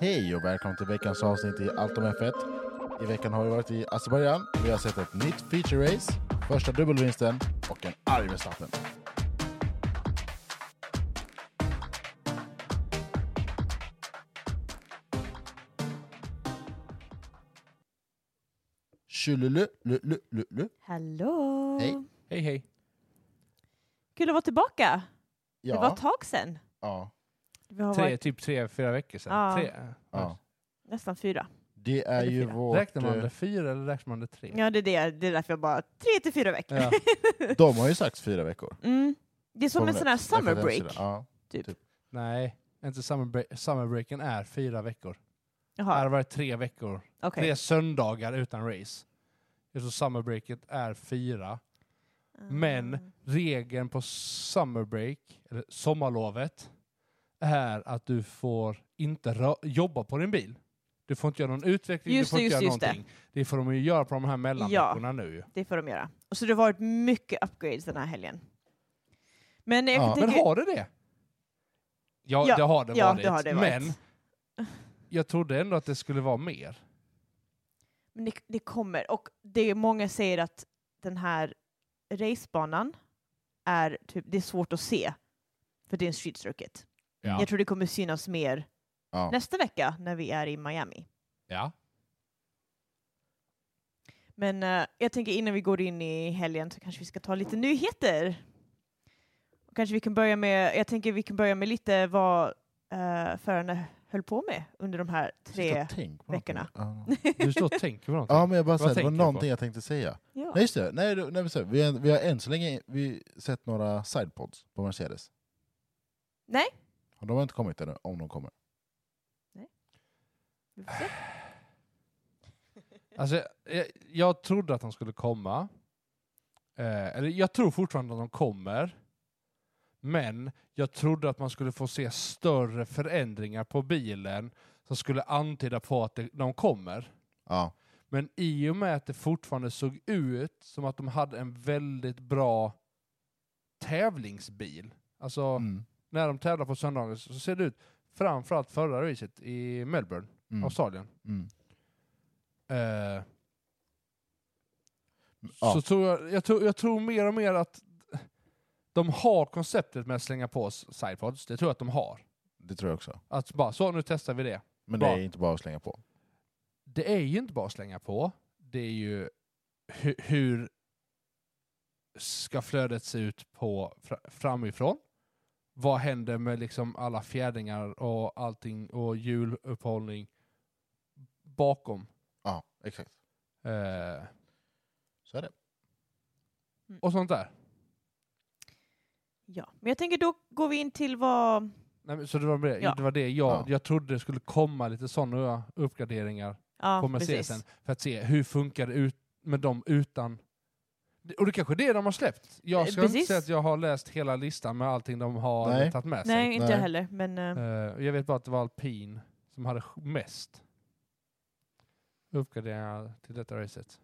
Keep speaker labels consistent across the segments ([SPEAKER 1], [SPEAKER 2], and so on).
[SPEAKER 1] Hej och välkommen till veckans avsnitt i Allt om F1. I veckan har vi varit i Azerbaijan. Vi har sett ett nytt feature-race, första dubbelvinsten och en arg Verstappen. Tjolululululu.
[SPEAKER 2] Hallå!
[SPEAKER 1] Hej.
[SPEAKER 3] Hej hej.
[SPEAKER 2] Kul att vara tillbaka. Det var ett tag sedan.
[SPEAKER 1] ja,
[SPEAKER 2] Vi har
[SPEAKER 3] Tre,
[SPEAKER 2] varit
[SPEAKER 3] typ tre, fyra veckor sedan.
[SPEAKER 2] Ja.
[SPEAKER 3] Tre.
[SPEAKER 1] ja.
[SPEAKER 2] nästan fyra.
[SPEAKER 1] Det är
[SPEAKER 2] Eller
[SPEAKER 1] ju
[SPEAKER 2] fyra.
[SPEAKER 1] vårt...
[SPEAKER 3] Räknar man
[SPEAKER 1] eh,
[SPEAKER 3] det fyra eller räknar man det tre?
[SPEAKER 2] Ja, det är, det. det är därför jag bara, tre till fyra veckor.
[SPEAKER 3] Ja.
[SPEAKER 1] De har ju sagt fyra veckor.
[SPEAKER 2] Mm. Det är som en
[SPEAKER 1] Formel
[SPEAKER 2] sån här
[SPEAKER 1] 1.
[SPEAKER 2] summer
[SPEAKER 1] Därför den
[SPEAKER 2] break.
[SPEAKER 1] sidan. Ja.
[SPEAKER 3] Nej, inte summer, break, summer breaken är fyra veckor. Det
[SPEAKER 2] Jaha,
[SPEAKER 3] har varit tre veckor.
[SPEAKER 2] okej.
[SPEAKER 3] Tre söndagar utan race. Så summer breaket är fyra.
[SPEAKER 2] Mm.
[SPEAKER 3] men- Regeln på summer break, eller sommarlovet, är att du får inte rö- jobba på din bil. Du får inte göra någon utveckling,
[SPEAKER 2] Just
[SPEAKER 3] du får
[SPEAKER 2] det,
[SPEAKER 3] inte
[SPEAKER 2] just
[SPEAKER 3] göra
[SPEAKER 2] det, just det.
[SPEAKER 3] någonting. Det. får de ju göra på de här mellanveckorna nu ju.
[SPEAKER 2] Det får de göra. Och så det har varit mycket upgrades den här helgen. Men eh, jag
[SPEAKER 1] Ja,
[SPEAKER 2] kan
[SPEAKER 1] men
[SPEAKER 3] Men
[SPEAKER 2] tänka...
[SPEAKER 3] har det det? Ja,
[SPEAKER 2] Ja,
[SPEAKER 3] det har det
[SPEAKER 2] ja,
[SPEAKER 3] varit.
[SPEAKER 2] det har det varit.
[SPEAKER 3] Men jag trodde ändå att det skulle vara mer.
[SPEAKER 2] Men det, det kommer. Och det är många säger att den här racebanan är typ, det är svårt att se. För det är en street circuit.
[SPEAKER 3] Ja.
[SPEAKER 2] Jag tror det kommer synas mer
[SPEAKER 1] Ja.
[SPEAKER 2] nästa vecka när vi är i Miami.
[SPEAKER 3] Ja.
[SPEAKER 2] Men eh, jag tänker innan vi går in i helgen så kanske vi ska ta lite nyheter. Och kanske vi kan börja med, jag tänker vi kan börja med lite vad uh, förarna höll på med under de här
[SPEAKER 1] Sitta
[SPEAKER 2] tre...
[SPEAKER 1] och tänk på någonting.
[SPEAKER 2] veckorna.
[SPEAKER 1] Ja.
[SPEAKER 3] Du står och tänker på någonting.
[SPEAKER 1] Ja, men jag bara
[SPEAKER 3] Vad
[SPEAKER 1] säger, det var
[SPEAKER 3] tänker du på?
[SPEAKER 1] någonting jag tänkte säga.
[SPEAKER 2] Ja.
[SPEAKER 1] Nej, just det. Nej, du- nej, men så här, vi, har, vi har än så länge vi sett några sidepods på Mercedes.
[SPEAKER 2] Nej.
[SPEAKER 1] Och de har inte kommit ännu, om de kommer.
[SPEAKER 2] Vi får se.
[SPEAKER 3] Alltså, jag, jag trodde att de skulle komma. Eh, eller jag tror fortfarande att de kommer. Men jag trodde att man skulle få se större förändringar på bilen som skulle antyda på att det, de kommer.
[SPEAKER 1] Ja,
[SPEAKER 3] Men i och med att det fortfarande såg ut som att de hade en väldigt bra tävlingsbil. Alltså
[SPEAKER 1] mm.
[SPEAKER 3] när de tävlar på söndagen så ser det ut, framförallt förra racet i Melbourne,
[SPEAKER 1] Mm.
[SPEAKER 3] Australien.
[SPEAKER 1] Mm.
[SPEAKER 3] Eh,
[SPEAKER 1] Ja.
[SPEAKER 3] Så tror jag, jag, tror, jag tror mer och mer att de har konceptet med att slänga på s- sidepods, det tror jag att de har.
[SPEAKER 1] Det tror jag också.
[SPEAKER 3] Att bara, så nu testar vi det.
[SPEAKER 1] Men
[SPEAKER 3] Bra.
[SPEAKER 1] det är inte bara att slänga på.
[SPEAKER 3] det är ju inte bara att slänga på. Det är ju hu hur ska flödet se ut på fra- framifrån? Vad händer med liksom alla fjädringar och allting och hjulupphållning bakom?
[SPEAKER 1] Ja, exakt.
[SPEAKER 3] Eh,
[SPEAKER 1] Så är det.
[SPEAKER 3] och sånt där.
[SPEAKER 2] ja. Men jag tänker då går vi in till vad...
[SPEAKER 3] Nej, men så det var det,
[SPEAKER 2] Ja.
[SPEAKER 3] det, var det jag,
[SPEAKER 1] Ja.
[SPEAKER 3] jag trodde det skulle komma lite sådana uppgraderingar
[SPEAKER 2] Ja,
[SPEAKER 3] på Mercedesen för att se hur funkar det ut med dem utan... Och det kanske är det de har släppt. Jag
[SPEAKER 2] Eh,
[SPEAKER 3] ska
[SPEAKER 2] precis.
[SPEAKER 3] inte säga att jag har läst hela listan med allting de har
[SPEAKER 1] Nej.
[SPEAKER 3] tagit med sig.
[SPEAKER 2] Nej, inte
[SPEAKER 1] Nej.
[SPEAKER 2] jag heller. Men eh,
[SPEAKER 3] Eh, jag vet bara att det var alpin som hade sj- mest uppgraderingar till detta racet.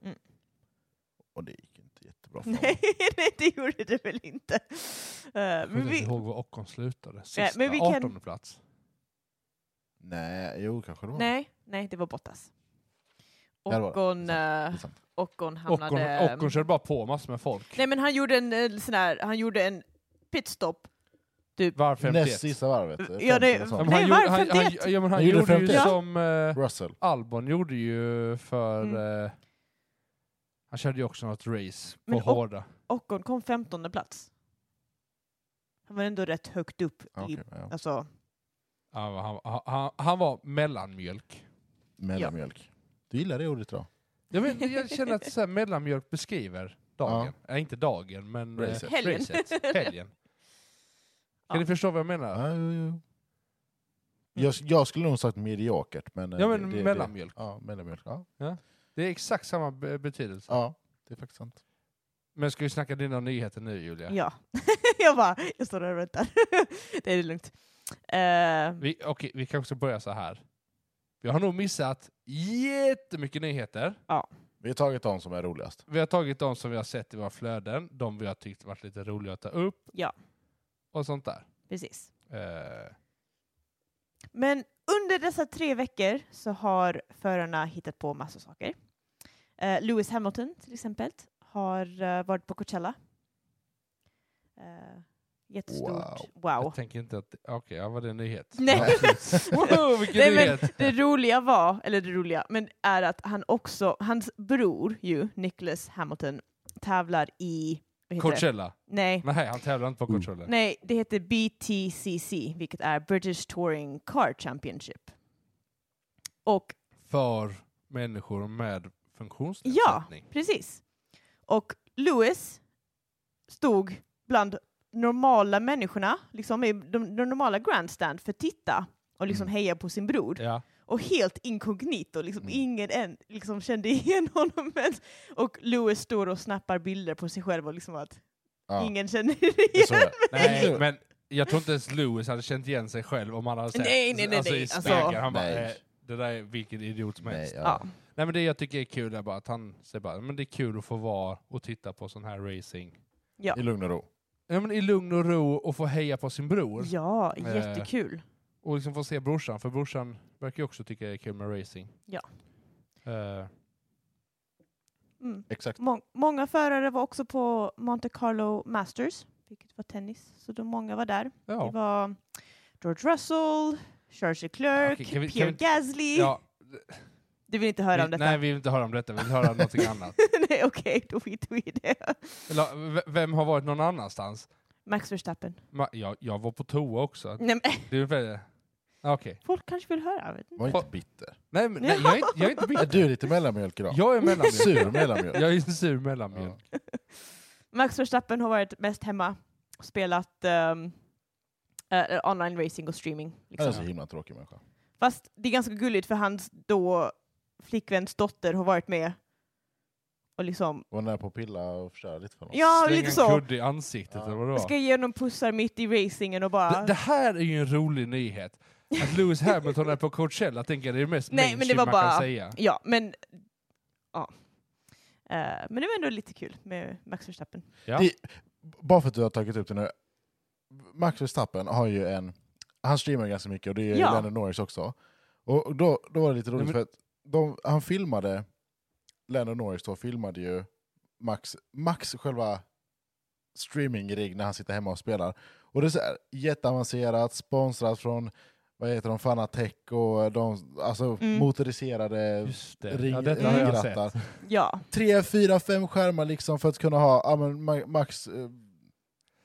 [SPEAKER 1] Och det gick inte jättebra för dem.
[SPEAKER 2] nej, nej, det gjorde det väl inte. Eh,
[SPEAKER 3] Jag kommer
[SPEAKER 2] men
[SPEAKER 3] inte ens
[SPEAKER 2] vi,
[SPEAKER 3] ihåg var Ockon slutade. Sista,
[SPEAKER 2] men vi kan-
[SPEAKER 3] 18 plats.
[SPEAKER 1] Nej, jo kanske det var.
[SPEAKER 2] nej, nej, det var Bottas.
[SPEAKER 1] Ja, det var det.
[SPEAKER 2] Ockon,
[SPEAKER 1] Det
[SPEAKER 2] eh,
[SPEAKER 1] är sant.
[SPEAKER 2] Ockon
[SPEAKER 3] Ockon,
[SPEAKER 2] hamnade...
[SPEAKER 3] Ockon körde bara på massor med folk.
[SPEAKER 2] Nej men han gjorde en eh, sån här, han gjorde en pitstop.
[SPEAKER 3] Var 51.
[SPEAKER 1] Näst sista varvet. eh, 50
[SPEAKER 2] Ja, det-
[SPEAKER 1] eller
[SPEAKER 3] Ja,
[SPEAKER 1] sånt.
[SPEAKER 3] men
[SPEAKER 2] Nej,
[SPEAKER 3] han,
[SPEAKER 2] var
[SPEAKER 3] gjorde, han, han,
[SPEAKER 2] 51.
[SPEAKER 3] ja, men
[SPEAKER 1] Han
[SPEAKER 3] han
[SPEAKER 1] gjorde
[SPEAKER 3] gjorde ju
[SPEAKER 1] 51.
[SPEAKER 3] som... eh,
[SPEAKER 1] Russell.
[SPEAKER 3] Albon gjorde ju för...
[SPEAKER 2] Mm.
[SPEAKER 3] Eh, han körde ju också något race på
[SPEAKER 2] Men och-
[SPEAKER 3] hårda.
[SPEAKER 2] Ockon kom 15 plats. Han var ändå rätt högt upp.
[SPEAKER 1] Ja,
[SPEAKER 2] I,
[SPEAKER 1] okej, ja.
[SPEAKER 2] alltså,
[SPEAKER 3] Han, var- han, han, han var mellanmjölk.
[SPEAKER 1] Mellanmjölk. Du gillar det ordet idag?
[SPEAKER 3] Jag, vet, inte, jag känner att så här, mellanmjölk beskriver dagen. Nej, inte dagen, men... eh,
[SPEAKER 1] Racet.
[SPEAKER 2] Helgen.
[SPEAKER 3] racet. Helgen.
[SPEAKER 2] Ja.
[SPEAKER 3] Kan ni förstå vad jag menar?
[SPEAKER 1] Ja, jo, jo. Jag, jag skulle nog sagt mediokert, men... eh,
[SPEAKER 3] Ja, men mellanmjölk.
[SPEAKER 1] Ja, mellanmjölk. Ja.
[SPEAKER 3] Det är exakt samma be- betydelse.
[SPEAKER 1] ja, det är faktiskt sant.
[SPEAKER 3] Men ska vi snacka dina nyheter nu, Julia?
[SPEAKER 2] ja. jag bara, jag står där och väntar. det är lugnt. Eh,
[SPEAKER 3] Vi, okej, vi kanske ska börja så här. Vi har nog missat jättemycket nyheter.
[SPEAKER 1] Vi har tagit de som är roligast.
[SPEAKER 3] Vi har tagit de som vi har sett i våra flöden, de vi har tyckt varit lite roliga att ta upp.
[SPEAKER 2] Ja.
[SPEAKER 3] Och sånt där.
[SPEAKER 2] precis.
[SPEAKER 3] Eh,
[SPEAKER 2] Men under dessa tre veckor så har förarna hittat på massor saker. Eh, Lewis Hamilton till exempel har eh, varit på Coachella. Eh, jättestort. Wow.
[SPEAKER 3] Jag tänker inte att... Okej, ja, var det en nyhet?
[SPEAKER 2] Nej.
[SPEAKER 3] Wow, vilken
[SPEAKER 2] Nej, men
[SPEAKER 3] nyhet!
[SPEAKER 2] det roliga var, eller det roliga, men är att han också, hans bror ju, Nicholas Hamilton, tävlar i... vad heter det?
[SPEAKER 3] Coachella.
[SPEAKER 2] Nej,
[SPEAKER 3] Nej, han tävlar inte på
[SPEAKER 1] Mm.
[SPEAKER 3] Coachella.
[SPEAKER 2] nej, det heter BTCC, vilket är British Touring Car Championship. Och
[SPEAKER 3] För människor med
[SPEAKER 2] ja,
[SPEAKER 3] funktionsnedsättning.
[SPEAKER 2] precis. Och Lewis stod bland normala människorna, liksom i de, de normala grandstand, för att titta och liksom
[SPEAKER 3] Mm.
[SPEAKER 2] heja på sin bror.
[SPEAKER 3] Ja.
[SPEAKER 2] och helt inkognito, liksom
[SPEAKER 1] Mm.
[SPEAKER 2] ingen än, liksom kände igen honom ens. Och Louis står och snappar bilder på sig själv och liksom att
[SPEAKER 1] Ja.
[SPEAKER 2] ingen känner
[SPEAKER 1] Det såg
[SPEAKER 2] igen.
[SPEAKER 1] jag.
[SPEAKER 3] Nej,
[SPEAKER 1] Eller-
[SPEAKER 3] men jag tror inte ens Lewis hade känt igen sig själv om han hade sett
[SPEAKER 2] Nej, nej, nej,
[SPEAKER 3] alltså,
[SPEAKER 2] nej,
[SPEAKER 3] i
[SPEAKER 2] alltså.
[SPEAKER 3] spegeln. Han bara,
[SPEAKER 1] Nej.
[SPEAKER 3] eh, det där är vilken idiot som
[SPEAKER 1] Nej,
[SPEAKER 3] helst.
[SPEAKER 1] ja.
[SPEAKER 2] Ja.
[SPEAKER 3] Nej men det jag tycker är kul är bara att han säger bara, men det är kul att få vara och titta på sån här racing.
[SPEAKER 2] Ja.
[SPEAKER 1] I lugn och ro.
[SPEAKER 3] Ja, men I lugn och ro och få heja på sin bror.
[SPEAKER 2] ja,
[SPEAKER 3] Eh.
[SPEAKER 2] jättekul.
[SPEAKER 3] Och liksom få se brorsan, för brorsan verkar ju också tycka det är kul med racing.
[SPEAKER 2] Ja.
[SPEAKER 3] Eh,
[SPEAKER 2] Mm.
[SPEAKER 1] Exakt.
[SPEAKER 2] Mång- många förare var också på Monte Carlo Masters, vilket var tennis, så då många var där. Det
[SPEAKER 3] ja.
[SPEAKER 2] var George Russell, Charles Leclerc,
[SPEAKER 3] Okej, kan vi- kan
[SPEAKER 2] Pierre
[SPEAKER 3] vi-
[SPEAKER 2] Gasly.
[SPEAKER 3] ja
[SPEAKER 2] Du vill inte höra om
[SPEAKER 3] vi,
[SPEAKER 2] detta?
[SPEAKER 3] nej, vi vill inte höra om detta, vi vill höra om någonting annat.
[SPEAKER 2] nej, okej, då skiter vi i det.
[SPEAKER 3] Eller, v- vem har varit någon annanstans?
[SPEAKER 2] Max Verstappen.
[SPEAKER 3] Ma- jag, jag var på toa också.
[SPEAKER 2] Nej, men,
[SPEAKER 3] Det är ungefär... Okej.
[SPEAKER 2] folk kanske vill höra. Vet du?
[SPEAKER 1] Var inte bitter.
[SPEAKER 3] Nej, men, nej jag, är inte, jag är inte
[SPEAKER 1] Är
[SPEAKER 3] bitter.
[SPEAKER 1] du lite mellanmjölk idag?
[SPEAKER 3] Jag är mellanmjölk.
[SPEAKER 1] Sur mellanmjölk.
[SPEAKER 3] Jag är en sur mellanmjölk.
[SPEAKER 2] Max Verstappen har varit mest hemma och spelat ehm, eh, online racing och streaming.
[SPEAKER 1] Han
[SPEAKER 2] Liksom.
[SPEAKER 1] är så himla tråkig människa.
[SPEAKER 2] Fast det är ganska gulligt för hans då flickväns dotter har varit med och liksom
[SPEAKER 1] Var nära på att pilla och förstöra lite för honom.
[SPEAKER 2] Ja,
[SPEAKER 3] Slänga
[SPEAKER 2] lite
[SPEAKER 3] en
[SPEAKER 2] så.
[SPEAKER 3] kudde i ansiktet
[SPEAKER 1] Ja.
[SPEAKER 3] eller vad det
[SPEAKER 2] Jag
[SPEAKER 3] var.
[SPEAKER 2] ska ge honom pussar mitt i racingen och bara...
[SPEAKER 3] Det, det här är ju en rolig nyhet. Att Lewis Hamilton är på Coachella tänker jag det är det mest
[SPEAKER 2] Nej, men det
[SPEAKER 3] mainstream
[SPEAKER 2] var
[SPEAKER 3] man
[SPEAKER 2] bara-
[SPEAKER 3] kan säga.
[SPEAKER 2] Ja, men... Ja. Eh, men det var ändå lite kul med Max Verstappen.
[SPEAKER 1] Bara för att du har tagit upp det nu. Max Verstappen har ju en... Han streamar ganska mycket och det gör ju
[SPEAKER 2] Ja.
[SPEAKER 1] Lando Norris också. Och då, då var det lite roligt
[SPEAKER 3] men-
[SPEAKER 1] för att de, han filmade... Lando Norris då filmade ju Max, Max själva streaming-rigg när han sitter hemma och spelar. Och det är så här, jätteavancerat, sponsrat från vad heter de, Fanatec och de alltså,
[SPEAKER 2] Mm.
[SPEAKER 1] motoriserade
[SPEAKER 3] Just det.
[SPEAKER 1] ring,
[SPEAKER 3] ja, detta har jag
[SPEAKER 1] ringgrattar.
[SPEAKER 3] sett.
[SPEAKER 2] Ja.
[SPEAKER 1] Tre, fyra, fem skärmar liksom för att kunna ha ja, men ma- max eh,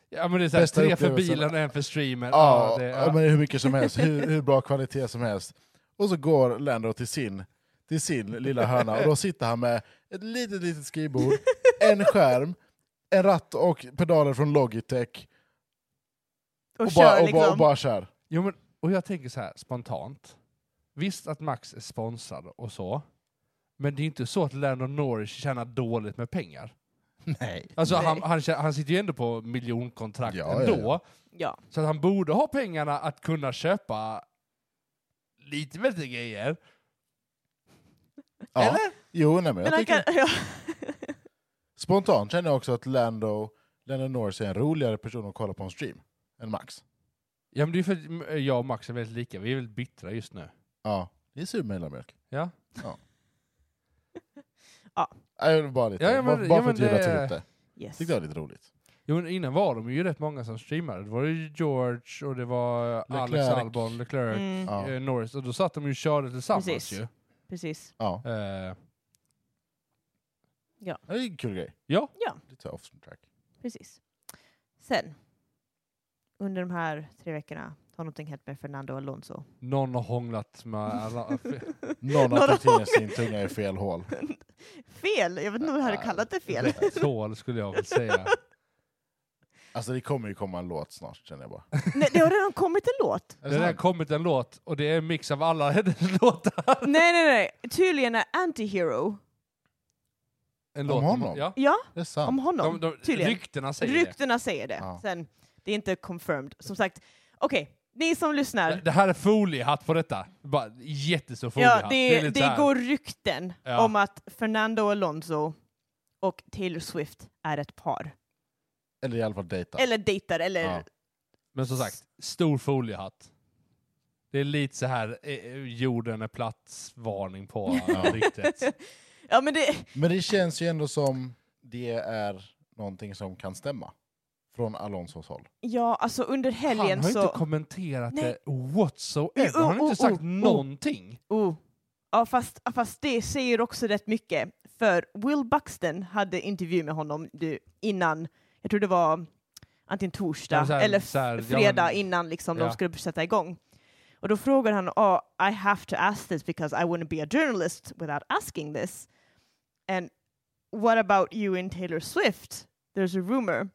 [SPEAKER 3] Ja, men det är så här,
[SPEAKER 1] Bästa
[SPEAKER 3] tre för
[SPEAKER 1] upplevelsen.
[SPEAKER 3] bilen och en för streamen.
[SPEAKER 1] Ja,
[SPEAKER 3] det,
[SPEAKER 1] ja. men hur mycket som helst, hur, hur bra kvalitet som helst. Och så går Lando till sin, till sin lilla hörna och då sitter han med ett litet, litet skrivbord, en skärm, en ratt och pedaler från Logitech
[SPEAKER 2] Och,
[SPEAKER 1] och,
[SPEAKER 2] kör
[SPEAKER 1] bara, och,
[SPEAKER 2] liksom.
[SPEAKER 1] bara, och bara kör.
[SPEAKER 3] Jo, men, och jag tänker så här spontant. Visst att Max är sponsrad och så. Men det är ju inte så att Lando Norris tjänar dåligt med pengar.
[SPEAKER 1] Nej.
[SPEAKER 3] Alltså
[SPEAKER 2] Nej.
[SPEAKER 3] han, han, tjä- han sitter ju ändå på miljonkontrakt
[SPEAKER 1] Ja, ja,
[SPEAKER 3] ändå.
[SPEAKER 1] ja.
[SPEAKER 2] Ja.
[SPEAKER 3] Så att han borde ha pengarna att kunna köpa lite bättre grejer.
[SPEAKER 1] Ja.
[SPEAKER 3] Eller?
[SPEAKER 1] Jo, nej, men
[SPEAKER 2] Men
[SPEAKER 1] jag
[SPEAKER 2] han
[SPEAKER 1] tycker,
[SPEAKER 2] kan... Ja.
[SPEAKER 1] spontant känner jag också att Lando, Lando Norris är en roligare person att kolla på en stream än Max.
[SPEAKER 3] Ja men det är för att m- eh, jag och Max är väldigt lika, vi är väldigt bittra just nu.
[SPEAKER 1] Ja, det är sur mellanmjölk.
[SPEAKER 3] Ja.
[SPEAKER 1] Nej, jag vill Bara lite,
[SPEAKER 3] Ja, ja, men-
[SPEAKER 1] bara,
[SPEAKER 3] ja,
[SPEAKER 1] bara för
[SPEAKER 3] men
[SPEAKER 1] att Julia
[SPEAKER 3] det-
[SPEAKER 1] tog upp det.
[SPEAKER 2] Yes.
[SPEAKER 1] Tyckte jag var lite roligt.
[SPEAKER 3] Jo men innan var de ju rätt många som streamade. Det var ju George och det var Alex
[SPEAKER 1] Leclerc.
[SPEAKER 3] Albon, Leclerc,
[SPEAKER 2] Mm,
[SPEAKER 1] Ja,
[SPEAKER 3] eh, Norris. Och då satt de ju och körde tillsammans
[SPEAKER 2] Precis.
[SPEAKER 3] ju.
[SPEAKER 2] Precis.
[SPEAKER 1] ja.
[SPEAKER 3] Eh,
[SPEAKER 1] det är en kul grej.
[SPEAKER 3] ja.
[SPEAKER 1] Lite så här off track.
[SPEAKER 2] Precis. Sen, under de här tre veckorna har någonting hänt med Fernando Alonso.
[SPEAKER 3] Någon har hånglat med... alla-
[SPEAKER 1] Någon har
[SPEAKER 2] Någon
[SPEAKER 1] tagit in
[SPEAKER 2] har-
[SPEAKER 1] sin tunga i fel hål.
[SPEAKER 2] fel! Jag vet inte om jag hade kallat det fel.
[SPEAKER 3] Rätt hål skulle jag väl säga.
[SPEAKER 1] Alltså det kommer ju komma en låt snart känner jag bara.
[SPEAKER 2] Nej, det har redan kommit en låt.
[SPEAKER 1] Är
[SPEAKER 3] Det har redan
[SPEAKER 1] sant?
[SPEAKER 3] kommit en låt och det är en mix av alla hennes låtar.
[SPEAKER 2] Nej, nej, nej. Tydligen är Antihero,
[SPEAKER 3] En
[SPEAKER 1] Om
[SPEAKER 3] låt
[SPEAKER 1] honom?
[SPEAKER 3] Ja.
[SPEAKER 2] ja,
[SPEAKER 1] Det är
[SPEAKER 2] om
[SPEAKER 1] sant.
[SPEAKER 2] honom.
[SPEAKER 3] De, de,
[SPEAKER 2] Tydligen.
[SPEAKER 3] ryktena säger det.
[SPEAKER 2] Ryktena säger det.
[SPEAKER 1] Ja.
[SPEAKER 2] Sen, det är inte confirmed. Som sagt, okej, ni som
[SPEAKER 3] Det-
[SPEAKER 2] lyssnar.
[SPEAKER 3] Det här är foliehatt på detta. Bara jättestor foliehatt.
[SPEAKER 2] Ja, det,
[SPEAKER 3] lite
[SPEAKER 2] det,
[SPEAKER 3] så här.
[SPEAKER 2] går rykten
[SPEAKER 3] Ja.
[SPEAKER 2] om att Fernando Alonso och Taylor Swift är ett par.
[SPEAKER 1] Eller i alla fall dejta.
[SPEAKER 2] Eller dejtar, eller...
[SPEAKER 1] Ja.
[SPEAKER 3] Men som sagt, stor foliehatt. Det är lite så här eh, jorden är platt-varning på
[SPEAKER 1] Ja.
[SPEAKER 3] riktigt.
[SPEAKER 2] ja, men det,
[SPEAKER 1] Men det känns ju ändå som det är någonting som kan stämma. Från Alonsos håll.
[SPEAKER 2] ja, alltså under
[SPEAKER 3] Han
[SPEAKER 2] helgen
[SPEAKER 3] har
[SPEAKER 2] så...
[SPEAKER 3] inte kommenterat
[SPEAKER 2] Nej.
[SPEAKER 3] det whatsoever.
[SPEAKER 2] Jo,
[SPEAKER 3] Han har
[SPEAKER 2] oh,
[SPEAKER 3] inte sagt
[SPEAKER 2] oh, oh.
[SPEAKER 3] någonting.
[SPEAKER 2] Oh. Ja, fast, ja, fast det säger också rätt mycket. För Will Buxton hade intervju med honom du, innan, jag tror det var antingen torsdag
[SPEAKER 3] Ja, så här-
[SPEAKER 2] eller
[SPEAKER 3] så här, ja,
[SPEAKER 2] fredag
[SPEAKER 3] men-
[SPEAKER 2] innan liksom,
[SPEAKER 3] ja.
[SPEAKER 2] de skulle sätta igång. Och då frågar han, oh, I have to ask this because I wouldn't be a journalist without asking this. And what about you and Taylor Swift? There's a rumor.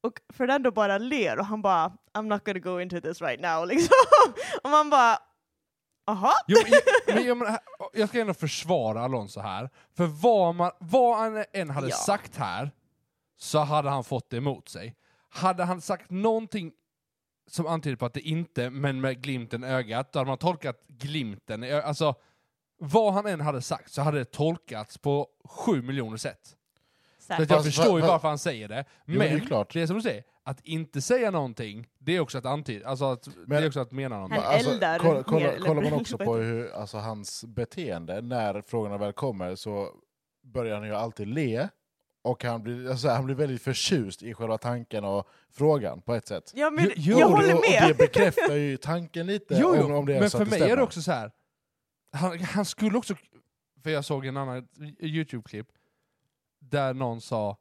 [SPEAKER 2] Och Fernando bara ler och han bara, I'm not gonna go into this right now. Liksom. och man bara, aha?
[SPEAKER 3] Jo, men, men, jag, menar, jag ska ändå försvara Alonso här. För vad, man, vad han än hade
[SPEAKER 2] Ja.
[SPEAKER 3] sagt här så hade han fått det emot sig. Hade han sagt någonting som antyder på att det inte, men med glimten i ögat, då hade man tolkat glimten i ö- Alltså, vad han än hade sagt så hade det tolkats på sju miljoner sätt. Så att
[SPEAKER 2] Säkert.
[SPEAKER 3] jag
[SPEAKER 1] Fast-
[SPEAKER 3] förstår ju
[SPEAKER 1] fast-
[SPEAKER 3] varför han säger det.
[SPEAKER 1] men
[SPEAKER 3] Men
[SPEAKER 1] det är klart.
[SPEAKER 3] det är som du säger, att inte säga någonting, det är också att antyda, alltså att, det är också att mena någonting.
[SPEAKER 2] Han eldar
[SPEAKER 1] alltså, kolla,
[SPEAKER 2] mer,
[SPEAKER 1] kolla,
[SPEAKER 2] eller-
[SPEAKER 1] kollar man också på hur, alltså, hans beteende, när frågorna väl kommer så börjar han ju alltid le. Och han blir, alltså, han blir väldigt förtjust i själva tanken och frågan på ett sätt.
[SPEAKER 2] Ja, men
[SPEAKER 3] Jo, jo,
[SPEAKER 2] jag
[SPEAKER 1] och,
[SPEAKER 2] håller
[SPEAKER 1] det, och
[SPEAKER 2] med.
[SPEAKER 1] det bekräftar ju tanken lite
[SPEAKER 3] Jo, jo.
[SPEAKER 1] om, om det är
[SPEAKER 3] men
[SPEAKER 1] så
[SPEAKER 3] för
[SPEAKER 1] att
[SPEAKER 3] mig
[SPEAKER 1] det
[SPEAKER 3] är det
[SPEAKER 1] stämmer.
[SPEAKER 3] också så här. Han, han skulle också, för jag såg en annan Youtube-klipp där någon sa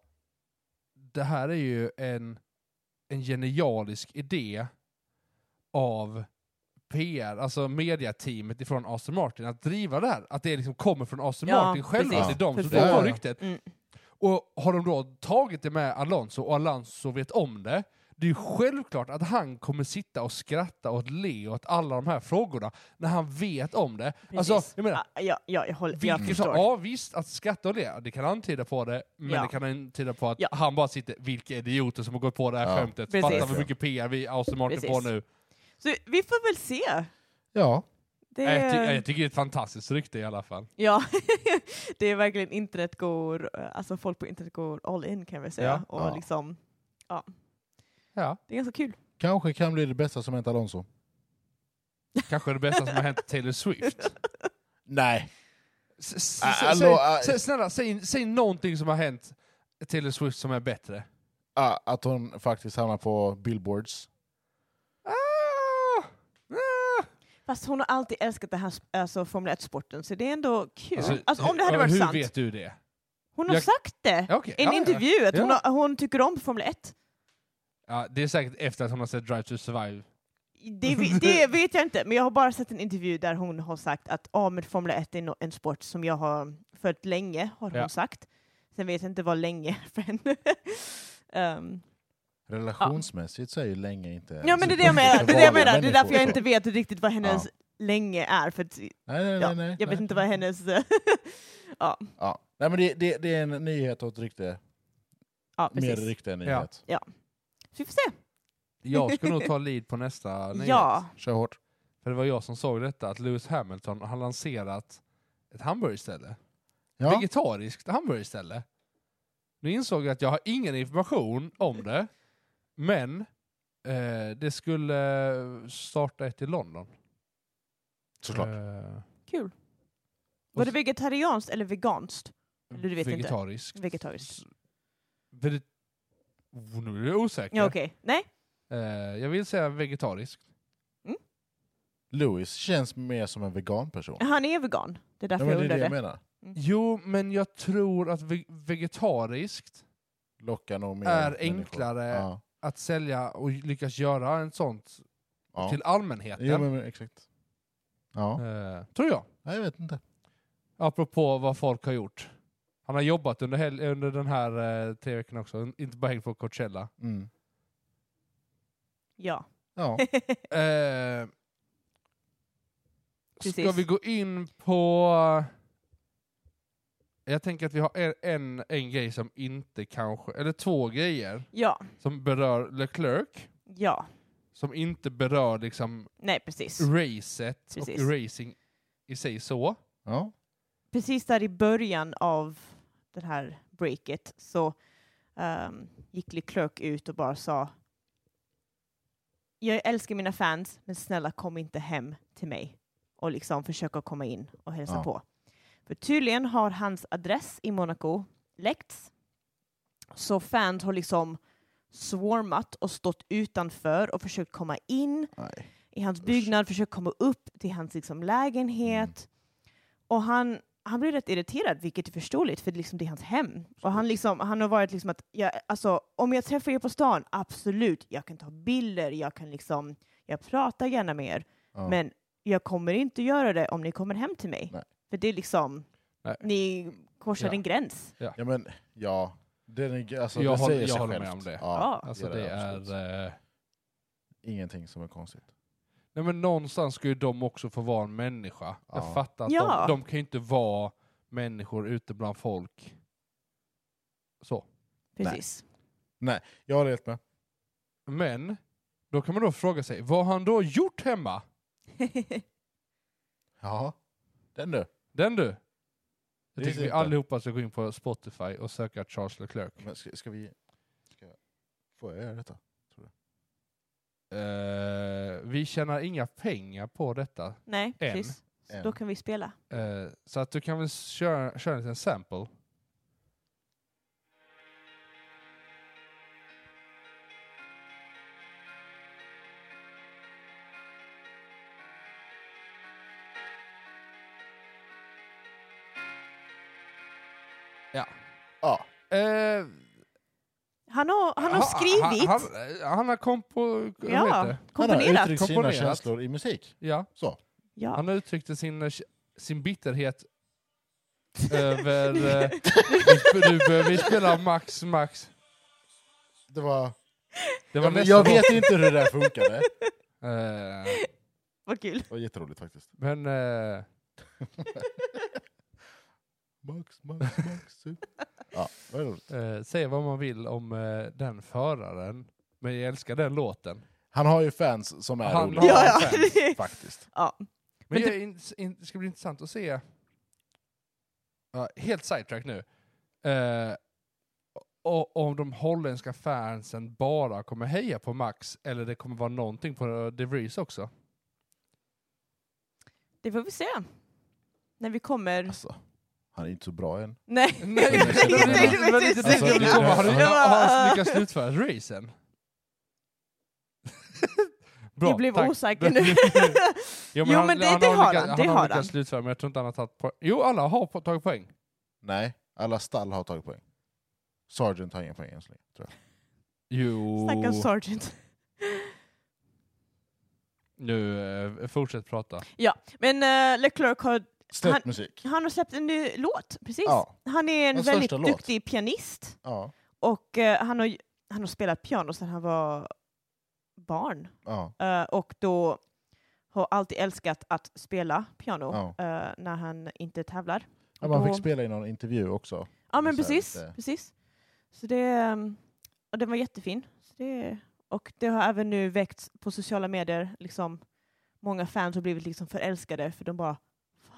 [SPEAKER 3] det här är ju en, en genialisk idé av PR, alltså mediateamet ifrån Aston Martin, att driva det här. Att det liksom kommer från Aston
[SPEAKER 2] Ja,
[SPEAKER 3] Martin själva,
[SPEAKER 2] precis.
[SPEAKER 3] att det är de som
[SPEAKER 2] Precis.
[SPEAKER 3] drar
[SPEAKER 1] Ja.
[SPEAKER 3] ryktet.
[SPEAKER 2] Mm.
[SPEAKER 3] Och har de då tagit det med Alonso och Alonso vet om det, det är ju självklart att han kommer sitta och skratta och le åt alla de här frågorna när han vet om det. Alltså,
[SPEAKER 2] Precis.
[SPEAKER 3] jag menar,
[SPEAKER 2] ja, ja, ja, jag, håller, jag
[SPEAKER 3] vilket som,
[SPEAKER 2] förstår.
[SPEAKER 3] ja visst, att skratta och le, det kan antyda på det, men
[SPEAKER 2] Ja.
[SPEAKER 3] det kan antyda på att
[SPEAKER 2] Ja.
[SPEAKER 3] han bara sitter, vilka idioter som har gått på det här
[SPEAKER 1] Ja.
[SPEAKER 3] skämtet,
[SPEAKER 2] Precis.
[SPEAKER 3] fatta hur mycket PR vi Aston Martin
[SPEAKER 2] Precis.
[SPEAKER 3] får nu.
[SPEAKER 2] Så vi får väl se.
[SPEAKER 1] Ja.
[SPEAKER 2] Det
[SPEAKER 3] Nej, Jag, ty
[SPEAKER 2] är,
[SPEAKER 3] jag tycker det är ett fantastiskt rykte i alla fall.
[SPEAKER 2] ja, det är verkligen internet går, alltså folk på internet går all in kan vi säga.
[SPEAKER 3] Ja.
[SPEAKER 2] och
[SPEAKER 1] Ja.
[SPEAKER 2] liksom,
[SPEAKER 3] Ja,
[SPEAKER 2] det är ganska kul.
[SPEAKER 1] Kanske kan bli det bästa som hänt Alonso.
[SPEAKER 3] kanske det bästa som har hänt Taylor Swift.
[SPEAKER 1] Nej.
[SPEAKER 3] S- s-
[SPEAKER 1] Ah,
[SPEAKER 3] s-
[SPEAKER 1] hallå,
[SPEAKER 3] säg-
[SPEAKER 1] ah.
[SPEAKER 3] säg- Snälla, säg, säg någonting som har hänt Taylor Swift som är bättre.
[SPEAKER 1] Ah, att hon faktiskt hamnar på billboards.
[SPEAKER 3] Ah! Ah!
[SPEAKER 2] Fast hon har alltid älskat den här sp- alltså, Formel 1-sporten, så det är ändå kul. Alltså,
[SPEAKER 3] Alltså,
[SPEAKER 2] om det hade
[SPEAKER 3] hur-
[SPEAKER 2] varit
[SPEAKER 3] Hur
[SPEAKER 2] sant.
[SPEAKER 3] vet du det?
[SPEAKER 2] Hon har
[SPEAKER 3] Jag-
[SPEAKER 2] sagt det.
[SPEAKER 3] Ja, okej.
[SPEAKER 2] I en
[SPEAKER 3] Ja, ja,
[SPEAKER 2] intervju, att
[SPEAKER 3] Ja.
[SPEAKER 2] hon, har, hon tycker om Formel 1.
[SPEAKER 3] Ja, det är säkert efter att hon har sett Drive to Survive.
[SPEAKER 2] Det, vi- det vet jag inte, men jag har bara sett en intervju där hon har sagt att ah, men Formel 1 är no- en sport som jag har följt länge, har hon
[SPEAKER 3] Ja.
[SPEAKER 2] sagt. Sen vet jag inte vad länge för henne. Ehm,
[SPEAKER 1] Relationsmässigt så är ju länge inte... Alltså,
[SPEAKER 2] ja men det är det jag menar, det är, det jag menar. det är därför jag
[SPEAKER 1] Människor,
[SPEAKER 2] inte vet riktigt vad hennes länge är, för att,
[SPEAKER 1] så. Nej, nej,
[SPEAKER 2] ja,
[SPEAKER 1] nej, nej,
[SPEAKER 2] jag vet
[SPEAKER 1] nej.
[SPEAKER 2] inte vad hennes... eh,
[SPEAKER 1] Ja. Nej, men det, det, det är en nyhet och ett rykte.
[SPEAKER 2] ja,
[SPEAKER 1] Mer
[SPEAKER 2] precis.
[SPEAKER 1] rykte än nyhet.
[SPEAKER 2] Så vi får se.
[SPEAKER 3] Jag ska nog ta lead på nästa nyhet.
[SPEAKER 2] Ja.
[SPEAKER 1] Kör hårt.
[SPEAKER 3] För det var jag som såg detta, att Lewis Hamilton har lanserat ett hamburgerställe.
[SPEAKER 1] Ja.
[SPEAKER 3] Vegetariskt hamburgerställe. Nu insåg jag att jag har ingen information om det, men eh, det skulle eh, starta ett i London.
[SPEAKER 1] Såklart.
[SPEAKER 3] Eh,
[SPEAKER 2] Kul. Var det vegetarianskt eller veganskt? Eller du vet inte.
[SPEAKER 3] vegetariskt.
[SPEAKER 2] Vegetariskt.
[SPEAKER 3] Veget- oh, nu är jag osäker.
[SPEAKER 2] Ja, Okej, nej?
[SPEAKER 3] Eh, jag vill säga vegetariskt.
[SPEAKER 1] Louis känns mer som en vegan person.
[SPEAKER 2] Han är vegan. Det
[SPEAKER 1] Ja,
[SPEAKER 2] är därför
[SPEAKER 1] men
[SPEAKER 2] jag
[SPEAKER 1] det är det
[SPEAKER 2] undrade.
[SPEAKER 1] jag menar.
[SPEAKER 3] Jo, men jag tror att ve- vegetariskt
[SPEAKER 1] Lockar nog mer
[SPEAKER 3] är
[SPEAKER 1] människor.
[SPEAKER 3] enklare
[SPEAKER 1] Ja.
[SPEAKER 3] att sälja och lyckas göra en sånt
[SPEAKER 1] Ja.
[SPEAKER 3] till allmänheten.
[SPEAKER 1] Ja, men, men, exakt. Ja.
[SPEAKER 3] Eh, tror jag.
[SPEAKER 1] Nej, jag vet inte.
[SPEAKER 3] Apropå vad folk har gjort. Han har jobbat under, hel- under den här eh, tre veckorna också, inte bara hängt på Coachella.
[SPEAKER 1] Mm.
[SPEAKER 2] Ja.
[SPEAKER 1] Ja.
[SPEAKER 3] Eh, ska
[SPEAKER 2] Precis.
[SPEAKER 3] vi gå in på... Jag tänker att vi har en, en, en grej som inte kanske, eller två grejer
[SPEAKER 2] ja,
[SPEAKER 3] som berör LeClerc,
[SPEAKER 2] ja.
[SPEAKER 3] som inte berör liksom
[SPEAKER 2] Nej, precis.
[SPEAKER 3] racet
[SPEAKER 2] Precis.
[SPEAKER 3] och racing i sig så.
[SPEAKER 1] ja.
[SPEAKER 2] Precis där i början av det här breaket så ehm, gick LeClerc ut och bara sa jag älskar mina fans, men snälla kom inte hem till mig och liksom försök att komma in och hälsa
[SPEAKER 1] Ja.
[SPEAKER 2] på. För tydligen har hans adress i Monaco läckts, så fans har liksom swarmat och stått utanför och försökt komma in
[SPEAKER 1] Nej.
[SPEAKER 2] i hans byggnad, försökt komma upp till hans liksom lägenhet.
[SPEAKER 1] Mm.
[SPEAKER 2] Och han, han blir rätt irriterad, vilket är förståeligt, för det, är liksom, det är hans hem. Och han, liksom, han har varit liksom att, jag, alltså, om jag träffar er på stan, absolut, jag kan ta bilder, jag kan liksom, jag pratar gärna med er,
[SPEAKER 1] Ja.
[SPEAKER 2] men jag kommer inte göra det om ni kommer hem till mig.
[SPEAKER 1] Nej.
[SPEAKER 2] För det är liksom,
[SPEAKER 3] Nej.
[SPEAKER 2] ni korsar
[SPEAKER 3] Ja.
[SPEAKER 2] en gräns.
[SPEAKER 1] Ja, men ja. Den är, alltså,
[SPEAKER 3] Jag
[SPEAKER 1] det
[SPEAKER 3] håller-
[SPEAKER 1] säger
[SPEAKER 3] jag
[SPEAKER 1] sig
[SPEAKER 3] håller med
[SPEAKER 1] självt.
[SPEAKER 3] om det.
[SPEAKER 1] Ja,
[SPEAKER 2] Ja.
[SPEAKER 3] Alltså
[SPEAKER 1] det är
[SPEAKER 3] det
[SPEAKER 1] det absolut.
[SPEAKER 3] är... Eh,
[SPEAKER 1] Ingenting som är konstigt.
[SPEAKER 3] nej men någonstans ska ju de också få vara en människa.
[SPEAKER 1] Ja.
[SPEAKER 3] Jag fattar att
[SPEAKER 2] Ja.
[SPEAKER 3] de, de kan ju inte vara människor ute bland folk. Så.
[SPEAKER 2] Precis.
[SPEAKER 1] Jag håller helt med.
[SPEAKER 3] Men, då kan man då fråga sig, vad har han då gjort hemma?
[SPEAKER 1] Ja. Den du.
[SPEAKER 3] Den du!
[SPEAKER 1] Det
[SPEAKER 3] Jag tycker
[SPEAKER 1] är
[SPEAKER 3] vi
[SPEAKER 1] inte.
[SPEAKER 3] allihopa ska gå in på Spotify och söka Charles Leclerc.
[SPEAKER 1] Men ska, ska vi... Ska, får jag göra detta?
[SPEAKER 3] Eh, vi tjänar inga pengar på detta.
[SPEAKER 2] Nej,
[SPEAKER 3] En.
[SPEAKER 2] precis. Så
[SPEAKER 1] En.
[SPEAKER 2] Då kan vi spela.
[SPEAKER 3] Eh, så att du kan väl köra, köra en liten sample. Ja.
[SPEAKER 1] Ja.
[SPEAKER 3] Eh,
[SPEAKER 2] Han har, han har skrivit,
[SPEAKER 3] Han, han, han har kompo...
[SPEAKER 2] Ja.
[SPEAKER 3] vad heter det?
[SPEAKER 1] Han har
[SPEAKER 2] komponerat.
[SPEAKER 1] uttryckt sina
[SPEAKER 3] Komponerat.
[SPEAKER 1] känslor i musik.
[SPEAKER 3] ja.
[SPEAKER 1] Så.
[SPEAKER 2] Ja.
[SPEAKER 3] Han uttryckte sin, eh, sin bitterhet över... eh, vi, nu börjar vi spela Max Max.
[SPEAKER 1] Det var...
[SPEAKER 3] Det var
[SPEAKER 1] Ja, men
[SPEAKER 3] nästan
[SPEAKER 1] jag vet inte hur det där funkade.
[SPEAKER 3] Eh,
[SPEAKER 2] Vad kul.
[SPEAKER 1] Det var jätteroligt faktiskt.
[SPEAKER 3] men... eh,
[SPEAKER 1] Max, Max, Max. ja, vad roligt.
[SPEAKER 3] eh, säga vad man vill om eh, den föraren, men jag älskar den låten.
[SPEAKER 1] Han har ju fans som är
[SPEAKER 3] Han
[SPEAKER 1] roliga.
[SPEAKER 3] har-
[SPEAKER 2] Ja, ja.
[SPEAKER 3] fans,
[SPEAKER 1] Faktiskt.
[SPEAKER 2] ja.
[SPEAKER 3] Men,
[SPEAKER 2] Men
[SPEAKER 3] jag är ins- in, det ska bli intressant att se... Ja, helt sidetrack nu. Eh, och, om de holländska fansen bara kommer heja på Max, eller det kommer vara någonting på eh, De Vries också.
[SPEAKER 2] Det får vi se. När vi kommer...
[SPEAKER 1] Alltså, han är inte så bra än.
[SPEAKER 2] Nej,
[SPEAKER 3] Nej,
[SPEAKER 1] jag tänkte
[SPEAKER 3] men-
[SPEAKER 1] precis
[SPEAKER 3] men lite
[SPEAKER 1] säga
[SPEAKER 3] tänkte jag
[SPEAKER 1] det.
[SPEAKER 3] komma. Har du-
[SPEAKER 1] Jag
[SPEAKER 2] bara-
[SPEAKER 3] har han lyckats slutföra racen? Bra,
[SPEAKER 2] du blev
[SPEAKER 3] tack.
[SPEAKER 2] osäker nu.
[SPEAKER 3] Jo
[SPEAKER 2] Jo, men det- det har
[SPEAKER 3] lyckats-
[SPEAKER 2] han, det
[SPEAKER 3] han.
[SPEAKER 2] har
[SPEAKER 3] lyckats
[SPEAKER 2] han.
[SPEAKER 3] slutföra, men jag tror inte han har tagit poäng. Jo, alla har po- tagit poäng.
[SPEAKER 1] Nej, alla stall har tagit poäng. Sargent har ingen poäng än så länge, tror jag.
[SPEAKER 3] Jo,
[SPEAKER 2] Stackars Sargent.
[SPEAKER 3] nu eh, fortsätt prata.
[SPEAKER 2] Men eh, Leclerc har,
[SPEAKER 1] Släppt
[SPEAKER 2] Han-
[SPEAKER 1] musik.
[SPEAKER 2] han har släppt en ny låt, precis.
[SPEAKER 1] Ja.
[SPEAKER 2] Han är en
[SPEAKER 1] Hans
[SPEAKER 2] väldigt
[SPEAKER 1] första låt.
[SPEAKER 2] duktig pianist
[SPEAKER 1] Ja,
[SPEAKER 2] och eh, han, har, han har spelat piano sedan han var barn.
[SPEAKER 1] ja.
[SPEAKER 2] Eh, och då har alltid älskat att spela piano
[SPEAKER 1] Ja.
[SPEAKER 2] eh, när han inte tävlar.
[SPEAKER 1] ja man
[SPEAKER 2] Då-
[SPEAKER 1] fick spela i någon intervju också.
[SPEAKER 2] Ja men
[SPEAKER 1] Så här
[SPEAKER 2] precis,
[SPEAKER 1] lite-
[SPEAKER 2] precis. Så det, ehm, och den var jättefin. Så det, och det har även nu väckts på sociala medier, liksom, många fans har blivit liksom förälskade för de bara Va?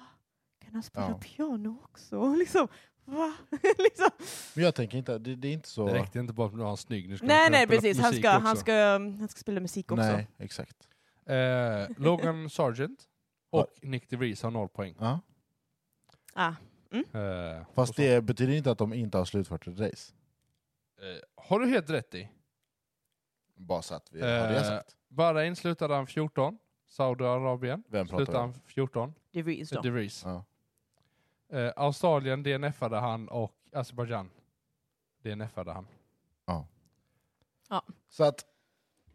[SPEAKER 2] Kan han spela
[SPEAKER 1] Ja.
[SPEAKER 2] piano också? Liksom, Va? liksom.
[SPEAKER 1] Men jag tänker inte, det, det är inte så...
[SPEAKER 3] Det räckte inte bara med att vara snygg. Nu ska han
[SPEAKER 2] Nej
[SPEAKER 3] kunna
[SPEAKER 2] nej
[SPEAKER 3] spela
[SPEAKER 2] precis, han
[SPEAKER 3] musik
[SPEAKER 2] ska, han,
[SPEAKER 3] också.
[SPEAKER 2] ska, mm, han ska spela musik också.
[SPEAKER 1] Nej, exakt.
[SPEAKER 3] Eh, Logan Sargent
[SPEAKER 1] Har-
[SPEAKER 3] och Nick DeVries har noll poäng.
[SPEAKER 1] Ja.
[SPEAKER 2] Ah.
[SPEAKER 3] Eh, och
[SPEAKER 1] Fast
[SPEAKER 3] så-
[SPEAKER 1] det betyder inte att de inte har slutfört ett race.
[SPEAKER 3] eh, har du helt rätt i.
[SPEAKER 1] Bara så att vi har det
[SPEAKER 3] Eh,
[SPEAKER 1] sagt.
[SPEAKER 3] Bahrain slutade han 14. Saudiarabien
[SPEAKER 1] Vem pratar
[SPEAKER 3] slutade
[SPEAKER 1] vi om?
[SPEAKER 3] han 14.
[SPEAKER 2] Det är då.
[SPEAKER 3] De Vries.
[SPEAKER 1] Ja.
[SPEAKER 3] Eh, Australien DNFade han och Azerbaijan DNFade han.
[SPEAKER 1] Så att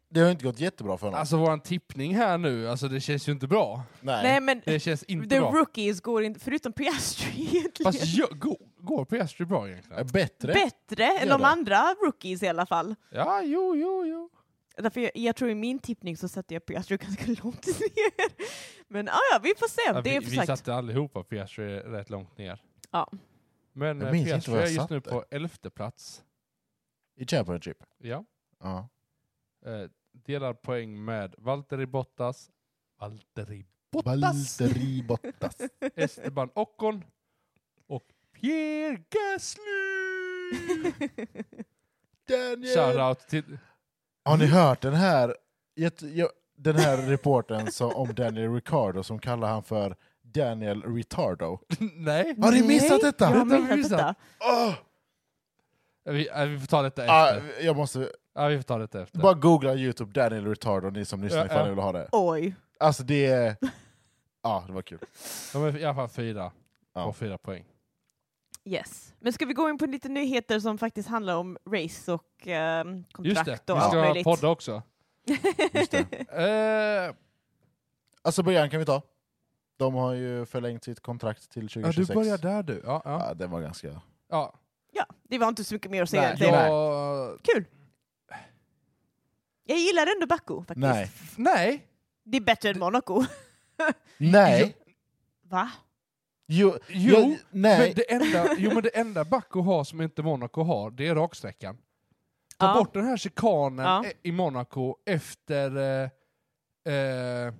[SPEAKER 1] det har inte gått jättebra för honom.
[SPEAKER 3] Alltså våran tippning här nu, alltså det känns ju inte bra.
[SPEAKER 1] nej.
[SPEAKER 2] Nej men
[SPEAKER 3] Det känns inte
[SPEAKER 2] the
[SPEAKER 3] bra.
[SPEAKER 2] rookies går inte, förutom Piastri egentligen,
[SPEAKER 3] Fast jag, går, går Piastri bra
[SPEAKER 1] Är
[SPEAKER 3] egentligen?
[SPEAKER 1] Bättre?
[SPEAKER 2] bättre än
[SPEAKER 1] Gör
[SPEAKER 2] de
[SPEAKER 1] det.
[SPEAKER 2] andra rookies i alla fall.
[SPEAKER 3] Ja, jo, jo, jo.
[SPEAKER 2] Därför jag, jag tror i min tippning så satte jag Piastri ganska långt ner. Men ah, ja, vi får se.
[SPEAKER 3] Ja,
[SPEAKER 2] det
[SPEAKER 3] vi,
[SPEAKER 2] är för
[SPEAKER 3] vi
[SPEAKER 2] sagt.
[SPEAKER 3] satte allihopa Piastri rätt långt ner.
[SPEAKER 2] Ja.
[SPEAKER 3] Men
[SPEAKER 1] Jag
[SPEAKER 3] eh,
[SPEAKER 1] minns inte
[SPEAKER 3] Piastri
[SPEAKER 1] vad jag
[SPEAKER 3] är just nu
[SPEAKER 1] satte.
[SPEAKER 3] på elfte plats.
[SPEAKER 1] I Championship?
[SPEAKER 3] Ja.
[SPEAKER 1] Ja.
[SPEAKER 3] Eh, delar poäng med Valtteri Bottas, Valtteri Bottas,
[SPEAKER 1] Valtteri Bottas.
[SPEAKER 3] Esteban Ocon och Pierre Gasly!
[SPEAKER 1] Daniel!
[SPEAKER 3] Shoutout till... Mm.
[SPEAKER 1] Har ni hört den här jag, jag, den här reporten som- om Daniel Ricardo som kallar han för Daniel Retardo.
[SPEAKER 3] Nej.
[SPEAKER 1] Har ni missat
[SPEAKER 2] Nej,
[SPEAKER 1] detta?
[SPEAKER 2] Jag har
[SPEAKER 3] Detta har vi
[SPEAKER 2] missat
[SPEAKER 3] missat.
[SPEAKER 2] detta.
[SPEAKER 1] Åh!
[SPEAKER 3] Vi, äh, vi får ta detta
[SPEAKER 1] Ah,
[SPEAKER 3] efter.
[SPEAKER 1] jag måste
[SPEAKER 3] Ja, vi får ta detta efter.
[SPEAKER 1] bara googla Youtube Daniel Retardo, ni som lyssnar
[SPEAKER 3] Ja,
[SPEAKER 1] ifall
[SPEAKER 3] ja.
[SPEAKER 1] ni vill ha det.
[SPEAKER 2] Oj.
[SPEAKER 1] Alltså det är... Ja, det var kul.
[SPEAKER 3] De är i alla fall fyra.
[SPEAKER 1] Ja.
[SPEAKER 3] På fyra poäng.
[SPEAKER 2] Yes. Men ska vi gå in på lite nyheter som faktiskt handlar om race och ehm,
[SPEAKER 3] Just
[SPEAKER 2] kontrakt
[SPEAKER 3] det, vi
[SPEAKER 2] och allt
[SPEAKER 3] ska
[SPEAKER 2] möjligt?
[SPEAKER 3] podda också.
[SPEAKER 1] Just det.
[SPEAKER 3] Eh,
[SPEAKER 1] Alltså början kan vi ta. De har ju förlängt sitt kontrakt till
[SPEAKER 3] ja,
[SPEAKER 1] 2026.
[SPEAKER 3] du börjar där du. Ja, ja.
[SPEAKER 1] Ja, den var ganska...
[SPEAKER 3] ja.
[SPEAKER 2] Ja, det var inte så mycket mer att säga
[SPEAKER 1] Nej,
[SPEAKER 2] egentligen.
[SPEAKER 1] jag-
[SPEAKER 3] Jag...
[SPEAKER 2] Kul! Jag gillar ändå Baku faktiskt.
[SPEAKER 1] Nej.
[SPEAKER 3] Nej!
[SPEAKER 2] Det är bättre än Monaco.
[SPEAKER 1] Nej!
[SPEAKER 2] Va?
[SPEAKER 1] Jo!
[SPEAKER 3] Jo,
[SPEAKER 1] jag-
[SPEAKER 3] Men
[SPEAKER 1] nej!
[SPEAKER 3] det enda, jo men det enda Baku har som inte Monaco har, det är raksträckan. Ta
[SPEAKER 2] Ja.
[SPEAKER 3] bort den här chikanen
[SPEAKER 2] Ja.
[SPEAKER 3] e- i Monaco efter eh, eh,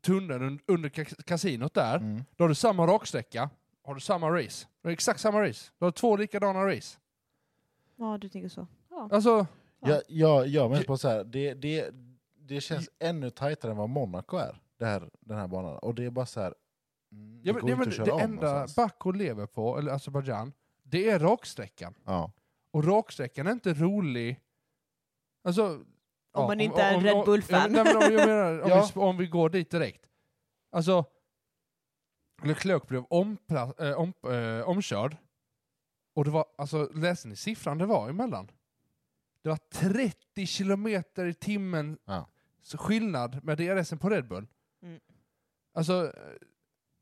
[SPEAKER 3] tunneln un- under ka- kasinot där.
[SPEAKER 1] Mm.
[SPEAKER 3] Då har du samma raksträcka, har du samma race. Du har exakt samma race. Du har två likadana race.
[SPEAKER 2] Ja, du tänker så.
[SPEAKER 3] Alltså,
[SPEAKER 1] Jag, jag, jag menar på så här, det, det, det känns ännu tajtare än vad Monaco är, det här, den här banan. Och det är bara så här, mm, det
[SPEAKER 3] ja,
[SPEAKER 1] går
[SPEAKER 3] men, ja,
[SPEAKER 1] inte
[SPEAKER 3] men
[SPEAKER 1] att köra
[SPEAKER 3] det
[SPEAKER 1] om
[SPEAKER 3] enda
[SPEAKER 1] någonstans.
[SPEAKER 3] Baku lever på, eller Azerbaijan, det är raksträckan.
[SPEAKER 1] Ja.
[SPEAKER 3] Och raksträckan är inte rolig. Alltså, om
[SPEAKER 2] man inte är en Red Bull-fan.
[SPEAKER 3] Ja, men om, jag menar, om,
[SPEAKER 1] Ja.
[SPEAKER 3] vi, sp- om vi går dit direkt. Alltså, Leclerc blev ompla, eh, om, eh, omkörd. Och det var, alltså läste ni siffran det var emellan? Det var 30 kilometer i timmen
[SPEAKER 1] Ja.
[SPEAKER 3] s- skillnad med DRSen på Red Bull.
[SPEAKER 2] Mm.
[SPEAKER 3] Alltså, eh,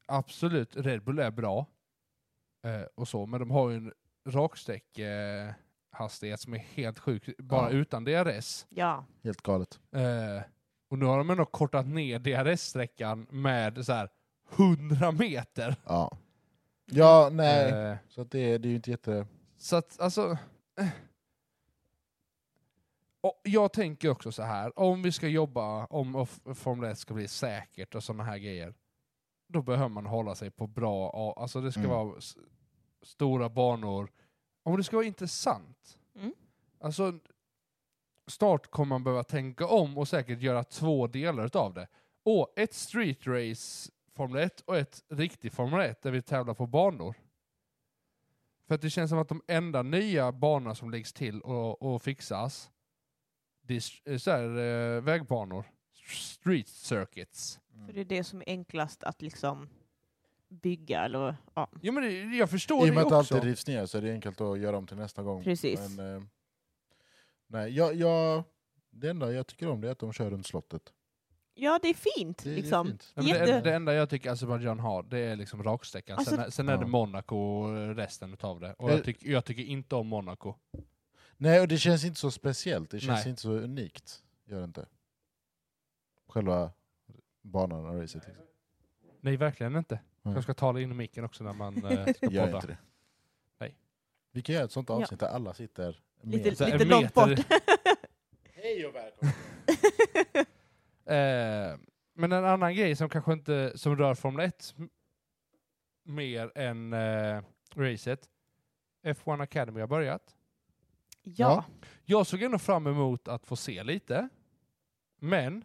[SPEAKER 3] absolut, Red Bull är bra. Eh, och så, men de har ju en raksträck eh, hastighet som är helt sjuk, bara
[SPEAKER 1] Ja.
[SPEAKER 3] utan DRS.
[SPEAKER 2] Ja.
[SPEAKER 1] Helt galet.
[SPEAKER 3] Eh, och nu har de ändå kortat ner DRS-sträckan med så här 100 meter.
[SPEAKER 1] Ja, ja nej.
[SPEAKER 3] Eh,
[SPEAKER 1] Så att det, det är ju inte jätte...
[SPEAKER 3] så att, alltså... eh. Och jag tänker också så här, om vi ska jobba, om och f- Formel 1 ska bli säkert och sådana här grejer, då behöver man hålla sig på bra, a- alltså det ska
[SPEAKER 1] Mm.
[SPEAKER 3] vara s- stora banor, om det ska vara intressant.
[SPEAKER 2] Mm.
[SPEAKER 3] Alltså, snart kommer man behöva tänka om och säkert göra två delar av det. Och ett street race Formel 1 och ett riktigt Formel 1 där vi tävlar på banor. För att det känns som att de enda nya banorna som läggs till och, och fixas, det är s- eh, så här, eh, vägbanor. Street circuits.
[SPEAKER 1] Mm.
[SPEAKER 2] För det är det som är enklast att liksom bygga eller vad- ja,
[SPEAKER 3] Jo men det, jag förstår
[SPEAKER 1] I och med
[SPEAKER 3] Mm. det
[SPEAKER 1] att allt
[SPEAKER 3] också.
[SPEAKER 1] rivs ner så är det enkelt att göra om till nästa gång.
[SPEAKER 2] precis.
[SPEAKER 1] Men, eh, nej, jag, jag, det enda jag tycker om det är att de kör runt slottet.
[SPEAKER 2] Ja, det är fint
[SPEAKER 1] Det,
[SPEAKER 2] liksom.
[SPEAKER 1] det är fint.
[SPEAKER 3] Ja, men det,
[SPEAKER 2] Jätte-
[SPEAKER 3] det enda jag tycker Azerbaijan har, det är liksom raksträckan.
[SPEAKER 2] Alltså-
[SPEAKER 3] sen är, sen är det
[SPEAKER 1] Ja.
[SPEAKER 3] Monaco och resten utav det. Och
[SPEAKER 1] Eh.
[SPEAKER 3] jag, tyck, jag tycker inte om Monaco.
[SPEAKER 1] Nej, och det känns inte så speciellt. Det känns
[SPEAKER 3] Nej.
[SPEAKER 1] inte så unikt. Gör det inte. Själva banan och racet. Liksom.
[SPEAKER 3] Nej, verkligen inte.
[SPEAKER 1] Mm.
[SPEAKER 3] Jag ska tala in i micken också när man eh, ska
[SPEAKER 1] Gör
[SPEAKER 3] podda.
[SPEAKER 1] inte det.
[SPEAKER 3] Nej.
[SPEAKER 1] Vi kan göra ett sånt avsnitt där alla sitter med.
[SPEAKER 2] Lite,
[SPEAKER 3] Så här,
[SPEAKER 2] lite
[SPEAKER 3] en
[SPEAKER 2] långt
[SPEAKER 3] meter-
[SPEAKER 2] bort.
[SPEAKER 1] Hej och välkomna!
[SPEAKER 3] Eh, men en annan grej som kanske inte som rör Formel 1 m- mer än eh, racet. F1 Academy har börjat.
[SPEAKER 2] ja.
[SPEAKER 3] Jag såg ändå fram emot att få se lite. Men,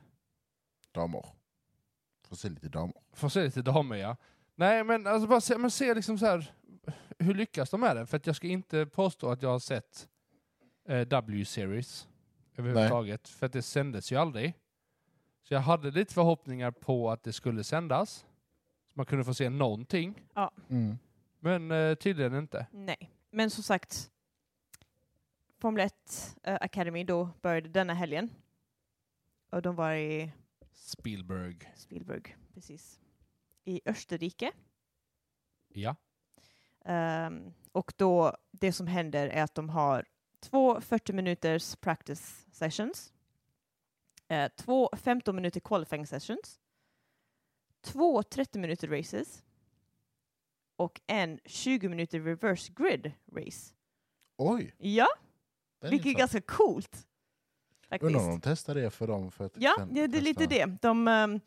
[SPEAKER 1] Damer. Får se lite damer.
[SPEAKER 3] få se lite damer ja. Nej men alltså bara se, men se liksom så här, hur lyckas de med det? För att jag ska inte påstå att jag har sett eh, W-series överhuvudtaget. För att det sändes ju aldrig. Så jag hade lite förhoppningar på att det skulle sändas. Så man kunde få se någonting.
[SPEAKER 1] Mm.
[SPEAKER 3] Men eh, tydligen inte.
[SPEAKER 2] Nej, men som sagt. Formel 1 eh, Academy då började denna helgen. Och de var i
[SPEAKER 3] Spielberg.
[SPEAKER 2] Spielberg, precis. I Österrike.
[SPEAKER 3] Ja.
[SPEAKER 2] Ehm, och då, det som händer är att de har två 40 minuters practice sessions, eh, två 15 minuter qualifying sessions, två 30 minuter races och en 20 minuter reverse grid race.
[SPEAKER 1] Oj!
[SPEAKER 2] Ja,
[SPEAKER 1] den är
[SPEAKER 2] vilket är
[SPEAKER 1] intressant.
[SPEAKER 2] ganska coolt. Faktiskt.
[SPEAKER 1] Undrar om de testar det för dem? För att
[SPEAKER 2] Ja,
[SPEAKER 1] sen
[SPEAKER 2] det, det är lite
[SPEAKER 1] testa.
[SPEAKER 2] det. De, ehm,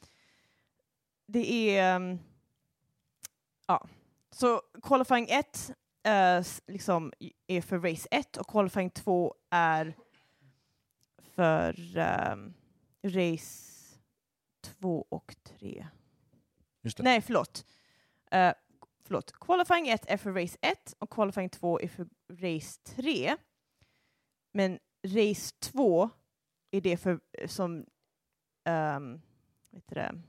[SPEAKER 2] det är... ehm, ja. Så qualifying 1 eh, s- liksom är för race 1 och qualifying 2 är för ehm, race två och tre.
[SPEAKER 1] Just det.
[SPEAKER 2] Nej, förlåt. Uh, förlåt. Qualifying 1 är för race 1 och qualifying 2 är för race 3. Men race 2 är det för, som... Um, vet du det?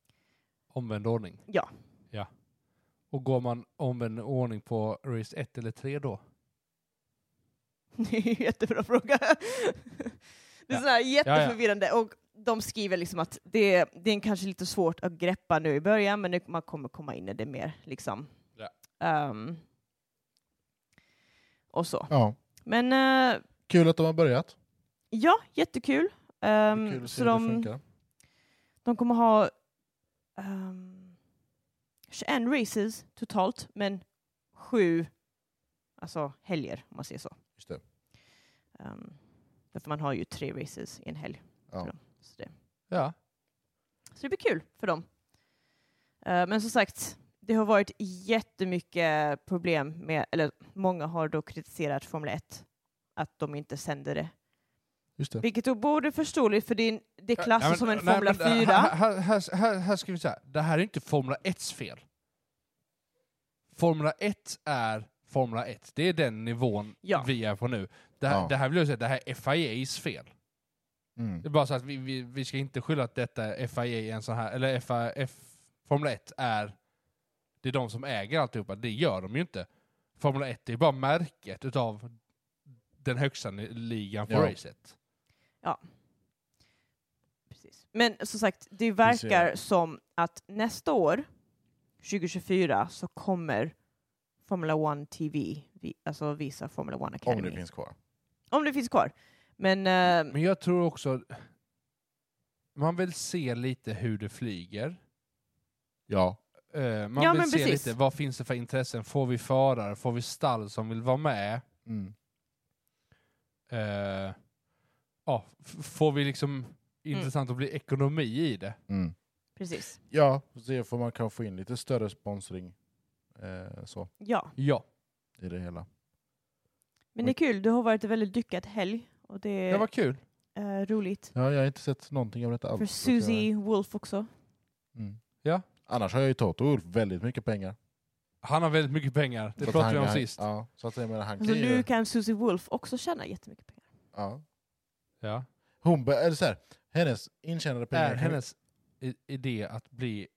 [SPEAKER 3] Omvänd ordning.
[SPEAKER 2] Ja.
[SPEAKER 3] ja. Och går man omvänd ordning på race 1 eller 3 då?
[SPEAKER 2] Det är en jättebra fråga. Det är
[SPEAKER 3] Ja.
[SPEAKER 2] sådär jätteförvirrande. Och de skriver liksom att det, det är kanske lite svårt att greppa nu i början, men nu, man kommer komma in i det mer. Liksom.
[SPEAKER 3] Ja.
[SPEAKER 2] Ehm, och så.
[SPEAKER 1] Ja.
[SPEAKER 2] Men eh,
[SPEAKER 1] Kul att de har börjat.
[SPEAKER 2] ja, jättekul.
[SPEAKER 1] Det är
[SPEAKER 2] Ehm,
[SPEAKER 1] Kul att se
[SPEAKER 2] så
[SPEAKER 1] hur det
[SPEAKER 2] de,
[SPEAKER 1] funkar.
[SPEAKER 2] de kommer ha ehm, 21 races totalt, men sju alltså helger om man säger så.
[SPEAKER 1] Just det.
[SPEAKER 2] Ehm, därför man har ju tre races i en helg.
[SPEAKER 1] Ja.
[SPEAKER 2] för dem. Så, det,
[SPEAKER 3] Ja.
[SPEAKER 2] så det blir kul för dem. Eh, men som sagt, det har varit jättemycket problem med, eller många har då kritiserat Formel 1 att de inte sänder det.
[SPEAKER 1] Just det.
[SPEAKER 2] Vilket då borde förståeligt för det är, en- det klassas
[SPEAKER 3] Ja, men-
[SPEAKER 2] som en
[SPEAKER 3] nej,
[SPEAKER 2] Formula
[SPEAKER 3] men, äh,
[SPEAKER 2] 4.
[SPEAKER 3] Här, här, här, här, här ska vi säga, det här är inte Formula 1s fel. Formula 1 är Formula 1. Det är den nivån
[SPEAKER 2] Ja.
[SPEAKER 3] vi är på nu. Det här,
[SPEAKER 1] Ja.
[SPEAKER 3] det här vill jag säga, det här är FIAs fel.
[SPEAKER 1] Mm.
[SPEAKER 3] Det är bara så att vi, vi, vi ska inte skylla att detta är FIA är en sån här, eller FIA, F, Formula 1 är, det är de som äger alltihopa, det gör de ju inte. Formula 1 är bara märket utav den högsta ni- ligan för
[SPEAKER 1] Ja.
[SPEAKER 3] racet.
[SPEAKER 2] Precis. Men som sagt, det
[SPEAKER 1] ser.
[SPEAKER 2] verkar som att nästa år, 2024, så kommer Formula 1 TV, vi- alltså visa Formula 1 Academy.
[SPEAKER 1] Om det finns kvar.
[SPEAKER 2] Om det finns kvar. Men, eh,
[SPEAKER 3] Men jag tror också, man vill se lite hur det flyger.
[SPEAKER 1] Ja.
[SPEAKER 3] Eh, Man
[SPEAKER 2] Ja,
[SPEAKER 3] vill
[SPEAKER 2] men
[SPEAKER 3] se
[SPEAKER 2] precis.
[SPEAKER 3] lite, vad finns det för intressen? Får vi förare? Får vi stall som vill vara med?
[SPEAKER 1] Mm.
[SPEAKER 3] Eh, ja, f- får vi
[SPEAKER 2] Mm.
[SPEAKER 3] liksom intressant att bli ekonomi i det?
[SPEAKER 1] Mm.
[SPEAKER 2] precis.
[SPEAKER 1] Ja, får se om man kan få in lite större sponsring eh, så,
[SPEAKER 2] Ja,
[SPEAKER 3] Ja.
[SPEAKER 1] i det hela.
[SPEAKER 2] men det är kul. Det har varit en väldigt lyckad helg och det
[SPEAKER 3] Det
[SPEAKER 2] är
[SPEAKER 3] var kul.
[SPEAKER 2] eh, roligt.
[SPEAKER 1] Ja, jag har inte sett någonting av detta alls.
[SPEAKER 2] För
[SPEAKER 1] så att jag-
[SPEAKER 2] Susie Wolf också.
[SPEAKER 1] Mm.
[SPEAKER 3] Ja.
[SPEAKER 1] Annars har jag ju Toto Wolff väldigt mycket pengar.
[SPEAKER 3] Han har väldigt mycket pengar. Det
[SPEAKER 1] Så att
[SPEAKER 3] pratade
[SPEAKER 1] han-
[SPEAKER 3] vi om
[SPEAKER 1] han-
[SPEAKER 3] sist. Ja.
[SPEAKER 1] Ja, så att jag menar, han
[SPEAKER 2] Alltså,
[SPEAKER 1] kan ju...
[SPEAKER 2] nu kan Susie Wolf också tjäna jättemycket pengar.
[SPEAKER 1] Ja. Hon be- eller så här, hennes intjänade
[SPEAKER 2] Äh,
[SPEAKER 1] pengar...
[SPEAKER 3] Är
[SPEAKER 1] kan-
[SPEAKER 3] hennes i- idé att bli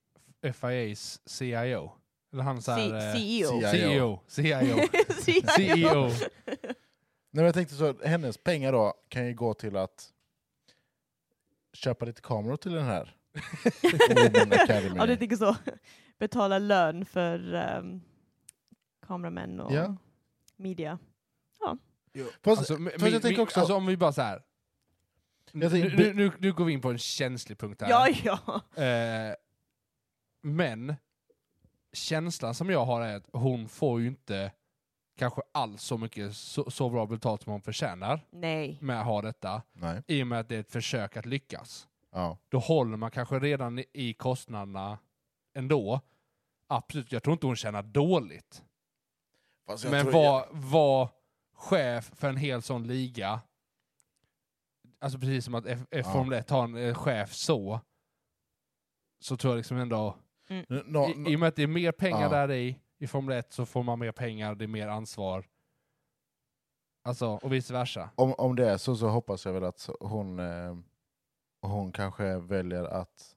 [SPEAKER 3] FIAs CIO? Eller han så här, eh,
[SPEAKER 2] C- E CEO.
[SPEAKER 1] CIA.
[SPEAKER 3] CEO. CIO.
[SPEAKER 2] CEO.
[SPEAKER 3] CEO.
[SPEAKER 1] Nej, men jag tänkte så, att hennes pengar då kan ju gå till att köpa lite kameror till den här. Women Academy.
[SPEAKER 2] ja, du tänker så. Betala lön för um, kameramän och
[SPEAKER 1] Ja.
[SPEAKER 2] media.
[SPEAKER 1] Fast,
[SPEAKER 3] Alltså, men-
[SPEAKER 1] fast
[SPEAKER 3] men-
[SPEAKER 1] jag tänker också...
[SPEAKER 3] alltså om vi bara så här.
[SPEAKER 1] Jag
[SPEAKER 3] Nu,
[SPEAKER 1] tänker-
[SPEAKER 3] nu, nu, nu går vi in på en känslig punkt här.
[SPEAKER 2] Ja, ja.
[SPEAKER 3] Eh, men känslan som jag har är att hon får ju inte kanske alls så mycket så, så bra betalt som hon förtjänar
[SPEAKER 2] Nej.
[SPEAKER 3] med att ha detta.
[SPEAKER 1] Nej.
[SPEAKER 3] I och med att det är ett försök att lyckas.
[SPEAKER 1] Ja.
[SPEAKER 3] Då håller man kanske redan i- i kostnaderna ändå. Absolut, jag tror inte hon tjänar dåligt.
[SPEAKER 1] Fast jag
[SPEAKER 3] Men
[SPEAKER 1] tror-
[SPEAKER 3] var, var chef för en hel sån liga, alltså precis som att F- F-
[SPEAKER 1] Ja.
[SPEAKER 3] Formel 1 har en eh, chef så, så tror jag liksom ändå,
[SPEAKER 1] Nå- nå-
[SPEAKER 3] i, i och med att det är mer pengar
[SPEAKER 1] Ja.
[SPEAKER 3] där i, i Formel 1 så får man mer pengar, det är mer ansvar. Alltså, och vice versa.
[SPEAKER 1] om, om det är så så hoppas jag väl att hon, eh, hon kanske väljer att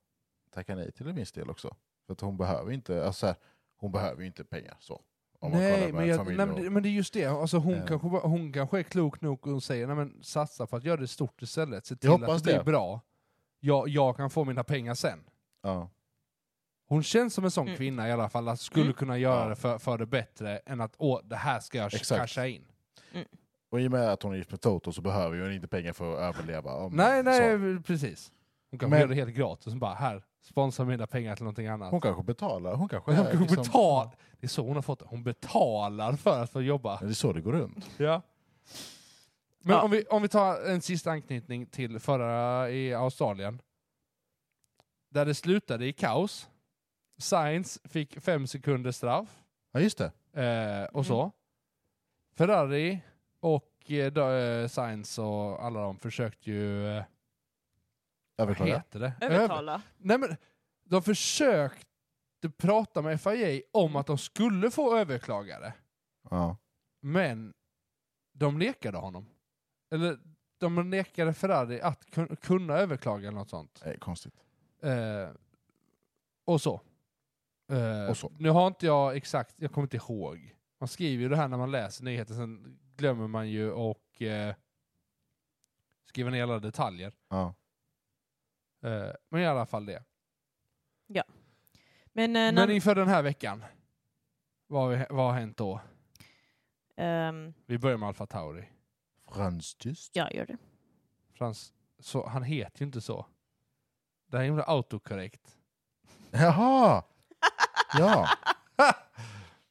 [SPEAKER 1] tacka nej till en viss del också. För att hon behöver inte, alltså så här, hon behöver ju inte pengar så. Om man kollar
[SPEAKER 3] Nej,
[SPEAKER 1] på
[SPEAKER 3] men, jag,
[SPEAKER 1] familj
[SPEAKER 3] nej men,
[SPEAKER 1] och-
[SPEAKER 3] det, men det är just det, alltså hon,
[SPEAKER 1] Eh.
[SPEAKER 3] kanske, bara- hon kanske är klok nog och säger nej men satsa på att göra det stort istället, se till
[SPEAKER 1] hoppas
[SPEAKER 3] att det
[SPEAKER 1] det.
[SPEAKER 3] blir bra. Jag, jag kan få mina pengar sen.
[SPEAKER 1] ja.
[SPEAKER 3] Hon känns som en sån
[SPEAKER 2] Mm.
[SPEAKER 3] kvinna i alla fall, att skulle
[SPEAKER 2] Mm.
[SPEAKER 3] kunna göra
[SPEAKER 1] Ja.
[SPEAKER 3] det för, för det bättre än att åh, det här ska jag
[SPEAKER 1] Exakt.
[SPEAKER 3] casha in.
[SPEAKER 1] Och i och med att hon är gift med Toto så behöver ju hon inte pengar för att överleva. Om
[SPEAKER 3] Nej, nej,
[SPEAKER 1] Så.
[SPEAKER 3] precis. Hon kanske
[SPEAKER 1] Men-
[SPEAKER 3] gör det helt gratis, och bara här, sponsra mina pengar till någonting annat.
[SPEAKER 1] Hon kanske betalar. Hon kanske
[SPEAKER 3] Hon,
[SPEAKER 1] är
[SPEAKER 3] hon
[SPEAKER 1] liksom-
[SPEAKER 3] betal, det är så hon har fått det, hon betalar för att få jobba.
[SPEAKER 1] Det är så det går runt.
[SPEAKER 3] Ja. Men
[SPEAKER 2] Ja.
[SPEAKER 3] om, vi, om vi tar en sista anknytning till förra i Australien. Där det slutade i kaos. Sainz fick fem sekunders straff.
[SPEAKER 1] Ja, just det.
[SPEAKER 3] Eh, och så. Ferrari och eh, då, eh, Sainz och alla de försökte ju eh, Vad
[SPEAKER 1] Överklaga.
[SPEAKER 3] heter det? Över-
[SPEAKER 2] Övertala.
[SPEAKER 3] Nej men, de försökte prata med FIA om att de skulle få överklagare.
[SPEAKER 1] Ja.
[SPEAKER 3] Men de nekade honom. Eller de nekade Ferrari att kun- kunna överklaga eller något sånt.
[SPEAKER 1] Det är konstigt.
[SPEAKER 3] Eh, och, så. Eh,
[SPEAKER 1] Och så.
[SPEAKER 3] Nu har inte jag exakt, jag kommer inte ihåg. Man skriver ju det här när man läser nyheter, sen glömmer man ju och eh, skriver ner alla detaljer.
[SPEAKER 1] Ja.
[SPEAKER 3] Eh, men i alla fall det.
[SPEAKER 2] Men, eh, en
[SPEAKER 3] Men
[SPEAKER 2] annan-
[SPEAKER 3] inför den här veckan, vad har, vi, vad har hänt då?
[SPEAKER 2] ehm,
[SPEAKER 3] Vi börjar med Alfa Tauri.
[SPEAKER 1] Franstyst.
[SPEAKER 2] ja, gör det.
[SPEAKER 3] Frans, så, han heter ju inte så. Det här är himla autokorrekt.
[SPEAKER 1] Jaha! Ja.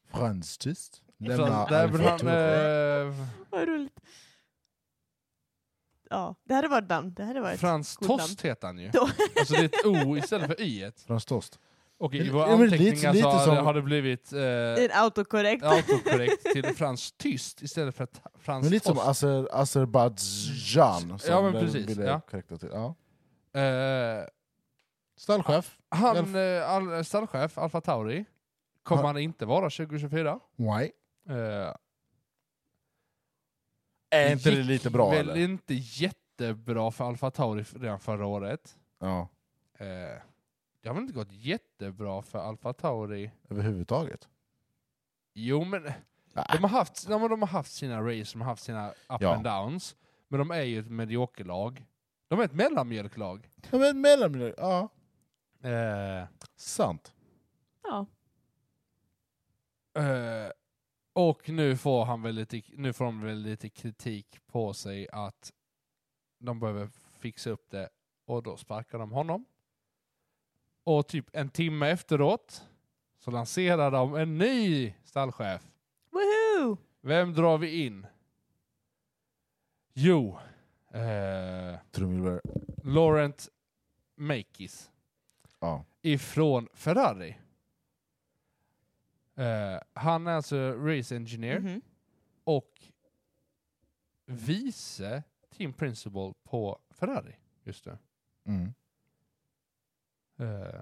[SPEAKER 1] Franstyst. Lämna
[SPEAKER 3] Frans, där vill
[SPEAKER 1] Alfa
[SPEAKER 3] han, eh,
[SPEAKER 1] Tauri.
[SPEAKER 2] Vad roligt. Ja, det hade varit namn. Det hade
[SPEAKER 3] eh,
[SPEAKER 2] varit.
[SPEAKER 3] Frans
[SPEAKER 2] Godland.
[SPEAKER 3] Tost heter han ju.
[SPEAKER 2] Då-
[SPEAKER 3] Alltså det är ett O istället för Y.
[SPEAKER 1] Franstost.
[SPEAKER 3] Och i
[SPEAKER 1] Men-
[SPEAKER 3] våra
[SPEAKER 1] ja, men lite-
[SPEAKER 3] anteckningar så
[SPEAKER 1] lite
[SPEAKER 3] har, det-
[SPEAKER 1] som-
[SPEAKER 3] har det blivit eh,
[SPEAKER 2] en autokorrekt.
[SPEAKER 3] autokorrekt till Frans Tyst istället för ta- Frans
[SPEAKER 1] Men lite som
[SPEAKER 3] Tost.
[SPEAKER 1] Azer, Azerbajdzjan. som
[SPEAKER 3] Ja, men
[SPEAKER 1] den
[SPEAKER 3] precis,
[SPEAKER 1] ville
[SPEAKER 3] ja.
[SPEAKER 1] korrekta till. Ja.
[SPEAKER 3] Eh,
[SPEAKER 1] Stallchef.
[SPEAKER 3] han, eh, all, stallchef, Alfa Tauri, kommer
[SPEAKER 1] Ja.
[SPEAKER 3] han inte vara 2024.
[SPEAKER 1] Nej.
[SPEAKER 3] Eh,
[SPEAKER 1] Är inte det
[SPEAKER 3] gick
[SPEAKER 1] lite bra
[SPEAKER 3] väl
[SPEAKER 1] eller?
[SPEAKER 3] inte jättebra för Alfa Tauri f- redan förra året.
[SPEAKER 1] Ja.
[SPEAKER 3] Eh, det har väl inte gått jättebra för Alfa Tauri.
[SPEAKER 1] Överhuvudtaget.
[SPEAKER 3] Jo, men
[SPEAKER 1] Nej.
[SPEAKER 3] de har haft, de har, de har haft sina race, de har haft sina up
[SPEAKER 1] Ja.
[SPEAKER 3] and downs. Men de är ju ett mediokerlag. De är ett mellanmjölklag.
[SPEAKER 1] Ja, men mellanmiljö. Ja.
[SPEAKER 3] Eh,
[SPEAKER 1] Sant.
[SPEAKER 2] Ja.
[SPEAKER 3] eh, och nu får, han väl lite, nu får de väl lite kritik på sig att de behöver fixa upp det och då sparkar de honom. Och typ en timme efteråt så lanserar de en ny stallchef.
[SPEAKER 2] Woohoo!
[SPEAKER 3] Vem drar vi in? Jo, eh,
[SPEAKER 1] Trumvirvel.
[SPEAKER 3] Laurent Meikis
[SPEAKER 1] Ja.
[SPEAKER 3] ifrån Ferrari. Eh, han är alltså race engineer
[SPEAKER 2] Mhm.
[SPEAKER 3] och vice team principal på Ferrari just nu.
[SPEAKER 1] Mm.
[SPEAKER 3] Eh,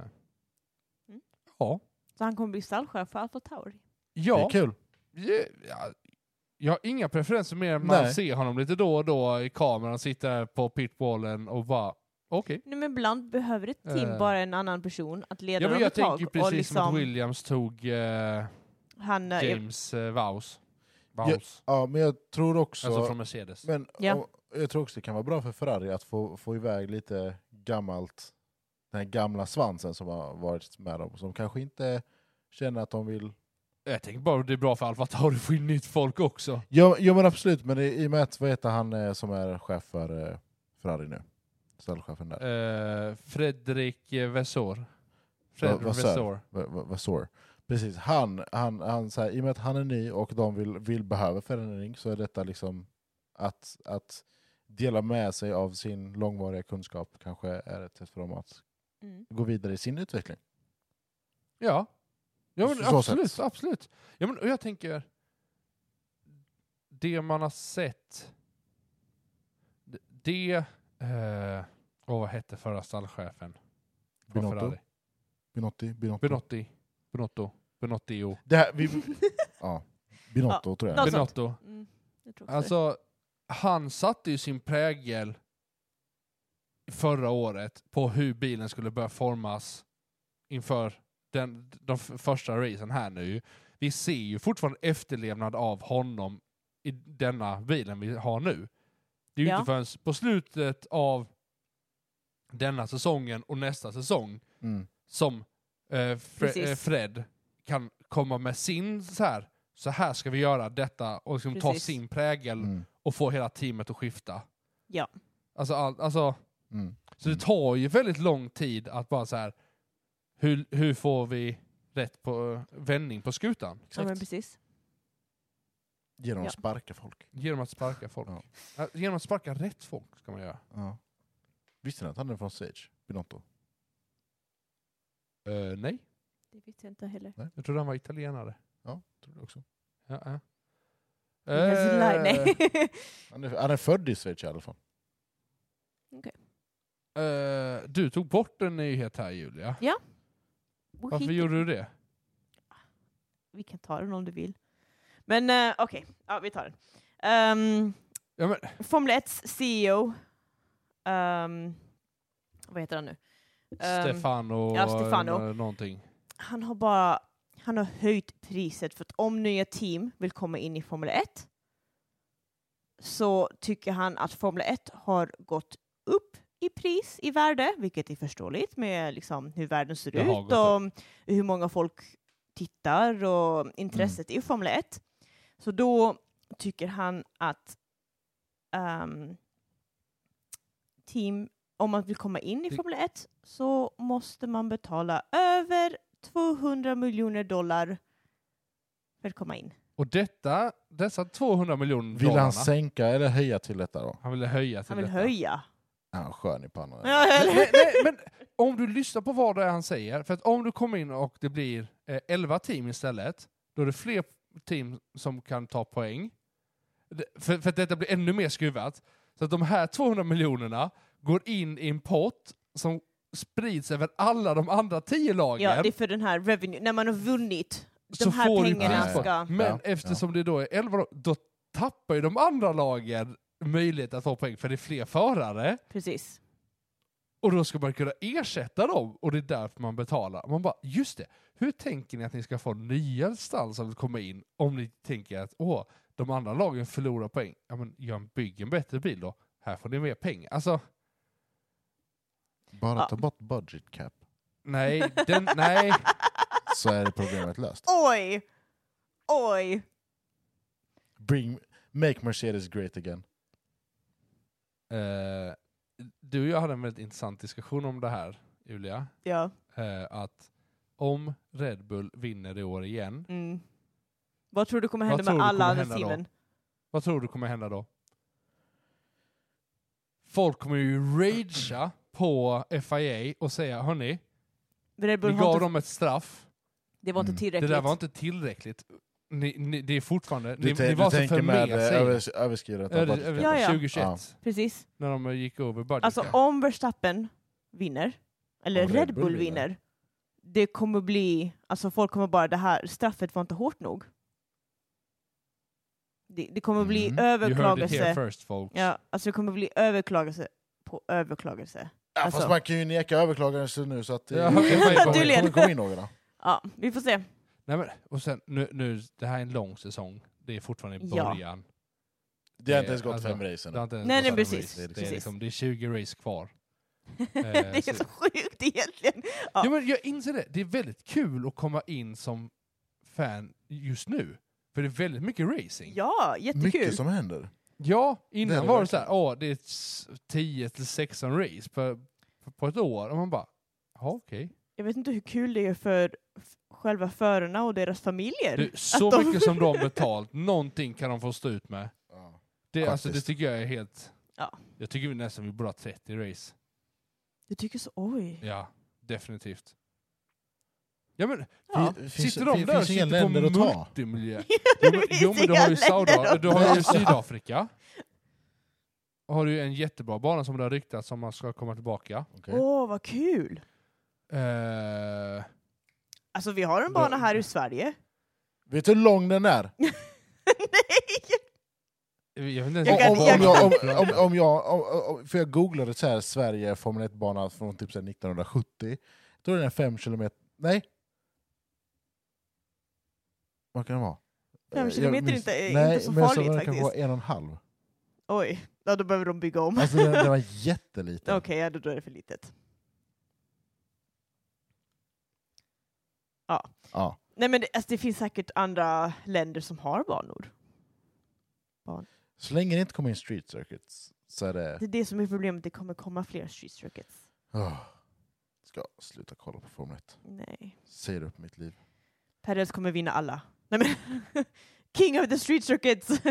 [SPEAKER 2] Mm.
[SPEAKER 3] Ja,
[SPEAKER 2] Så han kommer bli stallchef för Alfa Tauri.
[SPEAKER 1] Det är
[SPEAKER 3] ja
[SPEAKER 1] kul.
[SPEAKER 3] Ja, jag har inga preferenser mer än man
[SPEAKER 1] Nej.
[SPEAKER 3] ser honom lite då och då i kameran, sitta där på pitballen och bara okej.
[SPEAKER 2] Nej, men ibland behöver ett team
[SPEAKER 3] Eh.
[SPEAKER 2] bara en annan person att leda
[SPEAKER 3] Ja, men
[SPEAKER 2] dem
[SPEAKER 3] jag
[SPEAKER 2] ett tag.
[SPEAKER 3] tänker
[SPEAKER 2] och
[SPEAKER 3] precis som att
[SPEAKER 2] liksom,
[SPEAKER 3] Williams tog eh,
[SPEAKER 2] han, eh,
[SPEAKER 3] James eh, Vaus.
[SPEAKER 1] Ja,
[SPEAKER 3] Vaus.
[SPEAKER 1] Ja, men jag tror också...
[SPEAKER 3] Alltså från Mercedes.
[SPEAKER 1] men,
[SPEAKER 2] Ja.
[SPEAKER 1] och, jag tror också det kan vara bra för Ferrari att få, få iväg lite gammalt, den här gamla svansen som har varit med dem, som kanske inte känner att de vill...
[SPEAKER 3] Jag tänker bara det är bra för Alfa Tauri att få in nytt folk också.
[SPEAKER 1] Jo, jo men absolut, men i, i och med att, vad heter han eh, som är chef för eh, Ferrari nu? Stallchefen där.
[SPEAKER 3] Eh, Fredrik eh, Vesor.
[SPEAKER 1] Va-
[SPEAKER 3] Fredrik
[SPEAKER 1] Vassör.
[SPEAKER 3] Vesor.
[SPEAKER 1] V- v- Vasor. Precis, han, han, han så här, i och med att han är ny och de vill, vill behöva förändring så är detta liksom att, att dela med sig av sin långvariga kunskap kanske är ett sätt för dem att
[SPEAKER 2] mm.
[SPEAKER 1] gå vidare i sin utveckling.
[SPEAKER 3] Ja. ja men
[SPEAKER 1] Så- så
[SPEAKER 3] absolut,
[SPEAKER 1] sätt.
[SPEAKER 3] absolut. Ja, men, och jag tänker, det man har sett, det, det eh, åh, vad hette förra stallchefen? på
[SPEAKER 1] Binotto?
[SPEAKER 3] Ferrari?
[SPEAKER 1] Binotti? Binotto?
[SPEAKER 3] Binotti. Binotto. Binottio.
[SPEAKER 1] Det här, vi,
[SPEAKER 2] Mm,
[SPEAKER 1] ja, Binotto tror jag.
[SPEAKER 2] Något sånt.
[SPEAKER 3] Binotto.
[SPEAKER 2] Mm. Jag tror också det.
[SPEAKER 3] Alltså, han satte ju sin prägel förra året på hur bilen skulle börja formas inför den, de f- första racen här nu. Vi ser ju fortfarande efterlevnad av honom i denna bilen vi har nu. Det är ju
[SPEAKER 2] Ja.
[SPEAKER 3] inte förrän på slutet av denna säsongen och nästa säsong
[SPEAKER 1] Mm.
[SPEAKER 3] som eh, Fre-
[SPEAKER 2] Precis.
[SPEAKER 3] eh, Fred kan komma med sin så här, så här ska vi göra detta och liksom ta
[SPEAKER 2] Precis.
[SPEAKER 3] sin prägel
[SPEAKER 1] Mm.
[SPEAKER 3] och få hela teamet att skifta.
[SPEAKER 2] Ja.
[SPEAKER 3] Alltså, all, alltså,
[SPEAKER 1] Mm.
[SPEAKER 3] så det tar ju väldigt lång tid att bara så här, hur, hur får vi rätt på eh, vändning på skutan?
[SPEAKER 2] ja, men precis.
[SPEAKER 1] Genom
[SPEAKER 2] Ja.
[SPEAKER 1] att sparka folk.
[SPEAKER 3] Genom att sparka folk.
[SPEAKER 1] Ja.
[SPEAKER 3] Ja, Genom att sparka rätt folk ska man göra.
[SPEAKER 1] Ja. Visste ni att han är från Schweiz? Binotto?
[SPEAKER 3] Eh, nej,
[SPEAKER 2] Det vet jag inte heller.
[SPEAKER 3] jag trodde han var italienare.
[SPEAKER 1] Tror du också.
[SPEAKER 3] Ja, ja.
[SPEAKER 2] Alltså, nej,
[SPEAKER 3] Eh,
[SPEAKER 2] nej.
[SPEAKER 1] Han, är, han är född i Schweiz i alla fall.
[SPEAKER 3] Eh, du tog bort en nyhet här Julia. Varför
[SPEAKER 2] Hit-
[SPEAKER 3] gjorde du det?
[SPEAKER 2] Vi kan ta den om du vill. Men uh, okej, ja, vi tar den. Ehm,
[SPEAKER 3] Ja, men,
[SPEAKER 2] Formel 1 CEO. ehm, vad heter han nu? Ehm,
[SPEAKER 3] Stefano,
[SPEAKER 2] ja, Stefano.
[SPEAKER 3] eh, någonting.
[SPEAKER 2] han har bara han har höjt priset för att om nya team vill komma in i Formel 1 så tycker han att Formel 1 har gått upp i pris i värde, vilket är förståeligt med liksom hur världen ser
[SPEAKER 3] Det har
[SPEAKER 2] ut
[SPEAKER 3] gått
[SPEAKER 2] och hur många folk tittar och intresset i Formel 1. Så då tycker han att ehm, team, om man vill komma in i
[SPEAKER 3] Det-
[SPEAKER 2] Formel 1 så måste man betala över 200 miljoner dollar för att komma in.
[SPEAKER 3] Och detta, dessa 200 miljoner
[SPEAKER 1] Vill
[SPEAKER 3] dollarna,
[SPEAKER 1] han sänka eller höja till detta då?
[SPEAKER 3] han ville höja till
[SPEAKER 2] Han vill
[SPEAKER 3] detta.
[SPEAKER 2] höja.
[SPEAKER 1] Är han skön i pannan?
[SPEAKER 2] Ja, eller-
[SPEAKER 3] nej, nej, men om du lyssnar på vad det är han säger, för att om du kommer in och det blir eh, 11 team istället, då är det fler team som kan ta poäng. Det- För, för att detta blir ännu mer skruvat. Så att de här 200 miljonerna går in i en pott som sprids över alla de andra 10 lagen.
[SPEAKER 2] Ja, det är för den här revenue, när man har vunnit.
[SPEAKER 3] så
[SPEAKER 2] de här
[SPEAKER 3] får du
[SPEAKER 2] pengarna
[SPEAKER 3] pris på.
[SPEAKER 2] ska-
[SPEAKER 3] Men
[SPEAKER 1] Ja,
[SPEAKER 3] eftersom det då är 11 lag, då tappar ju de andra lagen möjlighet att få poäng för det är fler förare.
[SPEAKER 2] Precis.
[SPEAKER 3] Och då ska man kunna ersätta dem och det är därför man betalar. Man bara, just det, hur tänker ni att ni ska få nya stall som vill komma in om ni tänker att åh, de andra lagen förlorar poäng. Ja men gör en- bygg en bättre bil då. Här får ni mer pengar. Alltså,
[SPEAKER 1] Bara
[SPEAKER 2] Ja.
[SPEAKER 1] ta bort budget cap
[SPEAKER 3] nej, den, nej.
[SPEAKER 1] så är det problemet löst.
[SPEAKER 2] Oj! Oj!
[SPEAKER 1] Bring, make Mercedes great again.
[SPEAKER 3] Eh, du och jag hade en väldigt intressant diskussion om det här, Julia.
[SPEAKER 2] Ja.
[SPEAKER 3] Eh, att om Red Bull vinner i år igen,
[SPEAKER 2] Mm. Vad tror du kommer
[SPEAKER 3] Vad
[SPEAKER 2] hända
[SPEAKER 3] tror
[SPEAKER 2] med
[SPEAKER 3] du
[SPEAKER 2] alla
[SPEAKER 3] kommer
[SPEAKER 2] andra
[SPEAKER 3] hända då?
[SPEAKER 2] teamen?
[SPEAKER 3] vad tror du kommer hända då? Folk kommer ju ragea på FIA och säga hörni,
[SPEAKER 2] Red
[SPEAKER 3] vi
[SPEAKER 2] Bull har
[SPEAKER 3] gav
[SPEAKER 2] inte,
[SPEAKER 3] dem ett straff,
[SPEAKER 2] det var inte
[SPEAKER 1] Mm.
[SPEAKER 2] tillräckligt.
[SPEAKER 3] det där var inte tillräckligt. Ni, ni, det är fortfarande,
[SPEAKER 1] Du,
[SPEAKER 3] ni,
[SPEAKER 1] tän-
[SPEAKER 3] ni var
[SPEAKER 1] du
[SPEAKER 3] så för
[SPEAKER 1] tänker
[SPEAKER 3] med
[SPEAKER 1] med
[SPEAKER 3] sig.
[SPEAKER 1] eh, övers, överskridandet av
[SPEAKER 3] Över,
[SPEAKER 1] budget
[SPEAKER 3] över
[SPEAKER 1] cap?
[SPEAKER 2] Ja, ja.
[SPEAKER 3] 2021,
[SPEAKER 2] Precis.
[SPEAKER 3] när de gick över budget.
[SPEAKER 2] Alltså
[SPEAKER 3] cap.
[SPEAKER 2] om Verstappen vinner, eller
[SPEAKER 1] Om
[SPEAKER 2] Red, Bull, vinner, det kommer bli, alltså folk kommer bara, det här straffet var inte hårt nog. Det, det kommer bli
[SPEAKER 1] Mm.
[SPEAKER 3] you heard it here
[SPEAKER 2] överklagelse.
[SPEAKER 3] first folks.
[SPEAKER 2] Ja, alltså det kommer bli överklagelse på överklagelse.
[SPEAKER 1] Ja,
[SPEAKER 2] Alltså-
[SPEAKER 1] fast man kan ju neka överklagandet nu så att det
[SPEAKER 3] Ja, okej,
[SPEAKER 1] kommer,
[SPEAKER 2] tydligen.
[SPEAKER 1] kommer komma in några.
[SPEAKER 2] Ja, vi får se.
[SPEAKER 3] Nej, men, och sen, nu, nu, det här är en lång säsong, det är fortfarande i
[SPEAKER 2] Ja.
[SPEAKER 3] början.
[SPEAKER 1] Det har inte ens
[SPEAKER 3] Eh,
[SPEAKER 1] gått
[SPEAKER 3] alltså,
[SPEAKER 1] fem race
[SPEAKER 3] Det
[SPEAKER 1] ännu.
[SPEAKER 3] har inte ens
[SPEAKER 2] Nej,
[SPEAKER 3] gått
[SPEAKER 2] nej,
[SPEAKER 3] en
[SPEAKER 2] precis,
[SPEAKER 3] race. Det, är
[SPEAKER 2] precis.
[SPEAKER 3] liksom, det är 20 race kvar.
[SPEAKER 2] det är
[SPEAKER 3] Eh, så-
[SPEAKER 2] så sjukt egentligen. Ja.
[SPEAKER 3] Ja. men jag inser det, det är väldigt kul att komma in som fan just nu. För det är väldigt mycket racing.
[SPEAKER 2] Ja, jättekul.
[SPEAKER 1] Mycket som händer.
[SPEAKER 3] Ja,
[SPEAKER 1] Det är
[SPEAKER 3] innan
[SPEAKER 1] det
[SPEAKER 3] var det så
[SPEAKER 1] verkligen.
[SPEAKER 3] här, åh det är 10-16 race på, på, på ett år. Och man bara, ja okej.
[SPEAKER 2] Jag vet inte hur kul det är för f- själva förarna och deras familjer.
[SPEAKER 3] Du, Så
[SPEAKER 2] att de-
[SPEAKER 3] mycket som de har betalt, någonting kan de få stå ut med.
[SPEAKER 1] Ja.
[SPEAKER 3] Det, alltså, det
[SPEAKER 1] Faktiskt.
[SPEAKER 3] tycker jag är helt...
[SPEAKER 2] Ja.
[SPEAKER 3] Jag tycker vi nästan vi borde ha 30 race.
[SPEAKER 2] Du tycker så, oj.
[SPEAKER 3] Ja, definitivt. Ja men,
[SPEAKER 2] Ja.
[SPEAKER 1] Fin-
[SPEAKER 3] sitter de
[SPEAKER 1] fin-
[SPEAKER 3] där och
[SPEAKER 1] finns inga
[SPEAKER 3] sitter på
[SPEAKER 1] länder att ta?
[SPEAKER 3] multimiljö?
[SPEAKER 2] Det
[SPEAKER 3] Jo men,
[SPEAKER 2] finns
[SPEAKER 3] jo, men du
[SPEAKER 2] inga
[SPEAKER 3] har ju,
[SPEAKER 2] länder
[SPEAKER 3] Sauda,
[SPEAKER 2] att
[SPEAKER 3] du har ju
[SPEAKER 1] ta.
[SPEAKER 3] Sydafrika. Och har du ju en jättebra bana som det har ryktats om man ska komma tillbaka.
[SPEAKER 1] Okej.
[SPEAKER 2] Åh, vad kul!
[SPEAKER 3] Eh,
[SPEAKER 2] Alltså vi har en
[SPEAKER 3] Då-
[SPEAKER 2] bana här i Sverige.
[SPEAKER 1] Vet du hur lång den är?
[SPEAKER 2] Nej!
[SPEAKER 3] jag vet inte ens-
[SPEAKER 2] Jag kan-
[SPEAKER 1] om, om, om, jag, om, om, om jag, om, om, för jag googlade så här Sverige Formel 1-bana från typ så här 1970. Då är den 5 kilometer... Nej. Vad kan det vara?
[SPEAKER 2] Fem
[SPEAKER 1] Eh, jag
[SPEAKER 2] kilometer
[SPEAKER 1] minns-
[SPEAKER 2] inte- är
[SPEAKER 1] nej,
[SPEAKER 2] inte så
[SPEAKER 1] men jag sa
[SPEAKER 2] farligt
[SPEAKER 1] att den kan
[SPEAKER 2] faktiskt.
[SPEAKER 1] vara en och en halv.
[SPEAKER 2] Oj, ja, då behöver de bygga om.
[SPEAKER 1] Alltså den, den var jätteliten.
[SPEAKER 2] Okej, ja, då är det för litet.
[SPEAKER 1] Ja.
[SPEAKER 2] Nej men det, alltså, det finns säkert andra länder som har banor.
[SPEAKER 1] Så länge det inte kommer in street circuits så är det...
[SPEAKER 2] Det är det som är problemet, det kommer komma fler street circuits.
[SPEAKER 1] Oh. Ska sluta kolla på Formel 1.
[SPEAKER 2] Nej.
[SPEAKER 1] Säger upp mitt liv.
[SPEAKER 2] Perez kommer vinna alla. Nej, men King of the street circuits!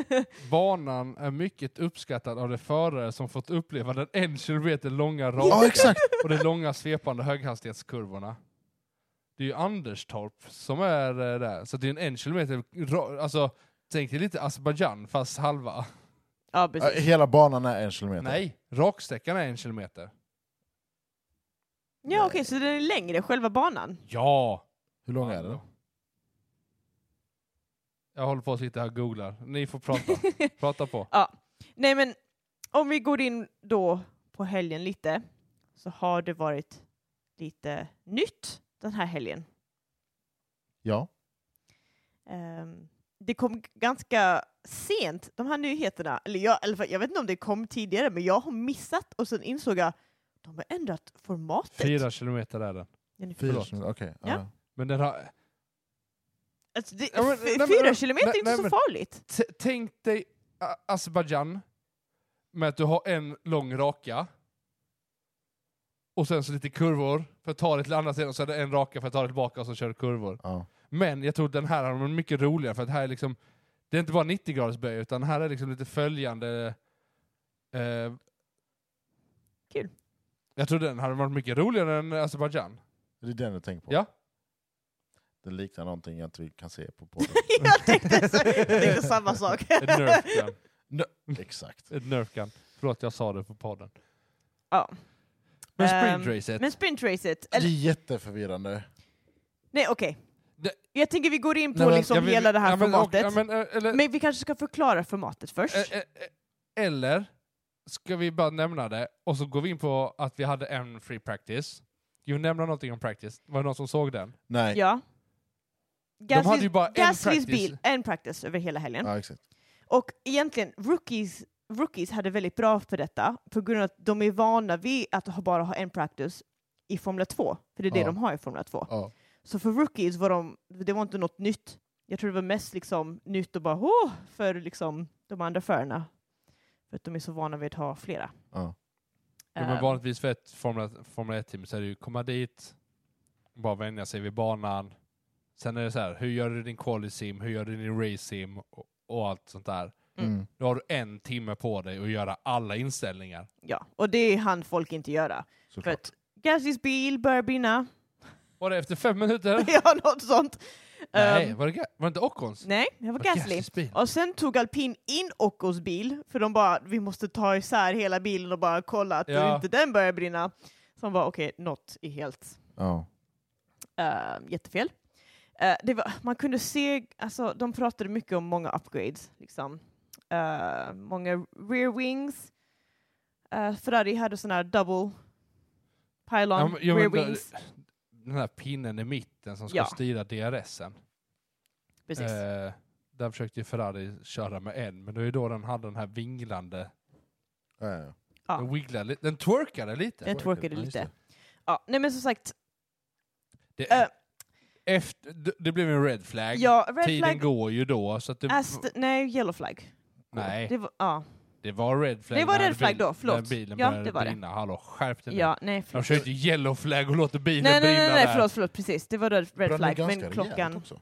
[SPEAKER 3] Banan är mycket uppskattad av de förare som fått uppleva den en kilometer långa
[SPEAKER 1] Ja,
[SPEAKER 3] raken
[SPEAKER 1] exakt!
[SPEAKER 3] och de långa svepande höghastighetskurvorna. Det är ju Anderstorp som är eh, där, så det är en en kilometer... ra- Alltså, tänk dig lite Azerbajdzjan fast halva.
[SPEAKER 2] ja,
[SPEAKER 1] Ja,
[SPEAKER 2] precis.
[SPEAKER 1] Hela Äh, banan är en kilometer.
[SPEAKER 3] Nej, raksträckan är en kilometer.
[SPEAKER 2] Ja, okej, så den är längre, själva banan?
[SPEAKER 3] Ja!
[SPEAKER 1] Hur lång är den?
[SPEAKER 3] Jag håller på att sitta här och googlar. Ni får prata. prata på.
[SPEAKER 2] Nej, men om vi går in då på helgen lite så har det varit lite nytt den här helgen.
[SPEAKER 1] Ja.
[SPEAKER 2] Ehm, det kom g- ganska sent, de här nyheterna. Eller jag, i alla fall, jag vet inte om det kom tidigare, men jag har missat och sen insåg jag de har ändrat formatet.
[SPEAKER 3] Fyra kilometer är den.
[SPEAKER 2] Jennifer.
[SPEAKER 1] Fyra
[SPEAKER 3] Förlåt.
[SPEAKER 1] kilometer, okej.
[SPEAKER 2] Ja.
[SPEAKER 1] ja.
[SPEAKER 3] Men den har...
[SPEAKER 2] Alltså, det,
[SPEAKER 3] Ja, men-
[SPEAKER 2] f-
[SPEAKER 3] nej, men-
[SPEAKER 2] fyra
[SPEAKER 3] nej,
[SPEAKER 2] kilometer är inte
[SPEAKER 3] nej,
[SPEAKER 2] så
[SPEAKER 3] men-
[SPEAKER 2] farligt.
[SPEAKER 3] T- tänk dig A- Azerbajdzjan med att du har en lång raka och sen så lite kurvor för att ta det till andra sidan och så är det en raka för att ta det tillbaka och så kör du kurvor.
[SPEAKER 1] Ja.
[SPEAKER 3] Men jag tror den här har varit mycket roligare för att här är liksom det är inte bara 90 graders böj utan här är liksom lite följande eh,
[SPEAKER 2] Kul.
[SPEAKER 3] Jag tror den hade varit mycket roligare än Azerbajdzjan.
[SPEAKER 1] Det är den du tänker på?
[SPEAKER 3] Ja.
[SPEAKER 1] Den liknar någonting jag inte kan se på podden.
[SPEAKER 2] jag, tänkte, så, jag tänkte samma sak.
[SPEAKER 3] Ett nerfgun.
[SPEAKER 1] Exakt.
[SPEAKER 3] Ett nerfgun. Förlåt jag sa det på podden.
[SPEAKER 2] Ja.
[SPEAKER 3] Men
[SPEAKER 2] Ehm,
[SPEAKER 3] sprintracet.
[SPEAKER 2] Men sprintracet,
[SPEAKER 1] Det är
[SPEAKER 2] eller,
[SPEAKER 1] jätteförvirrande.
[SPEAKER 2] nej okej.
[SPEAKER 3] Det-
[SPEAKER 2] Jag tänker vi går in på
[SPEAKER 1] Nej, men-
[SPEAKER 2] liksom
[SPEAKER 3] Jag vill-
[SPEAKER 2] hela det här
[SPEAKER 3] ja, men-
[SPEAKER 2] formatet.
[SPEAKER 3] ja, men, eh, eller,
[SPEAKER 2] Men vi kanske ska förklara formatet först.
[SPEAKER 3] Eh, eh, eh, Eller ska vi bara nämna det och så går vi in på att vi hade en free practice. Jo, nämna någonting om practice. Var det någon som såg den?
[SPEAKER 1] Nej.
[SPEAKER 2] ja.
[SPEAKER 3] hade ju bara en
[SPEAKER 2] Gaslys
[SPEAKER 3] practice.
[SPEAKER 2] bil, en practice över hela helgen.
[SPEAKER 1] Ja, exakt.
[SPEAKER 2] Och egentligen, rookies, rookies hade väldigt bra för detta på grund av att de är vana vid att ha- bara ha en practice i Formula 2, för det är det
[SPEAKER 1] Ja.
[SPEAKER 2] de har i Formula 2.
[SPEAKER 1] Ja.
[SPEAKER 2] Så för rookies var de, det var inte något nytt. Jag tror det var mest liksom nytt och bara åh, för liksom de andra förarna. För att de är så vana vid att ha flera.
[SPEAKER 1] Ja.
[SPEAKER 3] Jo, men
[SPEAKER 2] Ehm,
[SPEAKER 3] vanligtvis för ett Formula, Formula 1-team så är det ju komma dit, bara vänja sig vid banan. Sen är det så här, hur gör du din quali-sim, hur gör du din race-sim och, och allt sånt där.
[SPEAKER 2] Mm.
[SPEAKER 1] Mm.
[SPEAKER 3] Då har du en timme på dig att göra alla inställningar.
[SPEAKER 2] Ehm, ja. Och det hann folk inte göra. För
[SPEAKER 1] Såklart.
[SPEAKER 2] att Gaslys bil börjar brinna.
[SPEAKER 3] Var det efter fem minuter?
[SPEAKER 2] ja, något sånt.
[SPEAKER 3] Nej,
[SPEAKER 2] Ehm,
[SPEAKER 3] var det, Ga- var det inte Ockons?
[SPEAKER 2] nej, Mm, det var Gasly.
[SPEAKER 3] bil.
[SPEAKER 2] Och sen tog Alpin in Ockos bil, för de bara vi måste ta isär hela bilen och bara kolla att
[SPEAKER 3] Ja.
[SPEAKER 2] inte den börjar brinna. Som var okej, något är helt
[SPEAKER 1] Ja.
[SPEAKER 2] eh, jättefel. Eh, det var, man kunde se, alltså de pratade mycket om många upgrades, liksom. Eh, många rear wings. Eh, Ferrari hade sådana här double pylon
[SPEAKER 3] Ja, men- ja,
[SPEAKER 2] rear
[SPEAKER 3] men då-
[SPEAKER 2] wings.
[SPEAKER 3] Den här pinnen i mitten som ska
[SPEAKER 2] Ja.
[SPEAKER 3] styra DRSen.
[SPEAKER 2] Precis.
[SPEAKER 3] Eh, där försökte ju Ferrari köra med en, men det var ju då den hade den här vinglande.
[SPEAKER 1] Ja, ja, ja.
[SPEAKER 2] Ja.
[SPEAKER 3] Den, wigglade, li- den twerkade lite.
[SPEAKER 2] Den twerkade
[SPEAKER 1] Ja, just
[SPEAKER 2] lite. Ja, nej men som sagt,
[SPEAKER 3] Det,
[SPEAKER 2] eh,
[SPEAKER 3] efter, d- det blev en red flag.
[SPEAKER 2] ja, red
[SPEAKER 3] äh, Tiden
[SPEAKER 2] flag,
[SPEAKER 3] går ju då, så att det,
[SPEAKER 2] Ast- nej yellow flag.
[SPEAKER 3] nej,
[SPEAKER 2] Det var, ja.
[SPEAKER 3] det var red flag.
[SPEAKER 2] Det var
[SPEAKER 3] när
[SPEAKER 2] red flag
[SPEAKER 3] bil-
[SPEAKER 2] då, förlåt.
[SPEAKER 3] När bilen
[SPEAKER 2] Ja,
[SPEAKER 3] började
[SPEAKER 2] det var det.
[SPEAKER 3] brinna. Hallå, skärp dig nu.
[SPEAKER 2] ja, nej
[SPEAKER 3] De
[SPEAKER 2] förlåt.
[SPEAKER 3] körde ju yellow flag och låter bilen
[SPEAKER 2] Nej, nej,
[SPEAKER 3] brinna
[SPEAKER 2] nej, nej,
[SPEAKER 3] där.
[SPEAKER 2] förlåt, förlåt, precis. Det var då red
[SPEAKER 1] Brann
[SPEAKER 2] flag,
[SPEAKER 1] ganska
[SPEAKER 2] men
[SPEAKER 1] rejält
[SPEAKER 2] klockan...
[SPEAKER 1] också.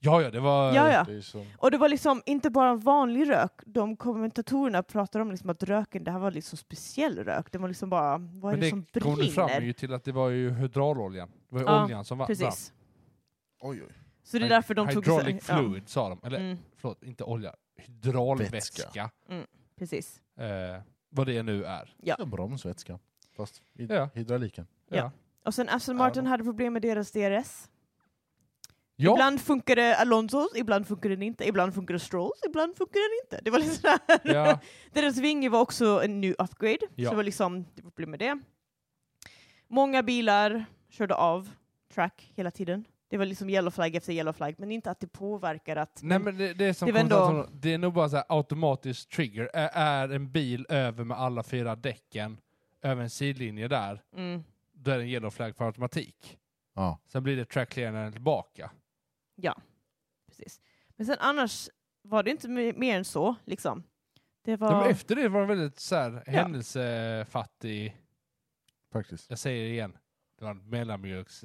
[SPEAKER 3] Ja, ja, det var...
[SPEAKER 2] Ja, ja.
[SPEAKER 1] Det är ju som,
[SPEAKER 2] Och det var liksom inte bara en vanlig rök. De kommentatorerna pratade om liksom att röken, det här var liksom speciell rök. Det var liksom bara, vad är
[SPEAKER 3] Men
[SPEAKER 2] det, som
[SPEAKER 3] det kom det fram
[SPEAKER 2] brinner?
[SPEAKER 3] ju till att det var ju hydrauloljan. Det var ju
[SPEAKER 2] Ja,
[SPEAKER 3] oljan som var brann.
[SPEAKER 2] Precis.
[SPEAKER 1] oj, oj.
[SPEAKER 2] Så det är därför de tog...
[SPEAKER 3] Hydraulic
[SPEAKER 2] ja.
[SPEAKER 3] fluid sa de. Eller
[SPEAKER 2] Mm,
[SPEAKER 3] förlåt, inte olja. Hydraulvätska.
[SPEAKER 1] Vätska.
[SPEAKER 2] precis.
[SPEAKER 3] Eh, vad det nu är.
[SPEAKER 1] Det är bromsvätska. Fast i
[SPEAKER 3] Ja.
[SPEAKER 1] hydrauliken.
[SPEAKER 2] Ja. Och sen Aston Martin hade problem med deras DRS.
[SPEAKER 3] Ja,
[SPEAKER 2] Ibland funkade Alonsos, ibland funkade den inte. Ibland funkade Strolls, ibland funkade den inte. Det var liksom så här.
[SPEAKER 3] ja,
[SPEAKER 2] Deras vinge var också en ny upgrade,
[SPEAKER 3] Ja.
[SPEAKER 2] så det var liksom, det var problem med det. Många bilar körde av track hela tiden. Det var liksom yellow flag efter yellow flag, men inte att det påverkar att...
[SPEAKER 3] Nej, men det, det, är som
[SPEAKER 2] Det var
[SPEAKER 3] kommer
[SPEAKER 2] ändå-
[SPEAKER 3] fram som- det är nog bara så här automatisk trigger. Är, är en bil över med alla fyra däcken över en sidlinje där,
[SPEAKER 2] Mm,
[SPEAKER 3] då är det en yellow flag för automatik.
[SPEAKER 1] Ja.
[SPEAKER 3] Sen blir det track clearance tillbaka.
[SPEAKER 2] precis. Men sen annars var det inte me- mer än så, liksom. Det
[SPEAKER 3] Ja. Men
[SPEAKER 2] var...
[SPEAKER 3] efter det var det väldigt så här,
[SPEAKER 2] Ja.
[SPEAKER 3] händelsefattig,
[SPEAKER 1] Faktiskt.
[SPEAKER 3] jag säger det igen, det var en mellanmjölks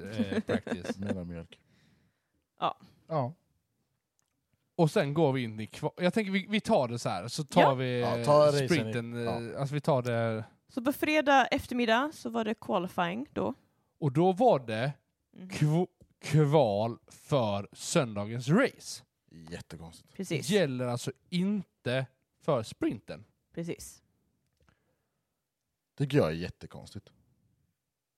[SPEAKER 3] eh, practice.
[SPEAKER 1] Mellanmjölk.
[SPEAKER 2] Ja.
[SPEAKER 1] Ja.
[SPEAKER 3] Och sen går vi in i kvar. Jag tänker vi, vi tar det så här, så tar
[SPEAKER 2] Ja.
[SPEAKER 3] vi
[SPEAKER 1] Ja,
[SPEAKER 3] eh,
[SPEAKER 1] ta racen i-
[SPEAKER 3] sprinten. eh,
[SPEAKER 1] ja.
[SPEAKER 3] Alltså vi tar det.
[SPEAKER 2] Så på fredag eftermiddag så var det qualifying då.
[SPEAKER 3] Och då var det
[SPEAKER 2] Mm,
[SPEAKER 3] kv- kval för söndagens race.
[SPEAKER 1] Jättekonstigt.
[SPEAKER 2] Precis.
[SPEAKER 3] Gäller alltså inte för sprinten.
[SPEAKER 2] precis.
[SPEAKER 1] Tycker jag är jättekonstigt.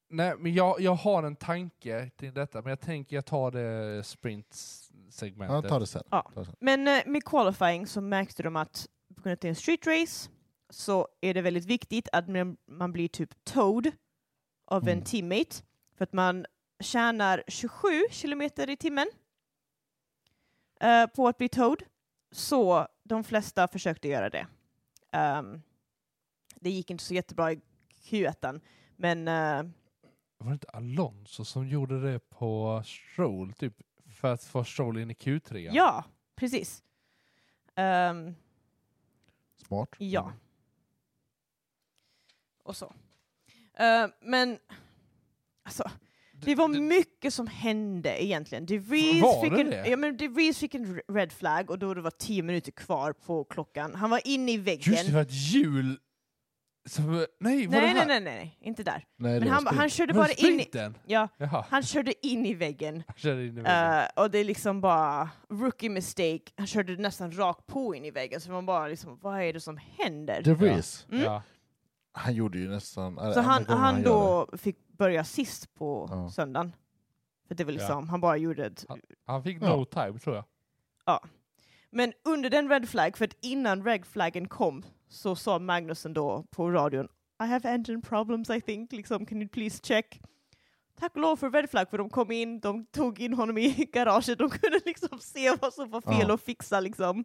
[SPEAKER 3] Nej, men jag, jag har en tanke till detta, men jag tänker jag tar det
[SPEAKER 1] Ja,
[SPEAKER 3] sprintsegmentet.
[SPEAKER 1] ta det sen.
[SPEAKER 2] Ja.
[SPEAKER 1] Ta det sen.
[SPEAKER 2] Men eh, med qualifying så märkte de att på grund av att det är en street race så är det väldigt viktigt att man- man blir typ towed av en
[SPEAKER 1] Mm.
[SPEAKER 2] teammate för att man tjänar 27 kilometer i timmen eh, på att bli towed. Så de flesta försökte göra det. Ehm, det gick inte så jättebra i Q1, men eh,
[SPEAKER 3] Var det inte Alonso som gjorde det på Stroll, typ, för att få Stroll in i Q3?
[SPEAKER 2] ja. precis. Ehm,
[SPEAKER 1] Smart. Mm.
[SPEAKER 2] Ja. Och så. Eh, men alltså, det var mycket som hände egentligen. DeVries
[SPEAKER 3] Var
[SPEAKER 2] fick,
[SPEAKER 3] det
[SPEAKER 2] en,
[SPEAKER 3] det?
[SPEAKER 2] ja, men DeVries fick en red flag och då det var tio minuter kvar på klockan. Han var inne i väggen.
[SPEAKER 3] Just det, för att jul... Som, nej, var det
[SPEAKER 2] nej,
[SPEAKER 3] här?
[SPEAKER 2] nej, nej, nej, nej, inte där.
[SPEAKER 1] Nej, det
[SPEAKER 2] Men
[SPEAKER 1] var
[SPEAKER 2] han,
[SPEAKER 1] sprint.
[SPEAKER 2] han körde
[SPEAKER 3] Var
[SPEAKER 2] bara
[SPEAKER 3] det
[SPEAKER 2] in i,
[SPEAKER 3] sprinten?
[SPEAKER 2] ja,
[SPEAKER 3] Jaha,
[SPEAKER 2] han körde in i väggen.
[SPEAKER 3] han körde in i väggen.
[SPEAKER 2] Eh, och det är liksom bara rookie mistake. Han körde nästan rakt på in i väggen så man bara liksom, vad är det som händer?
[SPEAKER 1] De Vries,
[SPEAKER 2] mm.
[SPEAKER 3] Ja.
[SPEAKER 1] han gjorde ju nästan... Äh, andra
[SPEAKER 2] Så han,
[SPEAKER 1] gången
[SPEAKER 2] han
[SPEAKER 1] gör det.
[SPEAKER 2] då fick börja sist på
[SPEAKER 1] Ja.
[SPEAKER 2] söndagen. För det var liksom, han bara gjorde ett...
[SPEAKER 3] Han fick
[SPEAKER 1] Ja.
[SPEAKER 3] no time, tror jag.
[SPEAKER 2] Men under den red flag, för att innan red flaggen kom så sa Magnusen då på radion I have engine problems I think, liksom can you please check? Tack och lov för red flag, för de kom in, de tog in honom i garaget, de kunde liksom se vad som var fel
[SPEAKER 1] Ja.
[SPEAKER 2] och fixa liksom.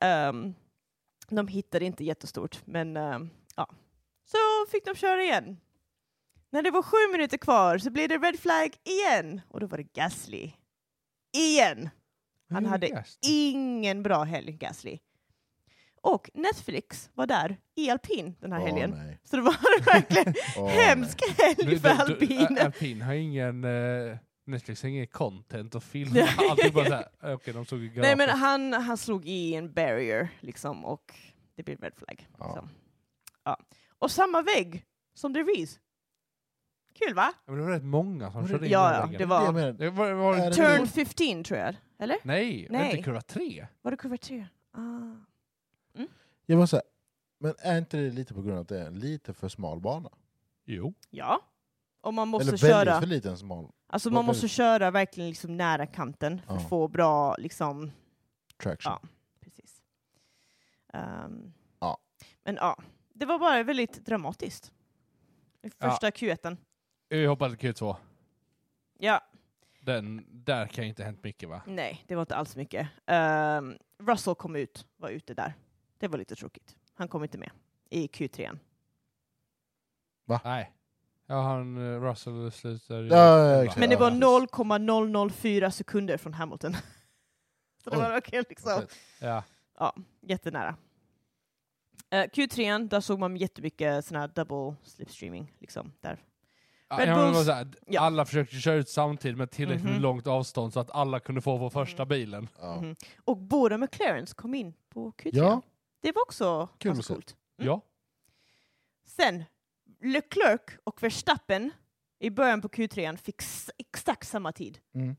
[SPEAKER 2] Ehm, de hittade inte jättestort, men ehm, ja. Så fick de köra igen. När det var sju minuter kvar så blev det red flag igen, och då var det Gasly. Igen! Han
[SPEAKER 3] Hur
[SPEAKER 2] hade
[SPEAKER 3] jäst?
[SPEAKER 2] ingen bra helg, Gasly. Och Netflix var där i alpin den här
[SPEAKER 1] Åh,
[SPEAKER 2] helgen.
[SPEAKER 1] nej.
[SPEAKER 2] Så det var verkligen
[SPEAKER 1] Åh,
[SPEAKER 2] hemsk helg
[SPEAKER 3] Du-
[SPEAKER 2] för
[SPEAKER 3] du- du- Ä-
[SPEAKER 2] alpinen.
[SPEAKER 3] Alpin har ingen... eh, Netflix har ingen content och film.
[SPEAKER 2] Nej.
[SPEAKER 3] Allting bara såhär, okej de såg i
[SPEAKER 2] Nej
[SPEAKER 3] garaget.
[SPEAKER 2] men han, han slog i en barrier liksom och det blev red flag.
[SPEAKER 1] Ja.
[SPEAKER 2] Så. Ja. Och samma vägg som DeVries. Kul va?
[SPEAKER 3] Men det var rätt många som körde in i
[SPEAKER 2] Ja, ja,
[SPEAKER 3] väggen.
[SPEAKER 2] det
[SPEAKER 1] Det jag
[SPEAKER 2] var
[SPEAKER 1] menar,
[SPEAKER 3] Det var, var
[SPEAKER 1] Är
[SPEAKER 3] det
[SPEAKER 1] det
[SPEAKER 2] turn 15 tror jag. Eller?
[SPEAKER 3] Nej, det är
[SPEAKER 2] Nej.
[SPEAKER 3] inte kurva tre.
[SPEAKER 2] Var det kurva 3? Ah.
[SPEAKER 1] Jag måste säga, men är inte det lite på grund av att det är en lite för smal bana?
[SPEAKER 3] Jo.
[SPEAKER 2] Ja. Och man måste
[SPEAKER 1] Eller
[SPEAKER 2] köra...
[SPEAKER 1] väldigt för liten smal
[SPEAKER 2] Alltså
[SPEAKER 1] Vad
[SPEAKER 2] man
[SPEAKER 1] blev-
[SPEAKER 2] måste köra verkligen liksom nära kanten för
[SPEAKER 1] Ja.
[SPEAKER 2] att få bra liksom...
[SPEAKER 1] traction.
[SPEAKER 2] Ja. Precis. Ehm,
[SPEAKER 1] Ja.
[SPEAKER 2] Men ja, det var bara väldigt dramatiskt. I
[SPEAKER 3] Ja.
[SPEAKER 2] Första Q1.
[SPEAKER 3] Vi hoppar till Q2.
[SPEAKER 2] Ja,
[SPEAKER 3] Den, där kan ju inte ha hänt mycket va?
[SPEAKER 2] nej, det var inte alls mycket. Ehm, Russell kom ut, var ute där. Det var lite tråkigt. Han kom inte med i Q3.
[SPEAKER 3] Nej. Ja, han eh, Russell slutar ju...
[SPEAKER 1] Ja, ja, exakt.
[SPEAKER 2] Men det
[SPEAKER 1] Ja,
[SPEAKER 2] var
[SPEAKER 1] precis.
[SPEAKER 2] 0,004 sekunder från Hamilton. Så det
[SPEAKER 1] Oj.
[SPEAKER 2] var verkligen liksom...
[SPEAKER 3] Ja.
[SPEAKER 2] jättenära. Eh, Q3, där såg man jättemycket sån här double slipstreaming. Liksom, där.
[SPEAKER 3] Ja,
[SPEAKER 2] Red
[SPEAKER 3] jag menar
[SPEAKER 2] Bulls-
[SPEAKER 3] så här,
[SPEAKER 2] ja.
[SPEAKER 3] Alla försökte köra ut samtidigt med tillräckligt
[SPEAKER 2] Mhm.
[SPEAKER 3] långt avstånd så att alla kunde få på första bilen.
[SPEAKER 1] Ja.
[SPEAKER 2] Mhm. Och båda McLarens kom in på Q3.
[SPEAKER 1] Ja,
[SPEAKER 2] Det var också
[SPEAKER 1] Kul
[SPEAKER 2] ganska
[SPEAKER 1] att se.
[SPEAKER 2] coolt. Mm.
[SPEAKER 3] Ja.
[SPEAKER 2] Sen, Leclerc och Verstappen i början på Q3 fick s- exakt samma tid.
[SPEAKER 1] mm.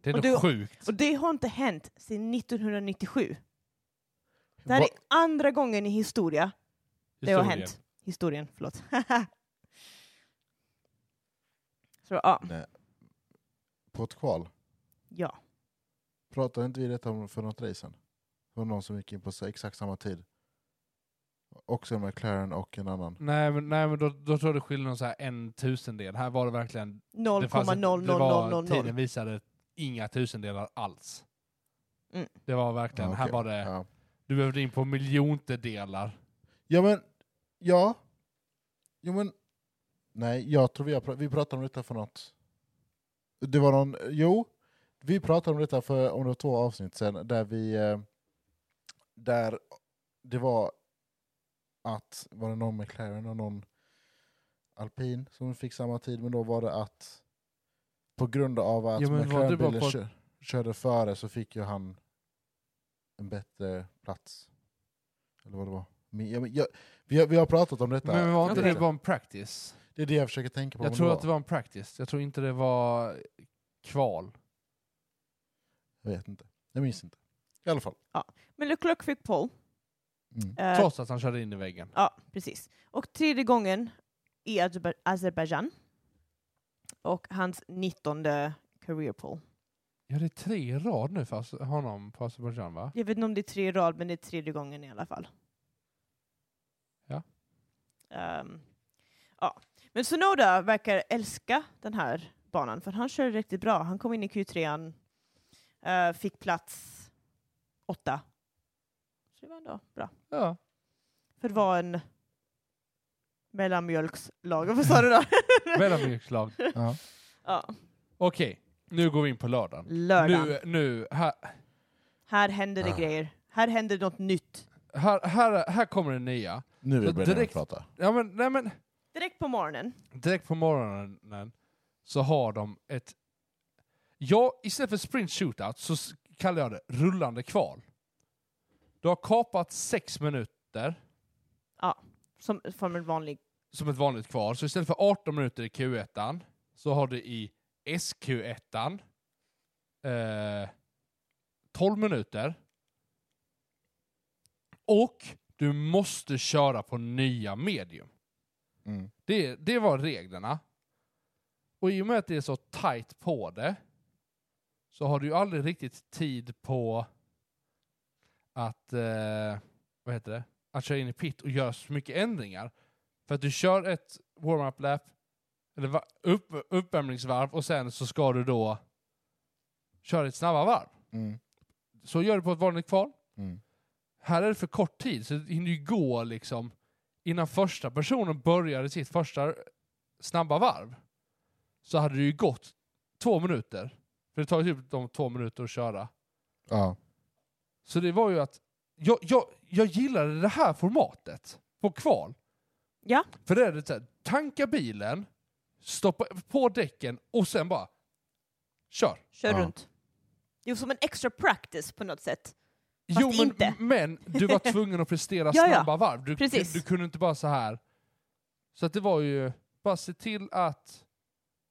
[SPEAKER 3] Det är
[SPEAKER 2] Och
[SPEAKER 3] nog
[SPEAKER 2] du-
[SPEAKER 3] sjukt.
[SPEAKER 2] Och det har inte hänt sedan 1997. Det här
[SPEAKER 1] Va-
[SPEAKER 2] är andra gången i historia det har
[SPEAKER 3] Historien.
[SPEAKER 2] hänt. Historien, förlåt. Så ja,
[SPEAKER 1] på ett kval.
[SPEAKER 2] ja.
[SPEAKER 1] Pratade inte vi detta om för något race sen? Det var någon som gick in på så- exakt samma tid. Också en McLaren och en annan.
[SPEAKER 3] Nej men, nej, men då, då tror jag det skiljer någon så här en tusendel. Här var det verkligen... Det, fanns ett- det var,
[SPEAKER 2] 0,00000.
[SPEAKER 3] tiden visade inga tusendelar alls.
[SPEAKER 2] Mm.
[SPEAKER 3] Det var verkligen,
[SPEAKER 1] Ja,
[SPEAKER 3] här
[SPEAKER 1] okej.
[SPEAKER 3] var det...
[SPEAKER 1] Ja.
[SPEAKER 3] Du behövde in på miljontedelar.
[SPEAKER 1] ja men, ja. Jo men, nej jag tror vi, har pra- vi pratade om detta för något. Det var någon, jo. Vi pratade om detta för om det var två avsnitt sen där vi, eh, där det var att, var det någon McLaren och någon alpin som fick samma tid, men då var det att på grund av att
[SPEAKER 3] Ja, men var det bara
[SPEAKER 1] McLaren-bilen
[SPEAKER 3] på-
[SPEAKER 1] kö- körde före så fick ju han en bättre plats. Eller vad det var. Men, jag, men, jag, vi, har, vi har pratat om detta.
[SPEAKER 3] Men var inte
[SPEAKER 2] Okej.
[SPEAKER 3] det bara en practice?
[SPEAKER 1] Det är det jag försöker tänka på.
[SPEAKER 3] Jag
[SPEAKER 1] om
[SPEAKER 3] tror att det var en practice. Jag tror inte det var kval.
[SPEAKER 1] Jag vet inte. Jag minns inte. I alla fall.
[SPEAKER 2] Men Leclerc fick pole.
[SPEAKER 1] Mm.
[SPEAKER 2] Eh,
[SPEAKER 3] Äh. Trots att han körde in i väggen.
[SPEAKER 2] ja, precis. Och tredje gången i Azer- Azerbaijan. Och hans 19 career poll.
[SPEAKER 3] Ja, det är tre i rad nu för As- honom på Azerbajdzjan, va?
[SPEAKER 2] Jag vet inte om det är tre i rad, men det är tredje gången i alla fall.
[SPEAKER 3] Ja.
[SPEAKER 2] Ehm, ja. Men Sonoda verkar älska den här banan, för han körde riktigt bra. Han kom in i Q3, uh, fick plats åtta. Så det var ändå bra.
[SPEAKER 3] Ja.
[SPEAKER 2] För det var en mellanmjölkslag. Vad sa du då?
[SPEAKER 3] Mellanmjölkslag.
[SPEAKER 1] Ja.
[SPEAKER 2] ja.
[SPEAKER 3] Okej, nu går vi in på lördagen.
[SPEAKER 2] Lördag.
[SPEAKER 3] Nu, nu, här,
[SPEAKER 2] Här händer det
[SPEAKER 1] Ah.
[SPEAKER 2] grejer. Här händer något nytt.
[SPEAKER 3] här, här, här kommer det nya.
[SPEAKER 1] Nu
[SPEAKER 3] Så
[SPEAKER 1] vill Benjamin
[SPEAKER 3] direkt-
[SPEAKER 1] prata.
[SPEAKER 3] Ja, men, nej, men
[SPEAKER 2] Direkt på morgonen.
[SPEAKER 3] direkt på morgonen så har de ett... Ja, istället för sprint shootout så s- kallar jag det rullande kval. Du har kapat sex minuter
[SPEAKER 2] Som, som en vanlig...
[SPEAKER 3] som ett vanligt kval, så istället för 18 minuter i Q1 så har du i SQ1 eh, 12 minuter. Och du måste köra på nya medium.
[SPEAKER 1] Mm.
[SPEAKER 3] Det, det var reglerna. Och i och med att det är så tight på det så har du ju aldrig riktigt tid på att, eh, vad heter det? att köra in i pit och göra så mycket ändringar. För att du kör ett warm-up lap, eller va- upp, uppvärmningsvarv och sen så ska du då köra ett snabba varv.
[SPEAKER 1] Mm.
[SPEAKER 3] Så gör du på ett vanligt kval.
[SPEAKER 1] Mm.
[SPEAKER 3] Här är det för kort tid, så det hinner ju gå liksom innan första personen började sitt första snabba varv. Så hade det ju gått två minuter. För det tar ju typ de två minuter att köra.
[SPEAKER 1] Ja.
[SPEAKER 3] Så det var ju att jag, jag, jag gillade det här formatet på kval.
[SPEAKER 2] Ja.
[SPEAKER 3] För det är det så här, tanka bilen, stoppa på däcken och sen bara kör.
[SPEAKER 2] Kör
[SPEAKER 1] Ja.
[SPEAKER 2] runt. Det är som en extra practice på något sätt. Fast
[SPEAKER 3] men,
[SPEAKER 2] inte.
[SPEAKER 3] men du var tvungen att prestera
[SPEAKER 2] Ja, ja.
[SPEAKER 3] snabba varv. Du, du,
[SPEAKER 2] Precis.
[SPEAKER 3] du kunde inte bara så här. Så att det var ju, bara se till att,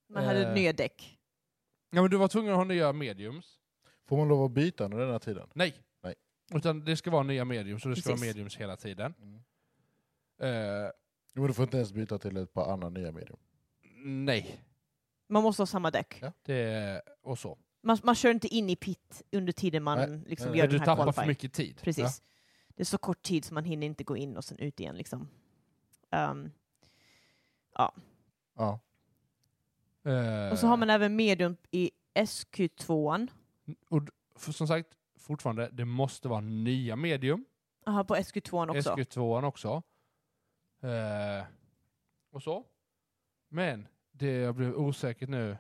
[SPEAKER 2] Man hade
[SPEAKER 3] Eh.
[SPEAKER 2] nya däck.
[SPEAKER 3] ja men du var tvungen att ha nya mediums.
[SPEAKER 1] Får man lov att byta under den här tiden?
[SPEAKER 3] Nej.
[SPEAKER 1] Nej.
[SPEAKER 3] Utan det ska vara nya mediums och det ska vara
[SPEAKER 2] Precis.
[SPEAKER 3] mediums hela tiden.
[SPEAKER 1] Mm.
[SPEAKER 3] Eh,
[SPEAKER 1] Jo, men du får inte ens byta till ett par andra nya medium.
[SPEAKER 3] nej.
[SPEAKER 2] Man måste ha samma däck.
[SPEAKER 1] Ja.
[SPEAKER 3] Det, och så.
[SPEAKER 2] Man, man kör inte in i pit under tiden man
[SPEAKER 1] Nej.
[SPEAKER 2] liksom
[SPEAKER 1] Nej,
[SPEAKER 2] gör
[SPEAKER 1] nej.
[SPEAKER 3] du
[SPEAKER 2] den här
[SPEAKER 3] tappar för
[SPEAKER 2] qualifying.
[SPEAKER 3] mycket tid.
[SPEAKER 2] Precis.
[SPEAKER 3] Ja.
[SPEAKER 2] Det är så kort tid så man hinner inte gå in och sen ut igen. Liksom. Ehm, ja.
[SPEAKER 1] Ja.
[SPEAKER 3] Eh,
[SPEAKER 2] Och så har man även medium i SQ2.
[SPEAKER 3] och d- för, som sagt, fortfarande, det måste vara nya medium.
[SPEAKER 2] Aha, på SQ2 också.
[SPEAKER 3] SQ2 också. Eh, och så. Men det jag blev osäker nu...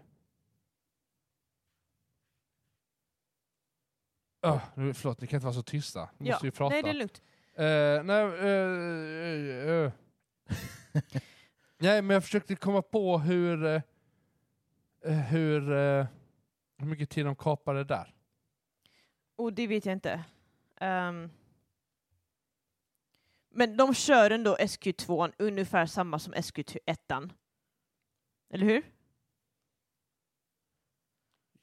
[SPEAKER 3] Ah, nu, förlåt, ni kan inte vara så tysta. Ni
[SPEAKER 2] Ja.
[SPEAKER 3] måste ju prata.
[SPEAKER 2] Nej, det är lugnt.
[SPEAKER 3] Eh, nej, eh, eh, eh. nej, men jag försökte komma på hur eh, eh, hur, eh, hur mycket tid de kapade där.
[SPEAKER 2] Och det vet jag inte. Ehm, men de kör ändå SQ2 ungefär samma som SQ1. Eller hur?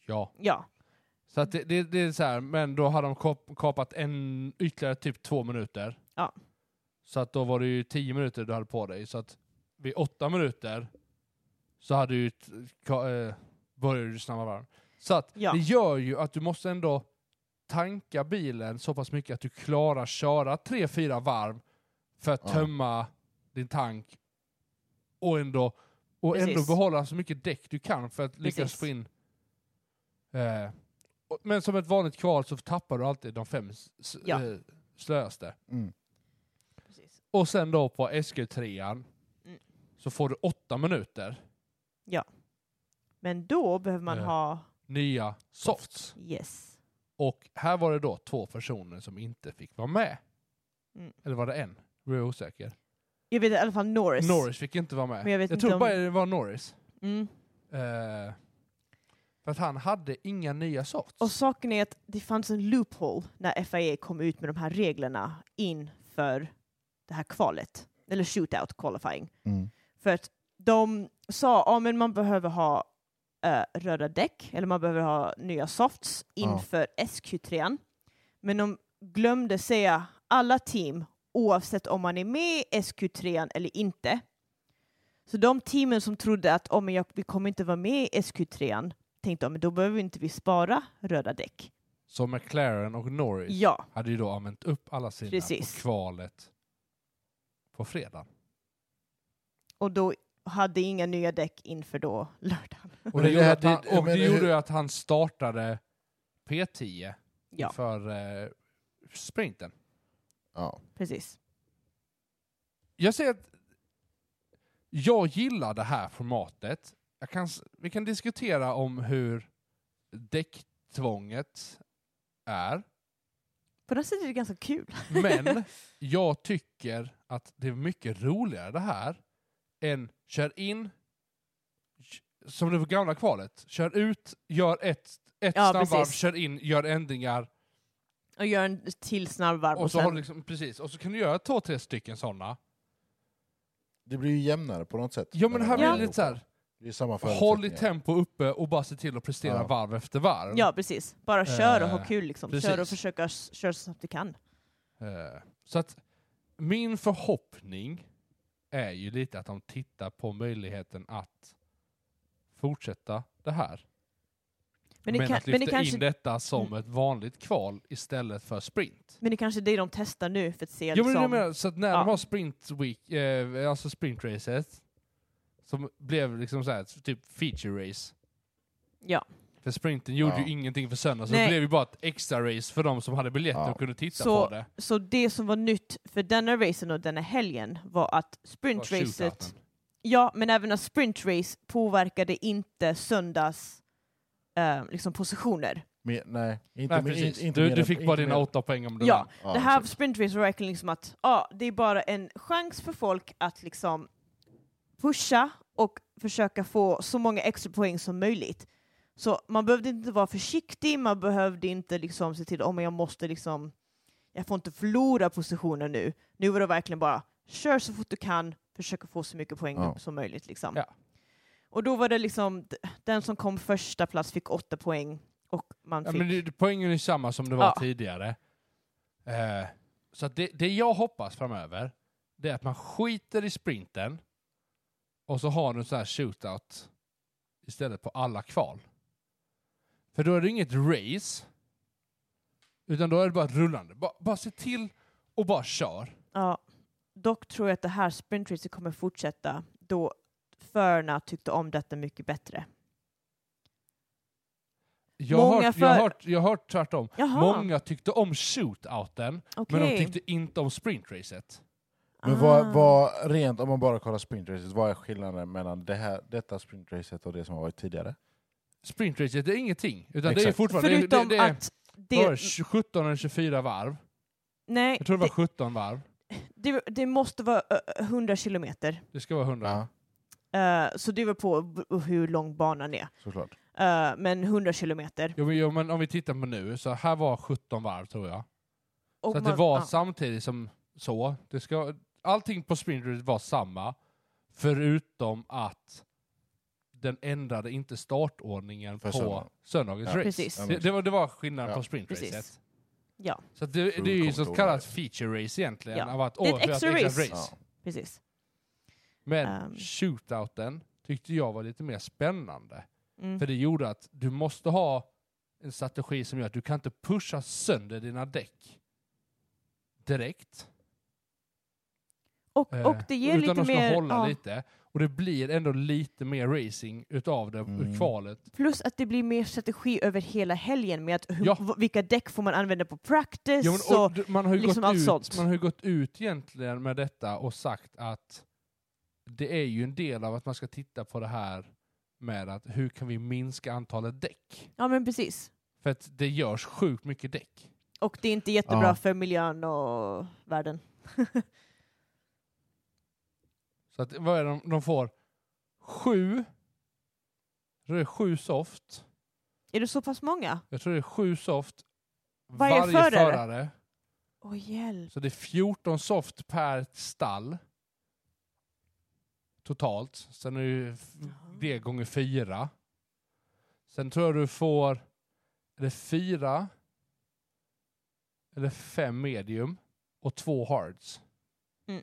[SPEAKER 3] Ja.
[SPEAKER 2] Ja.
[SPEAKER 3] Så att det, det, det är så här, men då hade de kap, kapat en, ytterligare typ två minuter.
[SPEAKER 2] Ja.
[SPEAKER 3] Så att då var det ju tio minuter du hade på dig. Så att vid åtta minuter så hade du t- ka, eh, började du snabba varv. Så att
[SPEAKER 2] Ja.
[SPEAKER 3] det gör ju att du måste ändå tanka bilen så pass mycket att du klarar köra tre, fyra varv för att
[SPEAKER 1] Ja.
[SPEAKER 3] tömma din tank och ändå, och ändå
[SPEAKER 2] Precis.
[SPEAKER 3] behålla så mycket däck du kan för att lyckas
[SPEAKER 2] Precis.
[SPEAKER 3] få in eh, och- Men som ett vanligt kval så tappar du alltid de fem s- s-
[SPEAKER 2] Ja.
[SPEAKER 3] eh, slöaste.
[SPEAKER 1] Mm.
[SPEAKER 2] Precis.
[SPEAKER 3] Och sen då på SQ3
[SPEAKER 2] Mm.
[SPEAKER 3] så får du åtta minuter
[SPEAKER 2] Men då behöver man
[SPEAKER 3] Ja.
[SPEAKER 2] ha...
[SPEAKER 3] nya softs.
[SPEAKER 2] Yes.
[SPEAKER 3] Och här var det då två personer som inte fick vara med.
[SPEAKER 2] Mm.
[SPEAKER 3] Eller var det en? Jag är osäker.
[SPEAKER 2] Jag vet i alla fall Norris.
[SPEAKER 3] Norris fick inte vara med.
[SPEAKER 2] Men jag vet inte
[SPEAKER 3] tror
[SPEAKER 2] om-
[SPEAKER 3] bara det var Norris.
[SPEAKER 2] Mm.
[SPEAKER 3] Eh, för att han hade inga nya softs.
[SPEAKER 2] Och saken är att det fanns en loophole när FIA kom ut med de här reglerna inför det här kvalet, eller shootout qualifying.
[SPEAKER 1] Mm.
[SPEAKER 2] För att de sa att men man behöver ha eh, röda däck, eller man behöver ha nya softs
[SPEAKER 1] Ja.
[SPEAKER 2] inför SQ3. Men de glömde säga alla team, oavsett om man är med i SQ3 eller inte, Så de teamen som trodde att oh, men jag, vi kommer inte vara med i SQ3 tänkte att då behöver inte vi spara röda däck.
[SPEAKER 3] Så McLaren och Norris
[SPEAKER 2] Ja,
[SPEAKER 3] hade ju då använt upp alla sina
[SPEAKER 2] Precis.
[SPEAKER 3] på kvalet på fredag.
[SPEAKER 2] och då hade inga nya däck inför då lördagen.
[SPEAKER 3] Och
[SPEAKER 1] Men det
[SPEAKER 3] det, gjorde,
[SPEAKER 1] här-
[SPEAKER 3] att han,
[SPEAKER 1] det-
[SPEAKER 3] och
[SPEAKER 1] men
[SPEAKER 3] det
[SPEAKER 1] hur-
[SPEAKER 3] gjorde ju att han startade P10
[SPEAKER 2] Ja,
[SPEAKER 3] för eh, sprinten.
[SPEAKER 1] Ja.
[SPEAKER 2] precis.
[SPEAKER 3] Jag säger att jag gillar det här formatet. Jag kan, s- vi kan diskutera om hur däcktvånget är,
[SPEAKER 2] På något sätt är det ganska kul.
[SPEAKER 3] men jag tycker att det är mycket roligare det här än kör in, som det gamla kvalet, kör ut, gör ett, ett
[SPEAKER 2] Ja,
[SPEAKER 3] snabbvarv,
[SPEAKER 2] precis.
[SPEAKER 3] kör in, gör ändringar,
[SPEAKER 2] Och gör en till snabb varv.
[SPEAKER 3] och så,
[SPEAKER 2] sen-
[SPEAKER 3] har du liksom, precis, och så kan du göra två, tre stycken sådana.
[SPEAKER 1] Det blir ju jämnare på något sätt.
[SPEAKER 3] Ja men det här blir
[SPEAKER 2] Ja.
[SPEAKER 3] lite så här.
[SPEAKER 1] Det är samma
[SPEAKER 3] Håll i
[SPEAKER 1] förutsättningar.
[SPEAKER 3] tempo uppe och bara se till att prestera
[SPEAKER 1] Ja.
[SPEAKER 3] varv efter varv.
[SPEAKER 2] Ja, precis. Bara kör och ha
[SPEAKER 3] Eh,
[SPEAKER 2] kul liksom. Kör och
[SPEAKER 3] precis.
[SPEAKER 2] försöka s- köra så snabbt du kan.
[SPEAKER 3] Eh, Så att min förhoppning är ju lite att de tittar på möjligheten att fortsätta det här.
[SPEAKER 2] Men
[SPEAKER 3] Men,
[SPEAKER 2] det, kan,
[SPEAKER 3] att
[SPEAKER 2] men
[SPEAKER 3] lyfta
[SPEAKER 2] det kanske Mm.
[SPEAKER 3] in detta som ett vanligt kval istället för sprint.
[SPEAKER 2] Men det kanske är det de testar nu för att se
[SPEAKER 3] Ja, men det
[SPEAKER 2] liksom,
[SPEAKER 3] menar, så att när
[SPEAKER 2] Ja.
[SPEAKER 3] de har sprint week, eh, alltså sprintracet, som blev liksom så här, typ feature race,
[SPEAKER 2] ja,
[SPEAKER 3] för sprinten gjorde
[SPEAKER 1] Ja.
[SPEAKER 3] ju ingenting för söndag, så det
[SPEAKER 2] Nej.
[SPEAKER 3] blev ju bara ett extra race för de som hade biljetter
[SPEAKER 1] Ja.
[SPEAKER 3] och kunde titta
[SPEAKER 2] Så-
[SPEAKER 3] på det.
[SPEAKER 2] Så det som var nytt för denna racen och denna helgen var att sprintracet,
[SPEAKER 3] shootouten.
[SPEAKER 2] ja men även att sprintrace påverkade inte söndags eh, liksom positioner.
[SPEAKER 1] Mer- nej, inte,
[SPEAKER 3] Nej,
[SPEAKER 1] mer-
[SPEAKER 3] precis.
[SPEAKER 1] inte
[SPEAKER 3] du,
[SPEAKER 1] mer
[SPEAKER 3] du
[SPEAKER 1] än-
[SPEAKER 3] fick
[SPEAKER 1] inte
[SPEAKER 3] bara
[SPEAKER 1] mer-
[SPEAKER 3] dina åtta poäng om du
[SPEAKER 2] Ja,
[SPEAKER 3] vann.
[SPEAKER 1] Ja,
[SPEAKER 2] det här
[SPEAKER 1] exakt.
[SPEAKER 2] sprintrace var verkligen liksom att ja, det är bara en chans för folk att liksom pusha och försöka få så många extra poäng som möjligt. Så man behövde inte vara försiktig, man behövde inte liksom se till om jag måste liksom, jag får inte förlora positionen nu. Nu var det verkligen bara kör så fort du kan, försöka få så mycket poäng
[SPEAKER 1] Ja.
[SPEAKER 2] som möjligt liksom.
[SPEAKER 3] Ja.
[SPEAKER 2] Och då var det liksom, d- den som kom första plats fick åtta poäng och man
[SPEAKER 3] Ja,
[SPEAKER 2] fick...
[SPEAKER 3] men det, poängen är samma som det var
[SPEAKER 2] Ja.
[SPEAKER 3] tidigare. Eh, så att det, det jag hoppas framöver, det är att man skiter i sprinten och så har du en sån här shootout istället på alla kval. För då är det inget race, utan då är det bara ett rullande. Bara, bara se till och bara kör.
[SPEAKER 2] Ja, dock tror jag att det här sprintracet kommer fortsätta då förarna tyckte om detta mycket bättre.
[SPEAKER 3] Jag har
[SPEAKER 2] Många
[SPEAKER 3] hört, jag
[SPEAKER 2] för-
[SPEAKER 3] har hört, jag har hört tvärtom.
[SPEAKER 2] Jaha,
[SPEAKER 3] Många tyckte om shootouten,
[SPEAKER 2] okej.
[SPEAKER 3] men de tyckte inte om sprintracet.
[SPEAKER 1] Men
[SPEAKER 2] Ah.
[SPEAKER 1] vad, vad, rent om man bara kollar sprintracet, vad är skillnaden mellan det här, detta sprintracet och det som har varit tidigare?
[SPEAKER 3] Sprintracet är ingenting, utan det är
[SPEAKER 1] Exakt.
[SPEAKER 3] fortfarande... det-
[SPEAKER 2] Förutom
[SPEAKER 3] det, det, är-
[SPEAKER 2] att
[SPEAKER 3] Var
[SPEAKER 2] det,
[SPEAKER 3] det 17 eller 24 varv?
[SPEAKER 2] nej,
[SPEAKER 3] Jag tror det var 17 varv.
[SPEAKER 2] det, det, det måste vara ö, ö, 100 kilometer.
[SPEAKER 3] Det ska vara 100.
[SPEAKER 1] Ja,
[SPEAKER 2] Eh, så det var på b- hur lång banan är.
[SPEAKER 1] såklart.
[SPEAKER 2] Eh, men 100 kilometer.
[SPEAKER 3] Jo, men, jo, men om vi tittar på nu, så här var 17 varv tror jag.
[SPEAKER 2] Och
[SPEAKER 3] så att
[SPEAKER 2] man-
[SPEAKER 3] det var
[SPEAKER 2] ja.
[SPEAKER 3] samtidigt som så. Det ska, allting på sprintracet var samma, förutom att den ändrade inte startordningen
[SPEAKER 1] För
[SPEAKER 3] på
[SPEAKER 1] söndag.
[SPEAKER 3] söndagens
[SPEAKER 1] Ja.
[SPEAKER 3] race.
[SPEAKER 2] Precis.
[SPEAKER 1] Ja,
[SPEAKER 3] Det,
[SPEAKER 1] men-
[SPEAKER 3] det, var, det var skillnaden
[SPEAKER 1] Ja.
[SPEAKER 3] på sprintracet.
[SPEAKER 2] Precis. Ja,
[SPEAKER 3] Så att det,
[SPEAKER 1] Så
[SPEAKER 3] det
[SPEAKER 1] vi
[SPEAKER 3] är ju
[SPEAKER 1] kommer
[SPEAKER 3] så
[SPEAKER 1] inte
[SPEAKER 3] kallat
[SPEAKER 1] ihåg
[SPEAKER 3] feature race egentligen.
[SPEAKER 2] Ja.
[SPEAKER 3] Av att,
[SPEAKER 2] är
[SPEAKER 3] åh,
[SPEAKER 2] ett
[SPEAKER 3] vi har
[SPEAKER 2] extra race.
[SPEAKER 1] Ja.
[SPEAKER 2] precis.
[SPEAKER 3] Men
[SPEAKER 2] Ehm.
[SPEAKER 3] shootouten tyckte jag var lite mer spännande.
[SPEAKER 2] Mm.
[SPEAKER 3] För det gjorde att du måste ha en strategi som gör att du kan inte pusha sönder dina däck direkt.
[SPEAKER 2] Och,
[SPEAKER 3] eh,
[SPEAKER 2] och det ger
[SPEAKER 3] utan
[SPEAKER 2] lite
[SPEAKER 3] de ska
[SPEAKER 2] mer...
[SPEAKER 3] hålla
[SPEAKER 2] ja.
[SPEAKER 3] lite. Och det blir ändå lite mer racing utav det,
[SPEAKER 1] Mm.
[SPEAKER 3] ur kvalet.
[SPEAKER 2] Plus att det blir mer strategi över hela helgen med att hur,
[SPEAKER 3] Ja.
[SPEAKER 2] v- vilka däck får man använda på practice.
[SPEAKER 3] Ja, men,
[SPEAKER 2] så,
[SPEAKER 3] och, d- man, har ju
[SPEAKER 2] liksom allt
[SPEAKER 3] gått ut,
[SPEAKER 2] sånt.
[SPEAKER 3] man har ju gått ut egentligen med detta och sagt att det är ju en del av att man ska titta på det här med att hur kan vi minska antalet däck?
[SPEAKER 2] ja men precis.
[SPEAKER 3] För att det görs sjukt mycket däck.
[SPEAKER 2] Och det är inte jättebra
[SPEAKER 1] Ja.
[SPEAKER 2] för miljön och världen.
[SPEAKER 3] Så att, vad är det de, de får? Sju. Jag tror det är sju soft.
[SPEAKER 2] Är det så pass många?
[SPEAKER 3] Jag tror det är sju soft
[SPEAKER 2] Varje förare? Åh hjälp.
[SPEAKER 3] Så det är 14 soft per stall. Totalt. Sen är det ju f-
[SPEAKER 2] Jaha.
[SPEAKER 3] Mm, det gånger fyra. Sen tror jag du får, är det fyra? Eller fem medium och två hards.
[SPEAKER 2] Mm.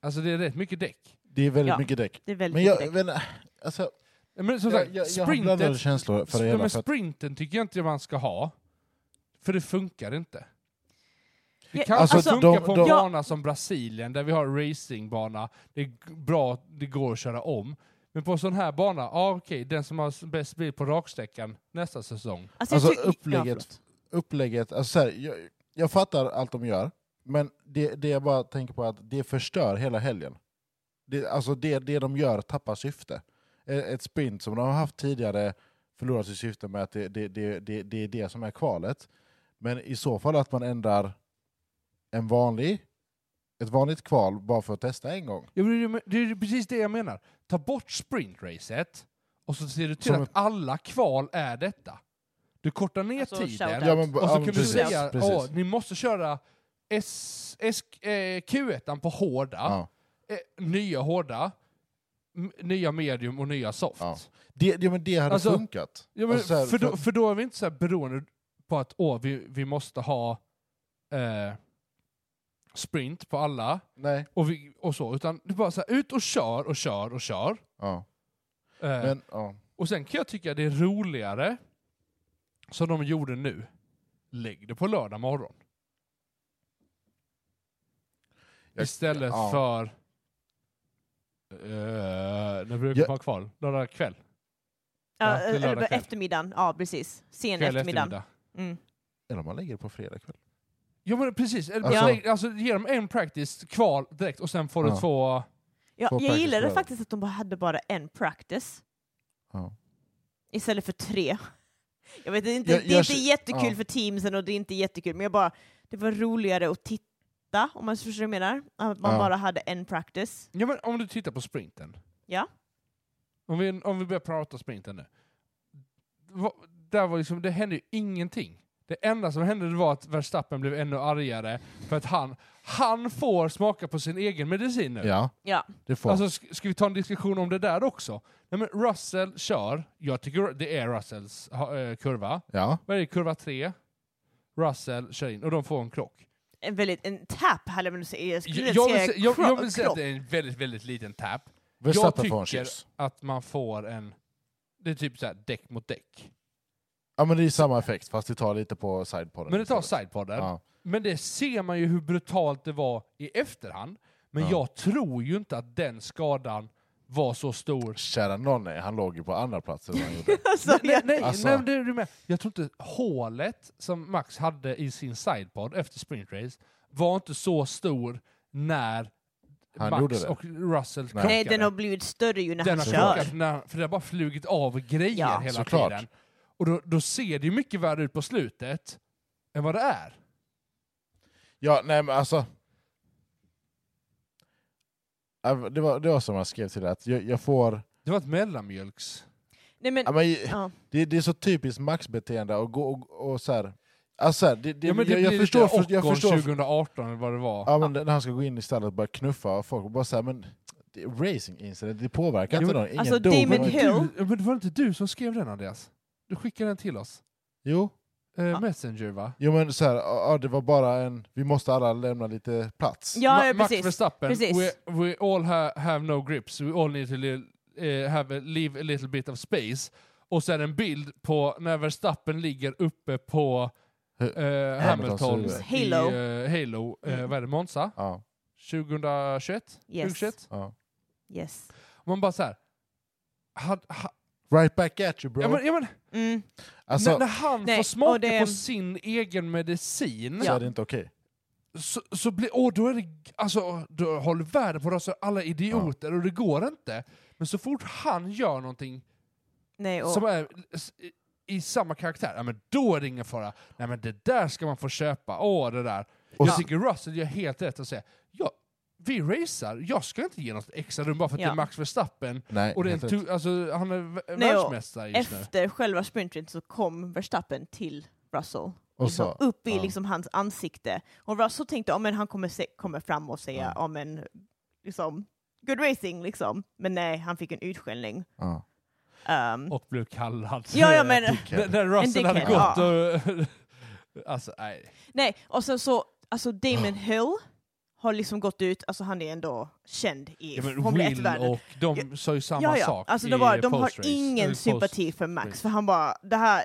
[SPEAKER 3] Alltså det är rätt mycket däck.
[SPEAKER 1] Det är väldigt
[SPEAKER 2] Ja.
[SPEAKER 1] mycket däck.
[SPEAKER 2] Det är väldigt
[SPEAKER 1] Men jag,
[SPEAKER 2] mycket däck.
[SPEAKER 1] men, alltså,
[SPEAKER 3] Ja, Men som
[SPEAKER 1] jag,
[SPEAKER 3] sagt,
[SPEAKER 1] jag, jag har blandade
[SPEAKER 3] sprintet,
[SPEAKER 1] känslor för det
[SPEAKER 3] ja,
[SPEAKER 1] hela.
[SPEAKER 3] men
[SPEAKER 1] För att,
[SPEAKER 3] sprinten tycker jag inte man ska ha. För det funkar inte. Det
[SPEAKER 2] Ja,
[SPEAKER 3] kan
[SPEAKER 1] alltså,
[SPEAKER 3] inte funka
[SPEAKER 1] de-
[SPEAKER 3] på en
[SPEAKER 1] de-
[SPEAKER 3] bana som Brasilien där vi har racingbana. Det är g- bra, det går att köra om. Men på en sån här bana, ja ah, okej, den som har s- bäst bil på raksträckan nästa säsong.
[SPEAKER 2] Alltså, jag
[SPEAKER 1] alltså
[SPEAKER 2] ty- ja,
[SPEAKER 1] upplägget,
[SPEAKER 2] förlåt.
[SPEAKER 1] upplägget alltså, så här, jag, jag fattar allt de gör, men det, det jag bara tänker på är att det förstör hela helgen. Det, alltså det, det de gör tappar syfte. E- Ett sprint som de har haft tidigare förlorar sitt syfte med att det, det, det, det, det är det som är kvalet. Men i så fall att man ändrar en vanlig, ett vanligt kval bara för att testa en gång.
[SPEAKER 3] Ja, men det, det är precis det jag menar. Ta bort sprintracet och så ser du till
[SPEAKER 1] Som
[SPEAKER 3] att alla kval är detta. Du kortar ner
[SPEAKER 2] Alltså,
[SPEAKER 3] tiden
[SPEAKER 2] shoutout. Ja,
[SPEAKER 1] men,
[SPEAKER 3] och så kan
[SPEAKER 2] precis,
[SPEAKER 3] du säga
[SPEAKER 1] precis.
[SPEAKER 3] "Åh, ni måste köra S, S, eh, Q1 på hårda,
[SPEAKER 1] Ja.
[SPEAKER 3] eh, nya hårda, m- nya medium och nya soft.
[SPEAKER 1] Ja. Det, ja, men det hade
[SPEAKER 3] Alltså,
[SPEAKER 1] funkat.
[SPEAKER 3] Ja, men
[SPEAKER 1] Alltså, så här,
[SPEAKER 3] för, då,
[SPEAKER 1] för-
[SPEAKER 3] för då är vi inte så här beroende på att åh, vi, vi måste ha eh, sprint på alla
[SPEAKER 1] nej.
[SPEAKER 3] och, vi, och så, utan det är bara så här, ut och kör och kör och kör.
[SPEAKER 1] Ja.
[SPEAKER 3] Eh,
[SPEAKER 1] Men, ja.
[SPEAKER 3] Och sen kan jag tycka det är roligare som de gjorde nu. Lägg det på lördag morgon.
[SPEAKER 1] Jag-
[SPEAKER 3] Istället
[SPEAKER 1] ja.
[SPEAKER 3] för... Uh, när brukar
[SPEAKER 1] Jag-
[SPEAKER 3] man ha kval? Lördag kväll? Ja,
[SPEAKER 2] Ja,
[SPEAKER 3] till lördag
[SPEAKER 2] eller bara
[SPEAKER 3] kväll.
[SPEAKER 2] eftermiddagen, ja precis. Sen
[SPEAKER 3] Kväll,
[SPEAKER 2] eftermiddag.
[SPEAKER 3] eftermiddag.
[SPEAKER 2] Mm.
[SPEAKER 1] Eller om man lägger det på fredag kväll.
[SPEAKER 3] Ja men precis, alltså,
[SPEAKER 1] Alltså-
[SPEAKER 3] lägg, alltså, ge dem en practice, kval direkt och sen får
[SPEAKER 1] Ja.
[SPEAKER 3] du två...
[SPEAKER 2] Ja,
[SPEAKER 1] Två
[SPEAKER 2] jag
[SPEAKER 1] practice
[SPEAKER 2] gillade
[SPEAKER 1] round.
[SPEAKER 2] faktiskt att de bara hade bara en practice
[SPEAKER 1] Ja.
[SPEAKER 2] istället för tre. Jag vet inte,
[SPEAKER 1] Jag-
[SPEAKER 2] det är
[SPEAKER 1] jag
[SPEAKER 2] inte
[SPEAKER 1] kä-
[SPEAKER 2] jättekul
[SPEAKER 1] ja.
[SPEAKER 2] för teamsen och det är inte jättekul, men jag bara, det var roligare att titta, om man förstår vad jag menar. Att man
[SPEAKER 1] Ja.
[SPEAKER 2] bara hade en practice.
[SPEAKER 3] Ja men om du tittar på sprinten.
[SPEAKER 2] Ja.
[SPEAKER 3] Om vi, om vi börjar prata sprinten nu. Va, där var liksom, det hände ju ingenting. Det enda som hände det var att Verstappen blev ännu argare för att han, han får smaka på sin egen medicin nu.
[SPEAKER 1] Ja,
[SPEAKER 2] Ja.
[SPEAKER 1] det får
[SPEAKER 3] Alltså, ska, ska vi ta en diskussion om det där också? Nej, men Russell kör, jag tycker det är Russells ha- eh, kurva.
[SPEAKER 1] ja.
[SPEAKER 3] Vad är det, kurva tre? Russell kör in och de får en krock.
[SPEAKER 2] En väldigt, en tap hade man säga. Jag skulle
[SPEAKER 3] Jag,
[SPEAKER 2] inte
[SPEAKER 3] jag, vill,
[SPEAKER 2] säga
[SPEAKER 3] se- jag, jag
[SPEAKER 2] kro-
[SPEAKER 3] vill säga att
[SPEAKER 2] kropp.
[SPEAKER 3] det är en väldigt, väldigt liten tapp.
[SPEAKER 1] Verstappen
[SPEAKER 3] Jag
[SPEAKER 1] får en
[SPEAKER 3] tycker-
[SPEAKER 1] kyss.
[SPEAKER 3] Att man får en... Det är typ så här däck mot däck.
[SPEAKER 1] Ja men det är samma effekt fast det tar lite på sidepodden.
[SPEAKER 3] Men det tar sidepodden.
[SPEAKER 1] Ja.
[SPEAKER 3] Men det ser man ju hur brutalt det var i efterhand. Men
[SPEAKER 1] Ja.
[SPEAKER 3] jag tror ju inte att den skadan var så stor.
[SPEAKER 1] Kära nonne, han låg ju på andra plats än vad han gjorde.
[SPEAKER 2] Alltså,
[SPEAKER 3] Nej, nej,
[SPEAKER 2] jag-
[SPEAKER 3] nej,
[SPEAKER 1] Alltså.
[SPEAKER 3] nej, men det är du med. Jag tror inte hålet som Max hade i sin sidepod efter sprintrace var inte så stor när
[SPEAKER 1] Han gjorde
[SPEAKER 3] Max
[SPEAKER 1] det.
[SPEAKER 3] och Russell krockade.
[SPEAKER 2] Nej, den har blivit större ju när han
[SPEAKER 3] den har
[SPEAKER 2] kör.
[SPEAKER 3] krockat, när, för det har bara flugit av grejer
[SPEAKER 2] Ja.
[SPEAKER 3] hela
[SPEAKER 1] Såklart.
[SPEAKER 3] tiden. Och då, då ser det ju mycket värre ut på slutet än vad det är.
[SPEAKER 1] Ja, nej men alltså. Ja, Det var, det var som jag skrev till dig, att jag, jag får...
[SPEAKER 3] Det var ett mellanmjölks...
[SPEAKER 2] Nej, men,
[SPEAKER 1] Ja, men,
[SPEAKER 2] ja.
[SPEAKER 1] det, det är så typiskt Max-beteende att gå och, och så här... Alltså så här, det, det,
[SPEAKER 3] Ja, men det
[SPEAKER 1] jag, jag
[SPEAKER 3] blir
[SPEAKER 1] förstår...
[SPEAKER 3] lite
[SPEAKER 1] För, jag
[SPEAKER 3] Ocon
[SPEAKER 1] förstår
[SPEAKER 3] 2018 eller vad det var.
[SPEAKER 1] ja, men när han ska gå in i stallet och börja knuffa och folk och bara säga men det är racing incident, det påverkar
[SPEAKER 3] Jo,
[SPEAKER 1] inte
[SPEAKER 3] men-
[SPEAKER 1] någon. Ingen
[SPEAKER 2] alltså,
[SPEAKER 1] dog,
[SPEAKER 2] Damon
[SPEAKER 1] ingen-
[SPEAKER 2] Hill-
[SPEAKER 3] du, ja, men det var inte du som skrev den Andreas? Du skickade den till oss.
[SPEAKER 1] Jo,
[SPEAKER 3] Eh,
[SPEAKER 2] Ja.
[SPEAKER 3] Messenger va?
[SPEAKER 1] jo men så här, ja, ja, det var bara en... Vi måste alla lämna lite plats.
[SPEAKER 2] ja, ja,
[SPEAKER 3] Ma- Max
[SPEAKER 2] precis.
[SPEAKER 3] Verstappen,
[SPEAKER 2] Precis.
[SPEAKER 3] We, we all ha, have no grips, we all need to li- eh, have a, leave a little bit of space. Och sen en bild på när Verstappen ligger uppe på
[SPEAKER 1] Hu-
[SPEAKER 3] eh,
[SPEAKER 1] Hamiltons
[SPEAKER 3] Hamilton
[SPEAKER 1] huvud.
[SPEAKER 3] i
[SPEAKER 2] Halo.
[SPEAKER 3] eh, Halo eh,
[SPEAKER 2] Mm.
[SPEAKER 3] vad är det, Monza?
[SPEAKER 1] Ja,
[SPEAKER 3] 2021?
[SPEAKER 2] Yes.
[SPEAKER 3] 2021?
[SPEAKER 1] ja.
[SPEAKER 2] Yes.
[SPEAKER 3] Man bara såhär... Ha, ha,
[SPEAKER 1] Right back at you bro.
[SPEAKER 3] ja, men, ja, men,
[SPEAKER 2] Mm.
[SPEAKER 1] alltså,
[SPEAKER 3] när, när han
[SPEAKER 2] Nej,
[SPEAKER 3] får smaka
[SPEAKER 2] och det-
[SPEAKER 3] på sin egen medicin
[SPEAKER 1] så är det inte okej.
[SPEAKER 3] så, så blir... Åh, då är det... Alltså, då håller världen på rösten. Alla idioter och det går inte. Men så fort han gör någonting
[SPEAKER 2] Nej, och,
[SPEAKER 3] som är s- i, i samma karaktär, ja, men då är det ingen fara. Nej men det där ska man få köpa, åh det där.
[SPEAKER 1] Och
[SPEAKER 3] jag
[SPEAKER 1] så-
[SPEAKER 3] tycker Russell gör helt rätt att säga, ja, vi racear, jag ska inte ge något extra rum bara för att
[SPEAKER 2] Ja.
[SPEAKER 3] det är Max Verstappen.
[SPEAKER 1] Nej,
[SPEAKER 3] Och det är en
[SPEAKER 1] helt rätt.
[SPEAKER 3] tu- alltså, han är v-
[SPEAKER 2] Nej, och
[SPEAKER 3] världsmästare just nu.
[SPEAKER 2] efter själva sprinten så kom Verstappen till Russell.
[SPEAKER 1] Och
[SPEAKER 2] liksom,
[SPEAKER 1] så-
[SPEAKER 2] upp i
[SPEAKER 1] ja.
[SPEAKER 2] liksom, hans ansikte. Och Russell tänkte att men han kommer, se- kommer fram och säga
[SPEAKER 1] Ja.
[SPEAKER 2] ja. men, liksom, good racing, liksom. men nej, han fick en utskällning.
[SPEAKER 1] Ja.
[SPEAKER 2] Ehm,
[SPEAKER 3] Och blev kallad.
[SPEAKER 2] ja, ja, men,
[SPEAKER 1] Dickhead.
[SPEAKER 3] När Russell hade
[SPEAKER 2] dickhead,
[SPEAKER 3] gått och... alltså, nej. Ah.
[SPEAKER 2] nej, och sen så, alltså Damon Hill har liksom gått ut, alltså han är ändå känd i
[SPEAKER 3] Ja, men
[SPEAKER 2] Formel
[SPEAKER 3] Will
[SPEAKER 2] 1-världen.
[SPEAKER 3] och de sa ju samma
[SPEAKER 2] Ja, ja.
[SPEAKER 3] sak
[SPEAKER 2] Alltså,
[SPEAKER 3] i
[SPEAKER 2] de, bara, de har
[SPEAKER 3] post-race.
[SPEAKER 2] ingen
[SPEAKER 3] Eller post-
[SPEAKER 2] sympati för Max, för han bara, det här,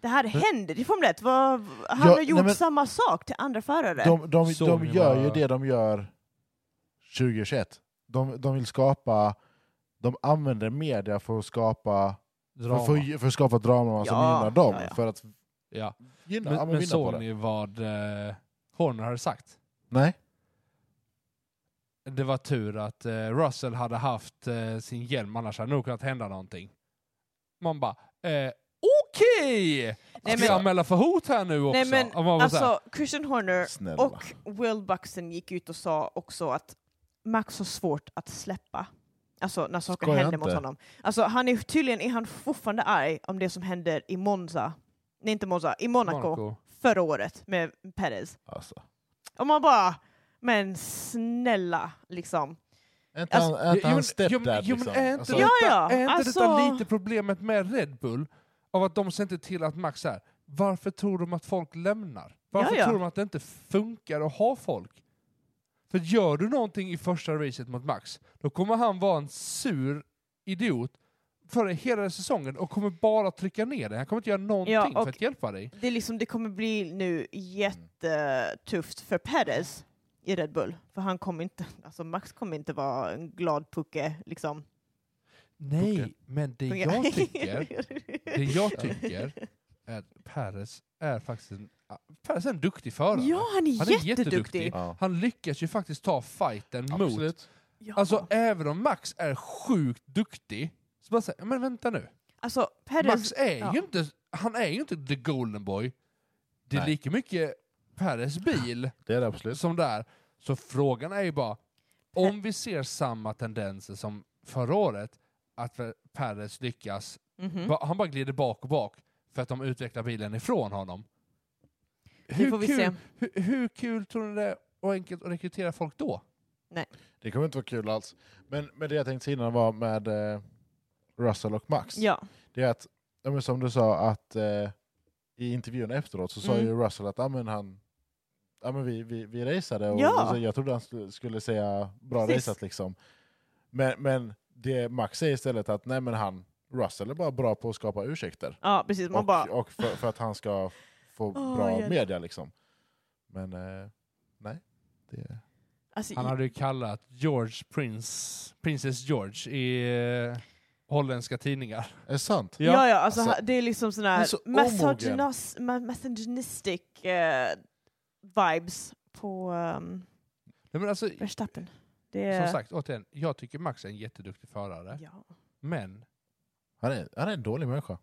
[SPEAKER 2] det här händer i Formel 1. Vad, han
[SPEAKER 1] Ja,
[SPEAKER 2] har gjort
[SPEAKER 1] nej, men-
[SPEAKER 2] samma sak till andra förare.
[SPEAKER 1] De, de,
[SPEAKER 3] Såg
[SPEAKER 1] de
[SPEAKER 3] ni
[SPEAKER 1] gör ju
[SPEAKER 3] vad-
[SPEAKER 1] det de gör 2021. De, de vill skapa, de använder media för att skapa drama,
[SPEAKER 3] Drama.
[SPEAKER 1] för, för att skapa drama som
[SPEAKER 2] Ja,
[SPEAKER 1] gynnar dem.
[SPEAKER 2] ja, ja.
[SPEAKER 1] För att
[SPEAKER 3] Ja.
[SPEAKER 1] gynna,
[SPEAKER 3] Men,
[SPEAKER 1] ja, men
[SPEAKER 3] men
[SPEAKER 1] vinna på
[SPEAKER 3] såg
[SPEAKER 1] det.
[SPEAKER 3] ni vad eh, Horner hade sagt?
[SPEAKER 1] Nej.
[SPEAKER 3] Det var tur att eh, Russell hade haft eh, sin hjälm, annars hade det nog kunnat hända någonting. Man bara, eh, okej!
[SPEAKER 2] Nej,
[SPEAKER 3] Ska
[SPEAKER 2] men-
[SPEAKER 3] jag anmäla för hot här nu också?
[SPEAKER 2] nej men
[SPEAKER 3] Och man var så här,
[SPEAKER 2] alltså, Christian Horner
[SPEAKER 1] Snälla.
[SPEAKER 2] och Will Buxton gick ut och sa också att Max har svårt att släppa. Alltså när saker
[SPEAKER 1] Skojar
[SPEAKER 2] händer
[SPEAKER 1] inte.
[SPEAKER 2] mot honom. Alltså han är tydligen är han fortfarande arg om det som händer i Monza. Nej inte Monza, i Monaco,
[SPEAKER 3] Monaco.
[SPEAKER 2] förra året med Perez.
[SPEAKER 1] Alltså.
[SPEAKER 2] Och man bara, men snälla liksom.
[SPEAKER 1] Är inte han, är inte han
[SPEAKER 3] Jo, men- jo, men-
[SPEAKER 1] stepdad
[SPEAKER 3] jo, men
[SPEAKER 1] liksom?
[SPEAKER 3] Är inte
[SPEAKER 1] Alltså,
[SPEAKER 2] Ja, ja,
[SPEAKER 3] detta- är inte detta
[SPEAKER 2] alltså-
[SPEAKER 3] lite problemet med Red Bull? Av att de ser inte till att Max är Varför tror de att folk lämnar? Varför
[SPEAKER 2] Ja, ja.
[SPEAKER 3] tror de att det inte funkar att ha folk? För gör du någonting i första racet mot Max, då kommer han vara en sur idiot för hela säsongen och kommer bara trycka ner dig. Han kommer inte göra någonting
[SPEAKER 2] och-
[SPEAKER 3] för att hjälpa dig.
[SPEAKER 2] Det, är liksom, det kommer bli nu jättetufft för Perez i Red Bull. För han kommer inte, alltså Max kommer inte vara en glad pucke liksom.
[SPEAKER 3] Nej, men det jag tycker Det jag tycker är att Perez är faktiskt en, Perez är en duktig förare.
[SPEAKER 2] Ja, han är,
[SPEAKER 3] Han är jätteduktig.
[SPEAKER 2] jätteduktig.
[SPEAKER 1] ja,
[SPEAKER 3] Han lyckas ju faktiskt ta fighten mot...
[SPEAKER 1] absolut.
[SPEAKER 2] Ja.
[SPEAKER 3] Alltså även om Max är sjukt duktig, så bara säger men vänta nu.
[SPEAKER 2] Alltså, Perez,
[SPEAKER 3] Max är
[SPEAKER 2] ja.
[SPEAKER 3] ju inte, han är ju inte the golden boy. Det är
[SPEAKER 1] Nej.
[SPEAKER 3] lika mycket Perez bil
[SPEAKER 1] Det är det absolut.
[SPEAKER 3] som där. Så frågan är ju bara, om vi ser samma tendenser som förra året, att Perez lyckas
[SPEAKER 2] Mhm.
[SPEAKER 3] Ba- Han bara glider bak och bak för att de utvecklar bilen ifrån honom.
[SPEAKER 2] får vi
[SPEAKER 3] kul,
[SPEAKER 2] se.
[SPEAKER 3] Hur, hur kul tror ni det är och enkelt att rekrytera folk då?
[SPEAKER 1] Det kommer inte vara kul alls. Men, men det jag tänkte innan var med eh, Russell och Max.
[SPEAKER 2] Ja.
[SPEAKER 1] Det är att, ja, men som du sa, att eh, i intervjun efteråt så sa
[SPEAKER 2] Mm.
[SPEAKER 1] ju Russell att ah, men han, ah, men vi, vi, vi raceade och
[SPEAKER 2] Ja.
[SPEAKER 1] så jag trodde han skulle- skulle säga bra
[SPEAKER 2] Precis.
[SPEAKER 1] raceat liksom. Men, men det Max säger istället att nej men han, Russell är bara bra på att skapa ursäkter.
[SPEAKER 2] ja, precis. Man
[SPEAKER 1] och
[SPEAKER 2] bara,
[SPEAKER 1] och för, för att han ska få
[SPEAKER 2] Åh,
[SPEAKER 1] bra
[SPEAKER 2] hjälp.
[SPEAKER 1] media liksom. Men eh, nej. Det,
[SPEAKER 2] alltså,
[SPEAKER 3] Han hade ju kallat George Prince, Princess George i eh, holländska tidningar.
[SPEAKER 1] är det sant?
[SPEAKER 2] ja, ja, alltså,
[SPEAKER 1] Alltså,
[SPEAKER 2] ha- det är liksom sådana
[SPEAKER 1] han
[SPEAKER 2] här
[SPEAKER 1] är så omogen.
[SPEAKER 2] misogynos- ma- misogynistic eh, vibes på um,
[SPEAKER 3] Nej, men alltså,
[SPEAKER 2] Verstappen. Det är,
[SPEAKER 3] Som sagt, eh. återigen, jag tycker Max är en jätteduktig förare,
[SPEAKER 2] ja.
[SPEAKER 3] men...
[SPEAKER 1] Han, är, han är en dålig människa.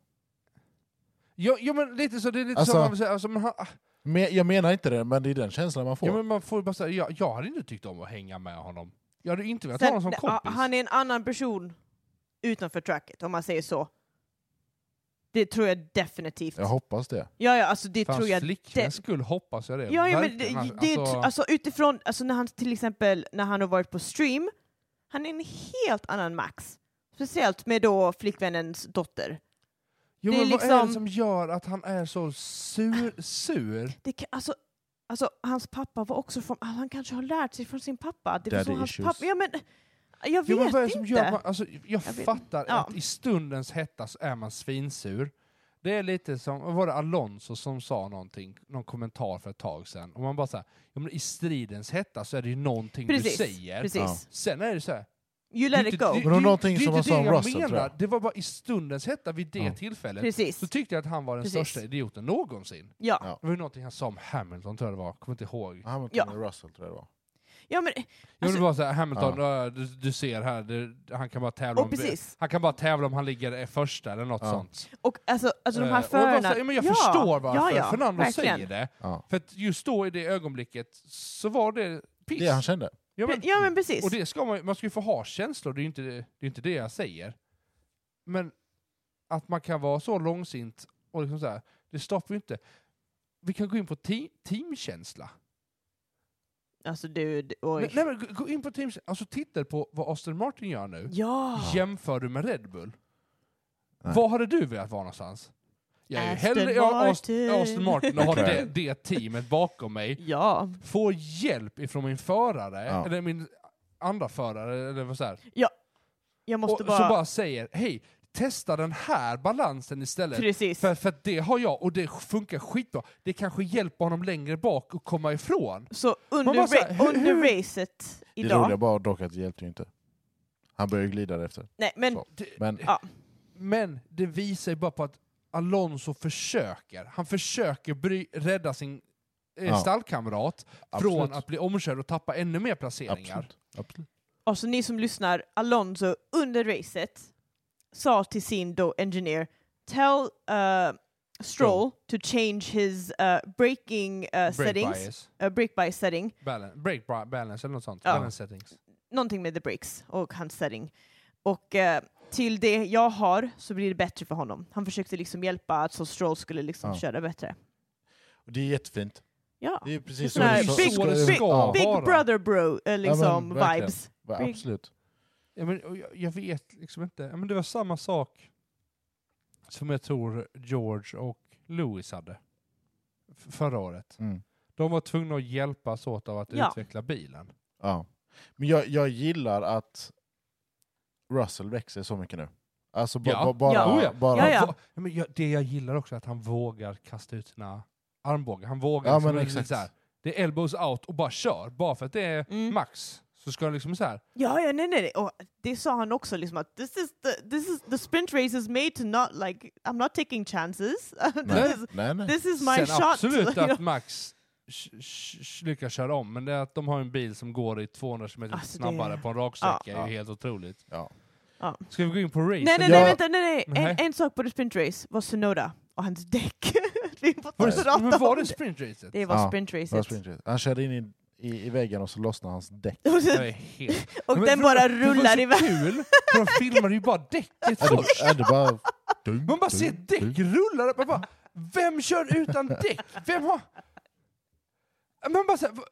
[SPEAKER 3] Jo, jo men lite så, det är lite
[SPEAKER 1] Alltså-
[SPEAKER 3] så... man vill säga, Alltså, men han,
[SPEAKER 1] Men, jag menar inte det, men det är den känslan man får.
[SPEAKER 3] ja, men man får ju bara säga, jag, jag hade inte tyckt om att hänga med honom. Jag hade inte velat ha honom
[SPEAKER 2] Sen,
[SPEAKER 3] som
[SPEAKER 2] nej,
[SPEAKER 3] kompis.
[SPEAKER 2] ja, han är en annan person utanför tracket, om man säger så. Det tror jag definitivt.
[SPEAKER 1] Jag hoppas det.
[SPEAKER 2] Ja, ja, alltså det
[SPEAKER 3] För
[SPEAKER 2] tror
[SPEAKER 3] hans
[SPEAKER 2] jag
[SPEAKER 3] flickväns skull hoppas jag det.
[SPEAKER 2] Ja, ja men det,
[SPEAKER 3] Verkligen.
[SPEAKER 2] det, är
[SPEAKER 3] Alltså-
[SPEAKER 2] tr- alltså utifrån, alltså när han till exempel när han har varit på stream, han är en helt annan Max. Speciellt med då flickvännens dotter.
[SPEAKER 3] Jo,
[SPEAKER 2] Det är
[SPEAKER 3] men vad är det
[SPEAKER 2] liksom-
[SPEAKER 3] som gör att han är så sur? sur?
[SPEAKER 2] Det kan, alltså, alltså, hans pappa var också från, ah, han kanske har lärt sig från sin pappa. att Det var
[SPEAKER 1] Daddy
[SPEAKER 2] så hans
[SPEAKER 1] issues.
[SPEAKER 2] pappa, ja men, jag vet
[SPEAKER 3] Jo, men vad är det
[SPEAKER 2] inte.
[SPEAKER 3] som gör att man, alltså, jag,
[SPEAKER 2] vet-
[SPEAKER 3] fattar
[SPEAKER 2] ja.
[SPEAKER 3] att i stundens hetta så är man svinsur. Det är lite som, var det Alonso som sa någonting, någon kommentar för ett tag sedan? Och man bara såhär, ja, men i stridens hetta så är det ju någonting
[SPEAKER 2] precis,
[SPEAKER 3] du säger.
[SPEAKER 2] precis.
[SPEAKER 1] Ja.
[SPEAKER 3] Sen är det så här,
[SPEAKER 2] You let
[SPEAKER 3] det är
[SPEAKER 2] it
[SPEAKER 3] inte-
[SPEAKER 2] go.
[SPEAKER 1] det var någonting
[SPEAKER 3] det är
[SPEAKER 1] som
[SPEAKER 3] inte
[SPEAKER 1] han sa
[SPEAKER 3] det
[SPEAKER 1] om
[SPEAKER 3] jag
[SPEAKER 1] Russell, tror jag.
[SPEAKER 3] menar. Det var bara i stundens hetta vid det
[SPEAKER 1] Ja.
[SPEAKER 3] tillfället.
[SPEAKER 2] precis.
[SPEAKER 3] Så tyckte jag att han var den
[SPEAKER 2] Precis.
[SPEAKER 3] största idioten någonsin.
[SPEAKER 2] Ja.
[SPEAKER 1] Ja.
[SPEAKER 2] ja.
[SPEAKER 3] Det var ju någonting han sa om Hamilton tror jag det var, kommer inte ihåg.
[SPEAKER 1] Hamilton
[SPEAKER 2] Ja.
[SPEAKER 1] och Russell tror jag det var.
[SPEAKER 2] men,
[SPEAKER 3] Jag
[SPEAKER 2] Alltså-
[SPEAKER 3] vill bara säga Hamilton, äh, du, du ser här, det, han kan bara tävla
[SPEAKER 2] Och
[SPEAKER 3] om
[SPEAKER 2] precis.
[SPEAKER 3] Han kan bara tävla om han ligger första eller något
[SPEAKER 1] Ja.
[SPEAKER 3] sånt.
[SPEAKER 2] och alltså, alltså de
[SPEAKER 3] Eh,
[SPEAKER 2] här
[SPEAKER 3] och jag bara
[SPEAKER 2] förarna.
[SPEAKER 3] säger, men jag
[SPEAKER 2] ja,
[SPEAKER 3] förstår varför
[SPEAKER 2] ja, ja,
[SPEAKER 3] Fernando
[SPEAKER 2] verkligen.
[SPEAKER 3] säger det.
[SPEAKER 1] Ja.
[SPEAKER 3] För att just då i det ögonblicket så var det piss.
[SPEAKER 1] Det han kände.
[SPEAKER 3] ja, men,
[SPEAKER 2] Ja men precis.
[SPEAKER 3] och det ska man, man ska ju få ha känslor, det är ju inte, det är inte det jag säger. Men att man kan vara så långsint och liksom så här, det stoppar ju inte. Vi kan gå in på te- teamkänsla.
[SPEAKER 2] Alltså du, d- oj.
[SPEAKER 3] Men, nej, men gå- gå in på Teams, alltså titta på vad Aston Martin gör nu.
[SPEAKER 2] ja.
[SPEAKER 3] Jämför du med Red Bull?
[SPEAKER 1] Nej.
[SPEAKER 3] Vad hade du velat vara någonstans? Jag är ju
[SPEAKER 2] Aston
[SPEAKER 3] hellre jag, Aston,
[SPEAKER 2] Martin.
[SPEAKER 3] Aston Martin och har
[SPEAKER 1] Okej.
[SPEAKER 3] det, det teamet bakom mig.
[SPEAKER 2] Ja.
[SPEAKER 3] Får hjälp ifrån min förare,
[SPEAKER 1] Ja.
[SPEAKER 3] eller min andra förare, eller vad så här.
[SPEAKER 2] Jag
[SPEAKER 3] Och
[SPEAKER 2] måste bara...
[SPEAKER 3] så bara säger, hej, testa den här balansen istället.
[SPEAKER 2] Precis.
[SPEAKER 3] För, för att det har jag och det funkar skitbra. Det kanske hjälper honom längre bak att komma ifrån.
[SPEAKER 2] Så under,
[SPEAKER 3] bara så här,
[SPEAKER 2] ra-
[SPEAKER 3] hur-
[SPEAKER 2] under
[SPEAKER 3] hur-
[SPEAKER 2] racet
[SPEAKER 1] Det roliga
[SPEAKER 2] idag...
[SPEAKER 1] var dock att det hjälpte ju inte. Han började glida därefter.
[SPEAKER 2] Nej, men
[SPEAKER 1] Så.
[SPEAKER 3] Det,
[SPEAKER 1] Men
[SPEAKER 2] Ja.
[SPEAKER 3] Men det visar ju bara på att Alonso försöker. Han försöker bry, rädda sin eh,
[SPEAKER 1] Ja.
[SPEAKER 3] stallkamrat
[SPEAKER 1] absolut.
[SPEAKER 3] från att bli omkörd och tappa ännu mer placeringar.
[SPEAKER 1] absolut. absolut.
[SPEAKER 2] alltså ni som lyssnar, Alonso under racet sa till sin då engineer Tell uh, Stroll to change his uh, braking uh,
[SPEAKER 3] Break
[SPEAKER 2] settings,
[SPEAKER 3] bias,
[SPEAKER 2] uh, brake by setting,
[SPEAKER 3] balance, break bri- balance eller något sånt.
[SPEAKER 2] Ja.
[SPEAKER 3] Balance settings.
[SPEAKER 2] någonting med the brakes och hans setting. Och eh, till det jag har så blir det bättre för honom. Han försökte liksom hjälpa att så Stroll skulle liksom
[SPEAKER 1] Ja.
[SPEAKER 2] köra bättre.
[SPEAKER 1] Och det är jättefint.
[SPEAKER 2] Ja.
[SPEAKER 1] Det är precis
[SPEAKER 2] Sån här
[SPEAKER 1] så-
[SPEAKER 2] big-
[SPEAKER 1] så-
[SPEAKER 2] big-
[SPEAKER 1] ja,
[SPEAKER 2] Big
[SPEAKER 3] Bara.
[SPEAKER 2] brother bro, eh, liksom
[SPEAKER 1] verkligen.
[SPEAKER 2] vibes. big-
[SPEAKER 1] Absolut.
[SPEAKER 3] Ja, men, och jag, jag vet liksom inte. Ja, men det var samma sak som jag tror George och Lewis hade f- förra året.
[SPEAKER 1] Mm.
[SPEAKER 3] De var tvungna att hjälpas åt av att
[SPEAKER 2] Ja.
[SPEAKER 3] utveckla bilen.
[SPEAKER 1] Ja. Men jag, jag gillar att Russell växer så mycket nu. Alltså ba-
[SPEAKER 3] Ja.
[SPEAKER 1] ba- bara...
[SPEAKER 2] Ja.
[SPEAKER 3] Oh ja.
[SPEAKER 1] bara
[SPEAKER 2] Ja,
[SPEAKER 3] Han
[SPEAKER 2] ja.
[SPEAKER 3] vå- Ja, men jag, det jag gillar också är att han vågar kasta ut sina armbågar. Han vågar
[SPEAKER 1] Ja,
[SPEAKER 3] liksom
[SPEAKER 1] men
[SPEAKER 3] liksom
[SPEAKER 1] exakt.
[SPEAKER 3] så här, det är elbows out och bara kör. Bara för att det är
[SPEAKER 2] Mm.
[SPEAKER 3] max så ska han liksom så här.
[SPEAKER 2] Ja, ja, nej, nej, nej. Och det sa han också liksom att this is the, this is the sprint race is made to not like I'm not taking chances.
[SPEAKER 1] Nej,
[SPEAKER 2] this, is,
[SPEAKER 1] nej, nej.
[SPEAKER 2] this is my
[SPEAKER 3] Sen
[SPEAKER 2] shot.
[SPEAKER 3] absolut
[SPEAKER 2] You know?
[SPEAKER 3] att max sh- sh- sh- lyckas köra om, men det är att de har en bil som går i 200 km
[SPEAKER 2] Alltså, det-
[SPEAKER 3] snabbare på en raksträcka
[SPEAKER 1] Ja.
[SPEAKER 3] är ju helt otroligt.
[SPEAKER 1] Ja.
[SPEAKER 2] Ja.
[SPEAKER 3] Ska vi gå in på race?
[SPEAKER 2] nej, nej,
[SPEAKER 1] Jag-
[SPEAKER 2] nej, vänta, nej, nej.
[SPEAKER 3] Nej.
[SPEAKER 2] En, en sak på det sprint race var Sunoda och hans däck. Vi måste
[SPEAKER 3] Var
[SPEAKER 2] prata
[SPEAKER 3] det, men var
[SPEAKER 2] om
[SPEAKER 3] det
[SPEAKER 2] det.
[SPEAKER 3] sprintracet?
[SPEAKER 2] Det var
[SPEAKER 1] Ja,
[SPEAKER 2] sprint
[SPEAKER 1] Bara
[SPEAKER 2] racet.
[SPEAKER 1] sprint race. Han körde in i, i, i väggen och så lossnade hans däck.
[SPEAKER 2] Och,
[SPEAKER 3] Jag är
[SPEAKER 2] sen,
[SPEAKER 3] helt...
[SPEAKER 2] och
[SPEAKER 3] Men
[SPEAKER 2] den
[SPEAKER 3] för-
[SPEAKER 2] bara
[SPEAKER 3] det var
[SPEAKER 2] rullar
[SPEAKER 3] så
[SPEAKER 2] iväg.
[SPEAKER 3] kul, för de filmade ju bara däcket
[SPEAKER 1] Är det,
[SPEAKER 3] först.
[SPEAKER 1] är det bara... Dum,
[SPEAKER 3] Man bara ser däck rulla. Man bara, vem kör utan däck? Vem har... Man bara såhär, va-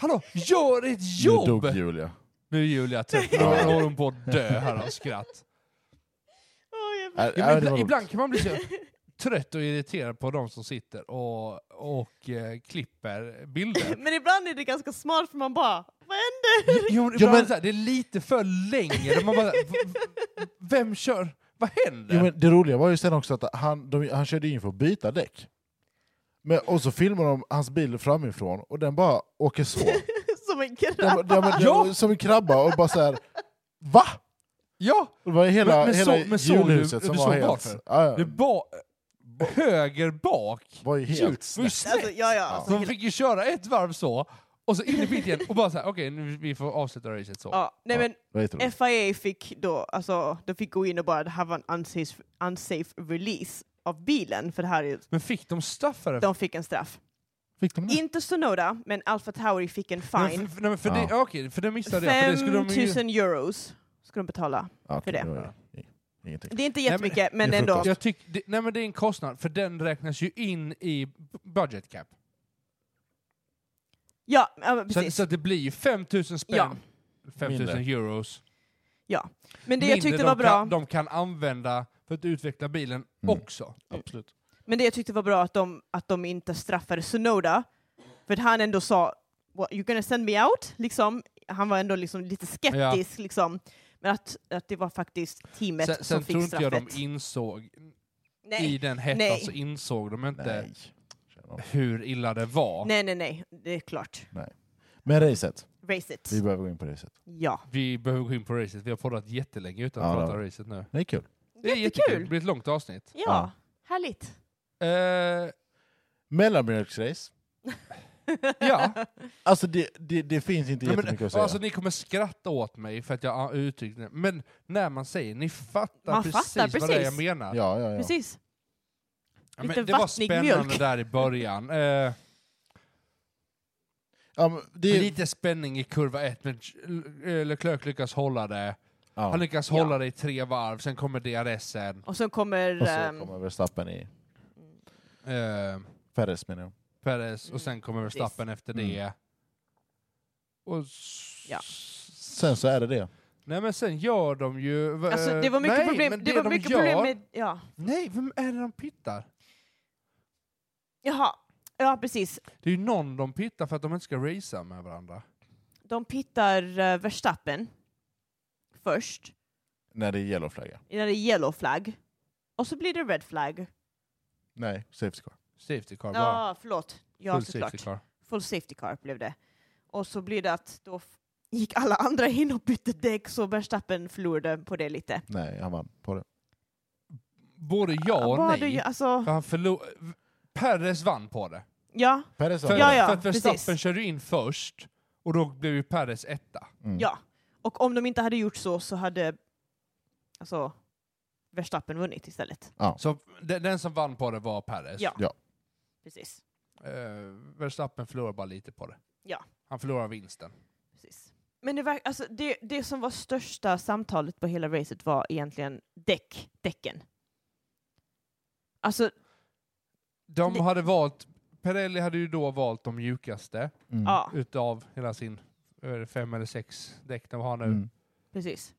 [SPEAKER 3] hallå, gör ett
[SPEAKER 1] Nu
[SPEAKER 3] jobb!
[SPEAKER 1] dog Julia.
[SPEAKER 3] Nu är Julia trött, nu
[SPEAKER 1] Ja.
[SPEAKER 3] håller hon på att dö här av skratt.
[SPEAKER 2] Åh, jag vet.
[SPEAKER 1] Ja,
[SPEAKER 3] Ja,
[SPEAKER 1] ja,
[SPEAKER 3] men
[SPEAKER 1] det var
[SPEAKER 3] ibland,
[SPEAKER 1] roligt.
[SPEAKER 3] ibland kan man bli så trött och irriterad på de som sitter och, och eh, klipper bilder.
[SPEAKER 2] Men ibland är det ganska smart för man bara, vad händer?
[SPEAKER 3] Jo, men ibland
[SPEAKER 1] men-
[SPEAKER 3] så här, det är lite för länge, man bara, v- v- vem kör? Vad händer?
[SPEAKER 1] Jo, men det roliga var ju sen också att han, de, han körde in för att byta däck. Men, och så filmar de hans bil framifrån och den bara åker så.
[SPEAKER 2] Som en krabb.
[SPEAKER 1] Den, den, den,
[SPEAKER 3] Ja.
[SPEAKER 1] Som en krabba och bara så här. Va?
[SPEAKER 3] ja!
[SPEAKER 1] Det var hela,
[SPEAKER 3] Men- men
[SPEAKER 1] hela
[SPEAKER 3] så- men såg
[SPEAKER 1] julhuset
[SPEAKER 3] du-
[SPEAKER 1] som
[SPEAKER 3] du
[SPEAKER 1] var
[SPEAKER 3] såg
[SPEAKER 1] helt...
[SPEAKER 3] varför?
[SPEAKER 1] Ja,
[SPEAKER 3] Det
[SPEAKER 1] ja,
[SPEAKER 3] var höger bak.
[SPEAKER 1] var ju
[SPEAKER 3] Gud,
[SPEAKER 1] helt
[SPEAKER 3] det var ju
[SPEAKER 1] snett.
[SPEAKER 3] snett.
[SPEAKER 2] Alltså, ja, ja, alltså,
[SPEAKER 3] Så de
[SPEAKER 2] hela-
[SPEAKER 3] fick ju köra ett varv så, och så in i pit igen och bara såhär, okej nu vi får avsluta racet så.
[SPEAKER 2] ja, nej,
[SPEAKER 1] Ja.
[SPEAKER 2] men
[SPEAKER 1] Det var jätteroligt.
[SPEAKER 2] FIA fick då, alltså, de fick gå in och bara have an unsafe, unsafe release av bilen, för det här är,
[SPEAKER 3] Men fick de straff för det?
[SPEAKER 2] de fick en straff.
[SPEAKER 1] Fick de det?
[SPEAKER 2] Inte Sonoda, men Alfa Tauri fick en
[SPEAKER 3] Mm.
[SPEAKER 2] fine.
[SPEAKER 3] Men f- nej, men för det,
[SPEAKER 1] Ja.
[SPEAKER 3] ja, okej, för det missade jag. För det skulle de ju,
[SPEAKER 2] 5000 euros ska de betala.
[SPEAKER 1] Ja, okej,
[SPEAKER 2] det.
[SPEAKER 1] var ju Ingenting.
[SPEAKER 2] Det är inte
[SPEAKER 3] men-
[SPEAKER 2] jättemycket, men,
[SPEAKER 1] Det är
[SPEAKER 2] ändå.
[SPEAKER 1] frukost.
[SPEAKER 3] jag tyck, det, nej men det är en kostnad, för den räknas ju in i b- budget cap.
[SPEAKER 2] Ja, ja men
[SPEAKER 3] Så, att-
[SPEAKER 2] precis.
[SPEAKER 3] så att det blir ju 5000 spänn,
[SPEAKER 2] Ja.
[SPEAKER 3] 5000
[SPEAKER 1] Mindre.
[SPEAKER 3] euros.
[SPEAKER 2] men det
[SPEAKER 3] mindre
[SPEAKER 2] jag tyckte
[SPEAKER 3] de
[SPEAKER 2] var bra,
[SPEAKER 3] Kan, de kan använda för att utveckla bilen
[SPEAKER 1] Mm.
[SPEAKER 3] också.
[SPEAKER 1] Absolut.
[SPEAKER 2] men det jag tyckte var bra att de, att de inte straffade Sonoda, för att han ändå sa What, you're gonna send me out? Liksom. Han var ändå liksom lite skeptisk, liksom. men att, att det var faktiskt teamet
[SPEAKER 3] Sen,
[SPEAKER 2] som
[SPEAKER 3] sen
[SPEAKER 2] fick
[SPEAKER 3] tror inte jag
[SPEAKER 2] straffet.
[SPEAKER 3] de insåg,
[SPEAKER 2] nej.
[SPEAKER 3] i den hettan
[SPEAKER 2] Nej.
[SPEAKER 3] så insåg de inte
[SPEAKER 1] Nej. Känner de.
[SPEAKER 3] hur illa det var.
[SPEAKER 2] nej, nej, nej, det är klart.
[SPEAKER 1] Men racet.
[SPEAKER 2] Race it.
[SPEAKER 1] Vi behöver gå in på racet.
[SPEAKER 2] Ja.
[SPEAKER 3] Vi behöver gå in på racet, vi har poddat jättelänge utan att
[SPEAKER 1] Ja,
[SPEAKER 3] prata
[SPEAKER 1] det-
[SPEAKER 3] racet nu.
[SPEAKER 1] Det är kul.
[SPEAKER 3] Det är jättekul, det blir ett långt avsnitt.
[SPEAKER 2] Ja,
[SPEAKER 1] Ja.
[SPEAKER 2] härligt.
[SPEAKER 3] Eh,
[SPEAKER 1] Mellanmjölksrace.
[SPEAKER 3] ja,
[SPEAKER 1] Alltså det, det, det finns inte
[SPEAKER 3] Nej,
[SPEAKER 1] jättemycket
[SPEAKER 3] men,
[SPEAKER 1] att säga.
[SPEAKER 3] alltså ni kommer skratta åt mig för att jag uttryckte det, men när man säger, ni fattar,
[SPEAKER 2] Man
[SPEAKER 3] precis,
[SPEAKER 2] fattar
[SPEAKER 3] vad det är jag
[SPEAKER 2] precis.
[SPEAKER 3] menar.
[SPEAKER 1] ja, ja, ja.
[SPEAKER 2] Precis.
[SPEAKER 3] Ja, men
[SPEAKER 2] Lite
[SPEAKER 3] det var
[SPEAKER 2] vattnig
[SPEAKER 3] spännande
[SPEAKER 2] mjölk.
[SPEAKER 3] där i början. Eh,
[SPEAKER 1] ja men det,
[SPEAKER 3] Lite spänning i kurva ett, men eh, Leclerc lyckas hålla det.
[SPEAKER 1] ja.
[SPEAKER 3] Han lyckas
[SPEAKER 2] Ja.
[SPEAKER 3] hålla det i tre varv, sen kommer DRSen.
[SPEAKER 2] Och sen kommer...
[SPEAKER 1] Och så
[SPEAKER 2] ehm,
[SPEAKER 1] kommer Verstappen i
[SPEAKER 3] Eh,
[SPEAKER 1] Perez menar jag.
[SPEAKER 3] Perez
[SPEAKER 2] Mm,
[SPEAKER 3] och sen kommer Verstappen efter
[SPEAKER 1] Mm.
[SPEAKER 3] det. Och s-
[SPEAKER 2] Ja.
[SPEAKER 1] Sen så är det det.
[SPEAKER 3] Nej men sen gör de ju... v-
[SPEAKER 2] Alltså, det
[SPEAKER 3] eh,
[SPEAKER 2] var mycket
[SPEAKER 3] nej,
[SPEAKER 2] problem,
[SPEAKER 3] men
[SPEAKER 2] det var
[SPEAKER 3] de
[SPEAKER 2] mycket
[SPEAKER 3] gör,
[SPEAKER 2] problem med... Ja.
[SPEAKER 3] Nej, vem är det de pittar?
[SPEAKER 2] Jaha. Ja, precis.
[SPEAKER 3] Det är ju någon de pittar för att de inte ska racea med varandra.
[SPEAKER 2] De pittar eh, Verstappen först,
[SPEAKER 1] När det är yellow flagga.
[SPEAKER 2] innan det är yellow flag. Och så blir det red flag.
[SPEAKER 1] Nej, safety car.
[SPEAKER 3] Safety car bara.
[SPEAKER 2] Ja, förlåt. Ja,
[SPEAKER 3] Full
[SPEAKER 2] såklart.
[SPEAKER 3] safety car.
[SPEAKER 2] Full safety car blev det. Och så blir det att då f- gick alla andra in och bytte däck så Verstappen förlorade på det lite.
[SPEAKER 1] Nej, han vann på det.
[SPEAKER 3] Både ja och
[SPEAKER 2] Bara
[SPEAKER 3] nej.
[SPEAKER 2] du, ju- alltså,
[SPEAKER 3] För han förlor... Perez vann på det.
[SPEAKER 2] ja,
[SPEAKER 1] Perez
[SPEAKER 3] För,
[SPEAKER 1] vann.
[SPEAKER 2] Ja, ja.
[SPEAKER 3] för att Verstappen
[SPEAKER 2] precis.
[SPEAKER 3] körde in först och då blev ju Perez etta.
[SPEAKER 1] Mm.
[SPEAKER 2] ja. Och om de inte hade gjort så så hade alltså, Verstappen vunnit istället.
[SPEAKER 3] Så den, den som vann på det var Perez.
[SPEAKER 2] Ja.
[SPEAKER 1] Ja.
[SPEAKER 2] Precis.
[SPEAKER 3] Eh, Verstappen förlorade bara lite på det.
[SPEAKER 2] Ja.
[SPEAKER 3] Han förlorar vinsten.
[SPEAKER 2] Precis. Men det, verk, alltså, det, det som var största samtalet på hela racet var egentligen däck, däcken. Alltså,
[SPEAKER 3] De
[SPEAKER 2] Det-
[SPEAKER 3] hade valt... Pirelli hade ju då valt de mjukaste
[SPEAKER 1] Mm.
[SPEAKER 2] ja,
[SPEAKER 3] utav hela sin vad är det, fem eller sex däck de har nu.
[SPEAKER 1] Mm.
[SPEAKER 2] precis.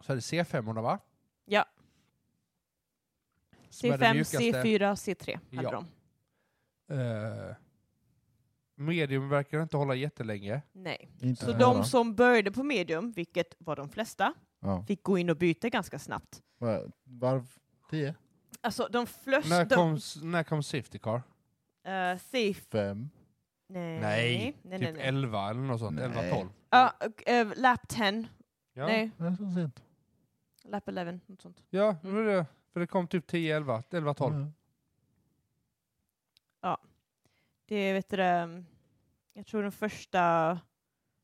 [SPEAKER 3] Så är det C5 va?
[SPEAKER 2] Ja.
[SPEAKER 3] Som är de
[SPEAKER 2] C5,
[SPEAKER 3] mjukaste.
[SPEAKER 2] C4, C3 hade
[SPEAKER 3] Ja.
[SPEAKER 2] de.
[SPEAKER 3] Eh, medium verkar inte hålla jättelänge.
[SPEAKER 2] Nej.
[SPEAKER 1] Inte
[SPEAKER 2] Så
[SPEAKER 1] så
[SPEAKER 2] de
[SPEAKER 1] bra.
[SPEAKER 2] som började på medium, vilket var de flesta,
[SPEAKER 1] Ja.
[SPEAKER 2] fick gå in och byta ganska snabbt.
[SPEAKER 1] Vad- Varv 10?
[SPEAKER 2] Alltså de flesta...
[SPEAKER 3] När kom, s- när kom Safety Car?
[SPEAKER 2] eh, safe...
[SPEAKER 1] 5?
[SPEAKER 2] Nej. nej, nej,
[SPEAKER 3] typ
[SPEAKER 2] nej.
[SPEAKER 3] 11 eller något sånt.
[SPEAKER 1] Nej.
[SPEAKER 3] 11-12.
[SPEAKER 2] Ja, och, eh, lap 10.
[SPEAKER 3] Ja.
[SPEAKER 2] Nej,
[SPEAKER 1] Det är så sent.
[SPEAKER 2] lap 11. Något sånt.
[SPEAKER 3] ja, det var det. För det kom typ 10-11. 11-12.
[SPEAKER 1] Ja.
[SPEAKER 2] Det vet du, det, um, Jag tror den första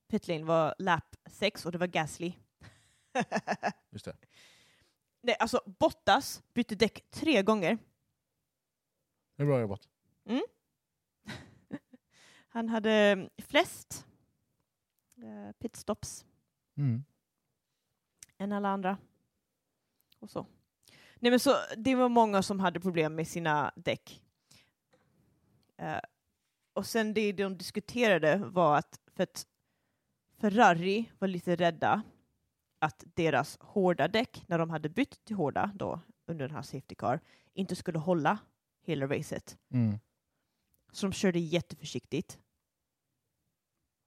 [SPEAKER 2] pitlane var lap 6 och det var Gasly.
[SPEAKER 1] Just det.
[SPEAKER 2] nej, alltså Bottas bytte däck tre gånger.
[SPEAKER 1] Det är bra jobbat.
[SPEAKER 2] Han hade um, flest eh, pitstops
[SPEAKER 1] Mm.
[SPEAKER 2] än alla andra. Och så. Nej, men så, det var många som hade problem med sina däck. Eh, och sen det de diskuterade var att, för att Ferrari var lite rädda att deras hårda däck, när de hade bytt till hårda då under den här Safety Car, inte skulle hålla hela racet.
[SPEAKER 1] Mm.
[SPEAKER 2] Så de körde jätteförsiktigt.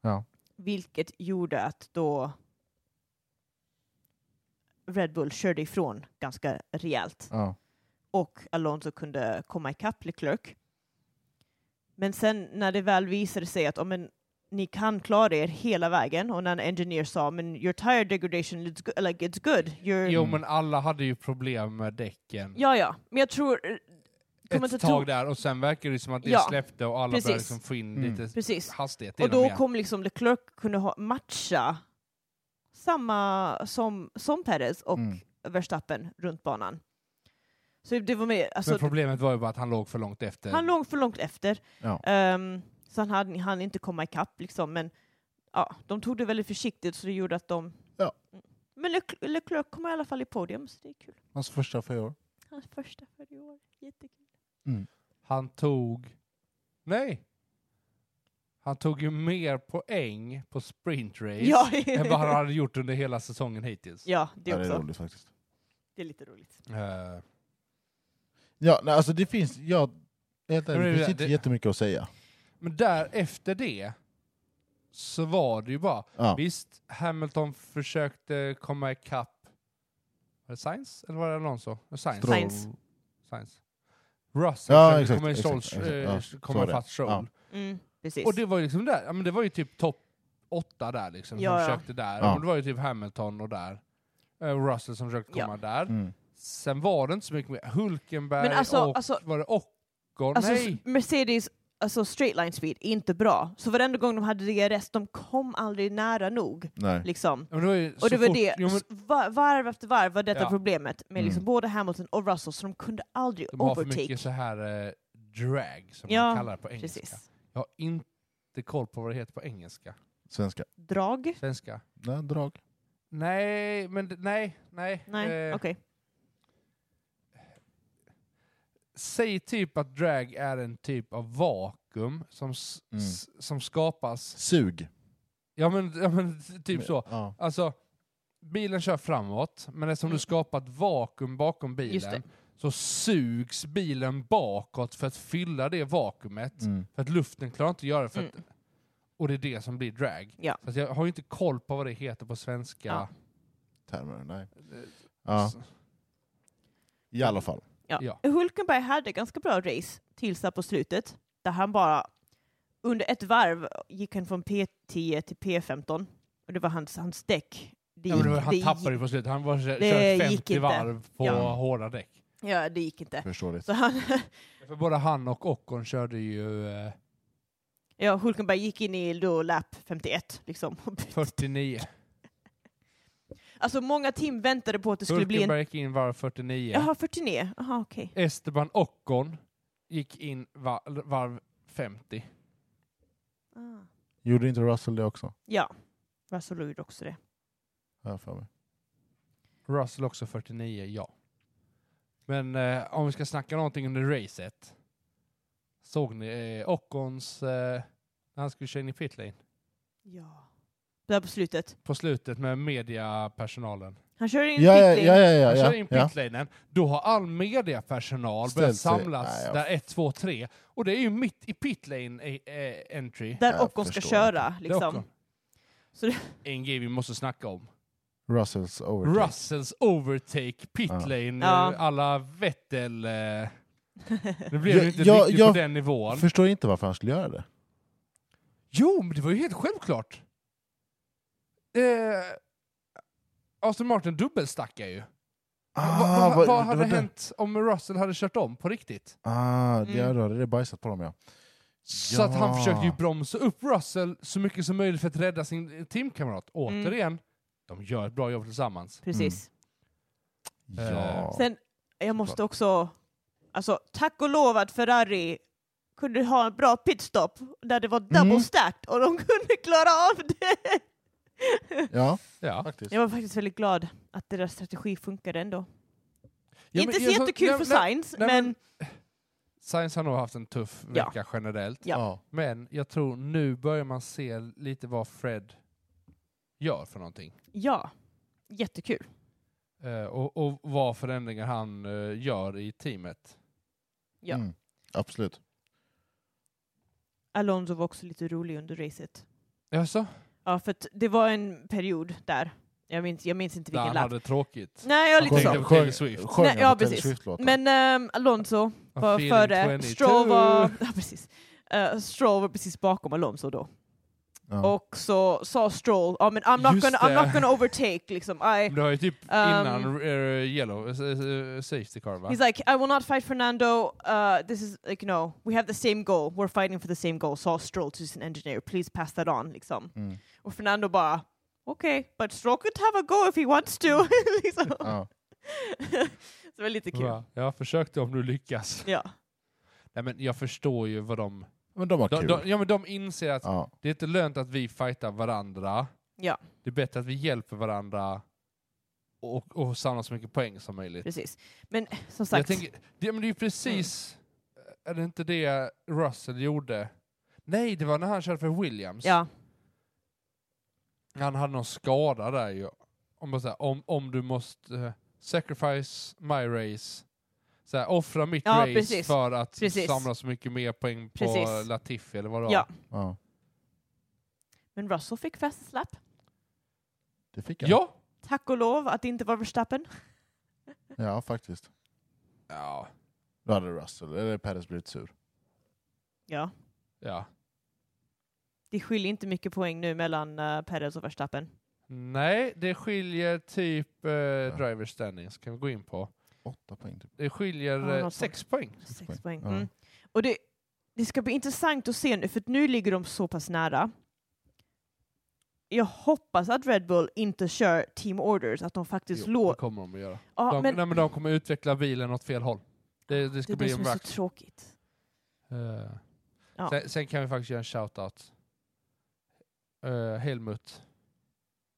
[SPEAKER 1] Ja.
[SPEAKER 2] Vilket gjorde att då Red Bull körde ifrån ganska rejält
[SPEAKER 1] Ja.
[SPEAKER 2] och Alonso kunde komma ikapp Leclerc. Men sen när det väl visade sig att oh, men, ni kan klara er hela vägen och när en engineer sa men your tire degradation it's good, like it's good. You're...
[SPEAKER 3] Jo,
[SPEAKER 1] Mm.
[SPEAKER 3] men alla hade ju problem med däcken
[SPEAKER 2] Ja, ja, men jag tror... eh,
[SPEAKER 3] ett
[SPEAKER 2] kommentator-
[SPEAKER 3] tag där och sen verkar det som att det
[SPEAKER 2] Ja.
[SPEAKER 3] släppte och alla började
[SPEAKER 2] Precis.
[SPEAKER 3] liksom få in
[SPEAKER 1] Mm.
[SPEAKER 3] lite
[SPEAKER 2] Precis.
[SPEAKER 3] hastighet i
[SPEAKER 2] Och
[SPEAKER 3] dem
[SPEAKER 2] då
[SPEAKER 3] igen.
[SPEAKER 2] kom liksom Leclerc kunde ha matcha samma som, som Perez och
[SPEAKER 1] Mm.
[SPEAKER 2] Verstappen runt banan. Så det var mer, alltså,
[SPEAKER 3] men problemet var ju bara att han låg för långt efter.
[SPEAKER 2] han låg för långt efter.
[SPEAKER 1] Ja.
[SPEAKER 2] Ehm, så han hann, hann inte komma ikapp liksom, men ja, de tog det väldigt försiktigt så det gjorde att de...
[SPEAKER 1] Ja.
[SPEAKER 2] Mm. Men Lec- Leclerc kommer i alla fall i podium så det är kul.
[SPEAKER 1] Hans första fyra år.
[SPEAKER 2] Hans första för i år, jättekul.
[SPEAKER 3] Han tog... Nej! Han tog ju mer poäng på sprintrace
[SPEAKER 2] Ja,
[SPEAKER 3] än vad han hade gjort under hela säsongen hittills.
[SPEAKER 2] ja det
[SPEAKER 1] Ja,
[SPEAKER 2] också.
[SPEAKER 1] det är roligt faktiskt.
[SPEAKER 2] det är lite roligt.
[SPEAKER 3] Eh,
[SPEAKER 1] Ja, nej, alltså det finns, ja, helt
[SPEAKER 3] men
[SPEAKER 1] ärligt, det
[SPEAKER 3] det-
[SPEAKER 1] finns inte
[SPEAKER 3] det-
[SPEAKER 1] jättemycket att säga.
[SPEAKER 3] men där efter det så var det ju bara...
[SPEAKER 1] Ja.
[SPEAKER 3] Visst, Hamilton försökte komma ikapp... Var det Sainz eller var det Alonso? Sainz.
[SPEAKER 2] Stroll. Sainz.
[SPEAKER 3] Sainz. Russell
[SPEAKER 1] Ja,
[SPEAKER 3] försökte
[SPEAKER 1] exakt,
[SPEAKER 3] komma, i
[SPEAKER 1] exakt,
[SPEAKER 3] Strolls,
[SPEAKER 1] exakt,
[SPEAKER 3] eh,
[SPEAKER 1] ja, så
[SPEAKER 3] komma
[SPEAKER 1] var det.
[SPEAKER 3] ifatt Stroll.
[SPEAKER 1] Ja.
[SPEAKER 2] Mm, precis.
[SPEAKER 3] Och det var ju liksom där, ja, men det var ju typ topp åtta där liksom,
[SPEAKER 2] Ja,
[SPEAKER 3] som
[SPEAKER 2] ja.
[SPEAKER 3] försökte där.
[SPEAKER 1] Ja.
[SPEAKER 3] Och det var ju typ Hamilton och där. Eh, Russell som försökte
[SPEAKER 2] Ja.
[SPEAKER 3] komma där.
[SPEAKER 1] Mm.
[SPEAKER 3] Sen var det inte så mycket mer. Hulkenberg
[SPEAKER 2] Men alltså-
[SPEAKER 3] och
[SPEAKER 2] alltså-
[SPEAKER 3] var det Ockon?
[SPEAKER 2] Alltså,
[SPEAKER 3] Nej!
[SPEAKER 2] Mercedes alltså straight line speed, inte bra. Så varenda gång de hade DRS, de kom aldrig nära nog.
[SPEAKER 1] Nej.
[SPEAKER 2] Liksom.
[SPEAKER 3] Ja, Men det var ju så
[SPEAKER 2] Och det var
[SPEAKER 3] fort-
[SPEAKER 2] det,
[SPEAKER 3] Jo, men
[SPEAKER 2] S- var, varv efter varv var detta
[SPEAKER 3] Ja.
[SPEAKER 2] problemet med
[SPEAKER 1] Mm.
[SPEAKER 2] liksom både Hamilton och Russell, så de kunde aldrig
[SPEAKER 3] de har för
[SPEAKER 2] overtake.
[SPEAKER 3] mycket så här eh, drag, som
[SPEAKER 2] Ja,
[SPEAKER 3] man kallar det på engelska.
[SPEAKER 2] Precis.
[SPEAKER 3] Jag har inte koll på vad det heter på engelska.
[SPEAKER 1] Svenska.
[SPEAKER 2] Drag?
[SPEAKER 3] Svenska?
[SPEAKER 1] Nej, drag.
[SPEAKER 3] Nej, men d- nej, nej.
[SPEAKER 2] Nej,
[SPEAKER 3] Eh,
[SPEAKER 2] okej.
[SPEAKER 3] Säg typ att drag är en typ av vakuum som, s-
[SPEAKER 1] Mm.
[SPEAKER 3] s- som skapas
[SPEAKER 1] Sug.
[SPEAKER 3] Ja men, ja, men typ så.
[SPEAKER 1] Ja.
[SPEAKER 3] Alltså, bilen kör framåt, men eftersom
[SPEAKER 2] Mm.
[SPEAKER 3] du skapar ett vakuum bakom
[SPEAKER 2] Just
[SPEAKER 3] bilen så sugs bilen bakåt för att fylla det vakuumet.
[SPEAKER 1] Mm.
[SPEAKER 3] För att luften klarar inte att göra det. För att, Och det är det som blir drag.
[SPEAKER 2] Mm. Ja.
[SPEAKER 3] Så att jag har ju inte koll på vad det heter på svenska. Eh,
[SPEAKER 2] Ja.
[SPEAKER 1] Termer, nej. Ja, I alla fall.
[SPEAKER 3] Ja.
[SPEAKER 2] Hulkenberg hade ganska bra race tills där på slutet, där han bara under ett varv gick han från P10 till P15 och det var hans, hans däck. Det
[SPEAKER 3] Ja, men det var,
[SPEAKER 2] gick-
[SPEAKER 3] han
[SPEAKER 2] det
[SPEAKER 3] tappade ju på slutet. Han var
[SPEAKER 2] Det
[SPEAKER 3] körde
[SPEAKER 2] gick
[SPEAKER 3] 50
[SPEAKER 2] inte.
[SPEAKER 3] varv på
[SPEAKER 1] Ja.
[SPEAKER 3] hårda däck.
[SPEAKER 2] gick- Ja, det gick inte.
[SPEAKER 1] Förståeligt.
[SPEAKER 2] Så han,
[SPEAKER 3] För både han och Ockon körde ju eh,
[SPEAKER 2] ja, Hulkenberg gick in i då lap 51 liksom.
[SPEAKER 3] 49.
[SPEAKER 2] Alltså många tim väntade på att det skulle bli en...
[SPEAKER 3] Hulkenberg gick in varv 49.
[SPEAKER 2] Jaha, 49. Jaha, okej.
[SPEAKER 3] Esteban Ockon gick in varv, varv 50.
[SPEAKER 2] Ah.
[SPEAKER 1] Gjorde inte Russell det också?
[SPEAKER 2] Ja, Russell gjorde också det.
[SPEAKER 1] Har jag för mig.
[SPEAKER 3] Russell också 49, ja. Men eh, om vi ska snacka någonting under racet. Såg ni eh, Ockons... Eh, när han skulle köra in i pitlane.
[SPEAKER 2] Ja. Där på slutet.
[SPEAKER 3] På slutet med mediapersonalen.
[SPEAKER 2] Han körde in i
[SPEAKER 1] Ja, ja,
[SPEAKER 2] pit lane.
[SPEAKER 1] ja, ja, ja,
[SPEAKER 3] Han
[SPEAKER 1] ja,
[SPEAKER 3] kör in
[SPEAKER 1] ja.
[SPEAKER 3] pitlanen, då har all mediapersonal
[SPEAKER 1] Ställt
[SPEAKER 3] börjat
[SPEAKER 1] sig.
[SPEAKER 3] samlas
[SPEAKER 1] Nej, jag-
[SPEAKER 3] där 1, 2, 3. Och det är ju mitt i pitlane eh, eh, entry.
[SPEAKER 2] Där
[SPEAKER 1] Jag
[SPEAKER 2] Ockon ska
[SPEAKER 1] förstår
[SPEAKER 2] köra.
[SPEAKER 3] Det är
[SPEAKER 2] Liksom.
[SPEAKER 3] Ockon.
[SPEAKER 2] Så det-
[SPEAKER 3] En grej vi måste snacka om.
[SPEAKER 1] Russells overtake.
[SPEAKER 3] Russells overtake pitlane,
[SPEAKER 2] Ja.
[SPEAKER 3] ja. alla Vettel... eh,
[SPEAKER 1] Mm.
[SPEAKER 3] Nu blev det
[SPEAKER 1] Jag-
[SPEAKER 3] inte
[SPEAKER 1] jag-
[SPEAKER 3] riktigt
[SPEAKER 1] jag-
[SPEAKER 3] på den nivån.
[SPEAKER 1] Förstår inte varför han skulle göra det.
[SPEAKER 3] Jo, men det var ju helt självklart. Eh, Aston Martin dubbelstackar ju. Va- va-
[SPEAKER 1] Ah, vad-
[SPEAKER 3] vad
[SPEAKER 1] det
[SPEAKER 3] hade
[SPEAKER 1] var det.
[SPEAKER 3] hänt om Russell hade kört om på riktigt?
[SPEAKER 1] Ah, det
[SPEAKER 2] Mm.
[SPEAKER 1] mm. hade det bajsat på dem ja.
[SPEAKER 3] Så att han försökte ju bromsa upp Russell så mycket som möjligt för att rädda sin teamkamrat.
[SPEAKER 2] Mm.
[SPEAKER 3] Återigen, de gör ett bra jobb tillsammans.
[SPEAKER 2] Precis.
[SPEAKER 1] Ja.
[SPEAKER 2] Sen, jag måste också... Alltså, tack och lov att Ferrari kunde ha en bra pitstop där det var double
[SPEAKER 1] Mm.
[SPEAKER 2] stacked och de kunde klara av det.
[SPEAKER 1] ja,
[SPEAKER 3] Ja.
[SPEAKER 1] faktiskt.
[SPEAKER 2] Jag var faktiskt väldigt glad att deras strategi funkade ändå.
[SPEAKER 3] Ja,
[SPEAKER 2] Inte
[SPEAKER 3] men-
[SPEAKER 2] så
[SPEAKER 3] ja, som-
[SPEAKER 2] jättekul
[SPEAKER 3] nej,
[SPEAKER 2] för
[SPEAKER 3] nej,
[SPEAKER 2] Sainz,
[SPEAKER 3] nej,
[SPEAKER 2] men,
[SPEAKER 3] men- Sainz har nog haft en tuff
[SPEAKER 2] Ja.
[SPEAKER 3] vecka generellt.
[SPEAKER 2] Ja.
[SPEAKER 3] Men jag tror nu börjar man se lite vad Fred gör för någonting.
[SPEAKER 2] ja, jättekul.
[SPEAKER 3] Eh, och, och vad förändringar han eh, gör i teamet.
[SPEAKER 2] Ja.
[SPEAKER 1] Mm. Absolut.
[SPEAKER 2] Alonso var också lite rolig under racet.
[SPEAKER 3] Jaså?
[SPEAKER 2] Ja, för att det var en period där, jag minns, jag minns inte
[SPEAKER 3] Där
[SPEAKER 2] vilken
[SPEAKER 3] han
[SPEAKER 2] lapp.
[SPEAKER 3] hade tråkigt.
[SPEAKER 2] Nej, jag lite
[SPEAKER 3] Kom
[SPEAKER 2] så.
[SPEAKER 3] igen. Taylor Swift.
[SPEAKER 1] sjöng
[SPEAKER 2] Nej, ja,
[SPEAKER 1] om Taylor
[SPEAKER 2] precis.
[SPEAKER 1] Swift-låten.
[SPEAKER 2] Men ehm, Alonso var
[SPEAKER 3] Feeling
[SPEAKER 2] före,
[SPEAKER 3] 22.
[SPEAKER 2] Stroll var, ja, precis. Eh, Stroll var precis bakom Alonso då.
[SPEAKER 1] ja.
[SPEAKER 2] Och så sa Stroll, ja men I'm not,
[SPEAKER 3] Just
[SPEAKER 2] gonna, I'm
[SPEAKER 3] det.
[SPEAKER 2] not gonna overtake liksom. I,
[SPEAKER 3] Men Det var ju typ
[SPEAKER 2] Ehm.
[SPEAKER 3] innan eh, yellow, eh, eh, safety car va?
[SPEAKER 2] He's like, I will not fight Fernando. Uh, this is like, no, we have the same goal. We're fighting for the same goal. Saul Stroll to an engineer. Please pass that on. Liksom.
[SPEAKER 1] Mm.
[SPEAKER 2] Och Fernando bara, okay, but Stroll could have a go if he wants to. liksom.
[SPEAKER 1] Ja.
[SPEAKER 2] Så det var lite kul.
[SPEAKER 3] Va? Jag försökte om du lyckas.
[SPEAKER 2] Ja.
[SPEAKER 3] Nej men jag förstår ju vad de...
[SPEAKER 1] Men de har
[SPEAKER 3] De,
[SPEAKER 1] kul.
[SPEAKER 3] de, ja men de inser att
[SPEAKER 1] ja.
[SPEAKER 3] det är inte lönt att vi fightar varandra.
[SPEAKER 2] ja,
[SPEAKER 3] Det är bättre att vi hjälper varandra och, och samlar så mycket poäng som möjligt.
[SPEAKER 2] precis. Men eh, som
[SPEAKER 3] Jag
[SPEAKER 2] sagt,
[SPEAKER 3] tänker, det, men det är ju precis,
[SPEAKER 2] Mm.
[SPEAKER 3] är det inte det Russell gjorde? Nej, det var när han körde för Williams.
[SPEAKER 2] ja,
[SPEAKER 3] Han hade någon skada där ju. Om, man säger, om, om du måste eh, sacrifice my race, så här, offra mitt
[SPEAKER 2] Ja,
[SPEAKER 3] race
[SPEAKER 2] precis.
[SPEAKER 3] för att
[SPEAKER 2] Precis.
[SPEAKER 3] samla så mycket mer poäng på
[SPEAKER 2] Precis.
[SPEAKER 3] Latifi eller vad det
[SPEAKER 2] ja.
[SPEAKER 3] var.
[SPEAKER 1] Ja.
[SPEAKER 2] Men Russell fick fast slapp.
[SPEAKER 1] Det fick jag.
[SPEAKER 3] Ja.
[SPEAKER 2] Tack och lov att det inte var Verstappen.
[SPEAKER 1] ja, faktiskt.
[SPEAKER 3] ja!
[SPEAKER 1] Då hade Russell, eller Perez blivit sur.
[SPEAKER 2] Ja,
[SPEAKER 3] Ja.
[SPEAKER 2] det skiljer inte mycket poäng nu mellan eh, Perez och Verstappen.
[SPEAKER 3] Nej, det skiljer typ eh, driver standings, kan vi gå in på.
[SPEAKER 1] Åtta poäng typ.
[SPEAKER 3] Det skiljer
[SPEAKER 2] Ja,
[SPEAKER 3] eh,
[SPEAKER 2] något
[SPEAKER 3] sex poäng.
[SPEAKER 2] Sex
[SPEAKER 1] poäng.
[SPEAKER 2] poäng.
[SPEAKER 1] Ja.
[SPEAKER 2] Mm. Och det, det ska bli intressant att se nu, för att nu ligger de så pass nära. Jag hoppas att Red Bull inte kör team orders, att de faktiskt
[SPEAKER 3] Jo, det
[SPEAKER 2] låter...
[SPEAKER 3] kommer de att göra.
[SPEAKER 2] Ja,
[SPEAKER 3] de,
[SPEAKER 2] men
[SPEAKER 3] nej, men de kommer utveckla bilen åt fel håll. Det, det
[SPEAKER 2] det
[SPEAKER 3] ska
[SPEAKER 2] är
[SPEAKER 3] bli
[SPEAKER 2] det som
[SPEAKER 3] en
[SPEAKER 2] är så
[SPEAKER 3] wrack.
[SPEAKER 2] tråkigt.
[SPEAKER 3] Eh,
[SPEAKER 2] Ja.
[SPEAKER 3] sen, sen kan vi faktiskt göra en shout-out. Eh, Helmut.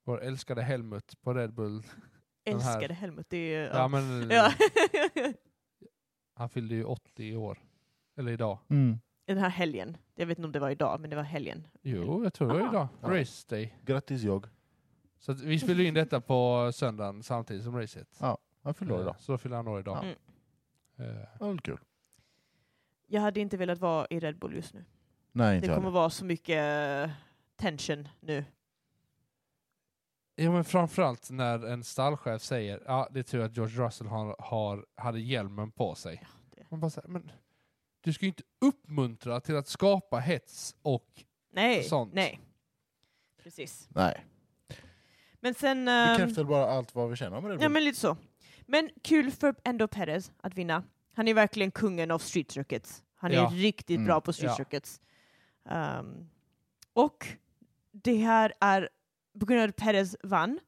[SPEAKER 3] Vår älskade Helmut på Red Bull. Den här-
[SPEAKER 2] Älskade Helmut, det är...
[SPEAKER 3] Ja, men,
[SPEAKER 2] ja.
[SPEAKER 3] Han fyllde ju 80 i år. Eller idag.
[SPEAKER 1] Mm.
[SPEAKER 2] Den här helgen. Jag vet inte om det var idag, men det var helgen.
[SPEAKER 3] Jo, jag tror det var
[SPEAKER 2] Ah.
[SPEAKER 3] idag.
[SPEAKER 1] Ja.
[SPEAKER 3] Race day.
[SPEAKER 1] Grattis jag.
[SPEAKER 3] Så att vi spelar in detta på söndagen samtidigt som racet.
[SPEAKER 1] Han fyller år idag.
[SPEAKER 3] Så då fyller han år idag.
[SPEAKER 2] Mm.
[SPEAKER 3] Eh,
[SPEAKER 1] Det var väl kul.
[SPEAKER 2] Jag hade inte velat vara i Red Bull just nu.
[SPEAKER 1] Nej, inte
[SPEAKER 2] Det
[SPEAKER 1] jag
[SPEAKER 2] kommer vara så mycket eh, tension nu.
[SPEAKER 3] Ja men framförallt när en stallchef säger ja det är tur att George Russell har, har, hade hjälmen på sig.
[SPEAKER 2] det-
[SPEAKER 3] Man bara så här, men du ska ju inte uppmuntra till att skapa hets och
[SPEAKER 2] Nej,
[SPEAKER 3] Sånt.
[SPEAKER 2] nej. Precis.
[SPEAKER 1] Nej.
[SPEAKER 2] Men sen...
[SPEAKER 1] Det
[SPEAKER 2] ehm,
[SPEAKER 1] bekräftar väl bara allt vad vi känner om Red Bull.
[SPEAKER 2] Ja, men lite så. Men kul för ändå Perez att vinna. Han är verkligen kungen av street circuits. Han är
[SPEAKER 3] Ja.
[SPEAKER 2] riktigt
[SPEAKER 1] Mm.
[SPEAKER 2] bra på street
[SPEAKER 3] Ja.
[SPEAKER 2] circuits. Ehm, och det här är, på grund av att Perez vann,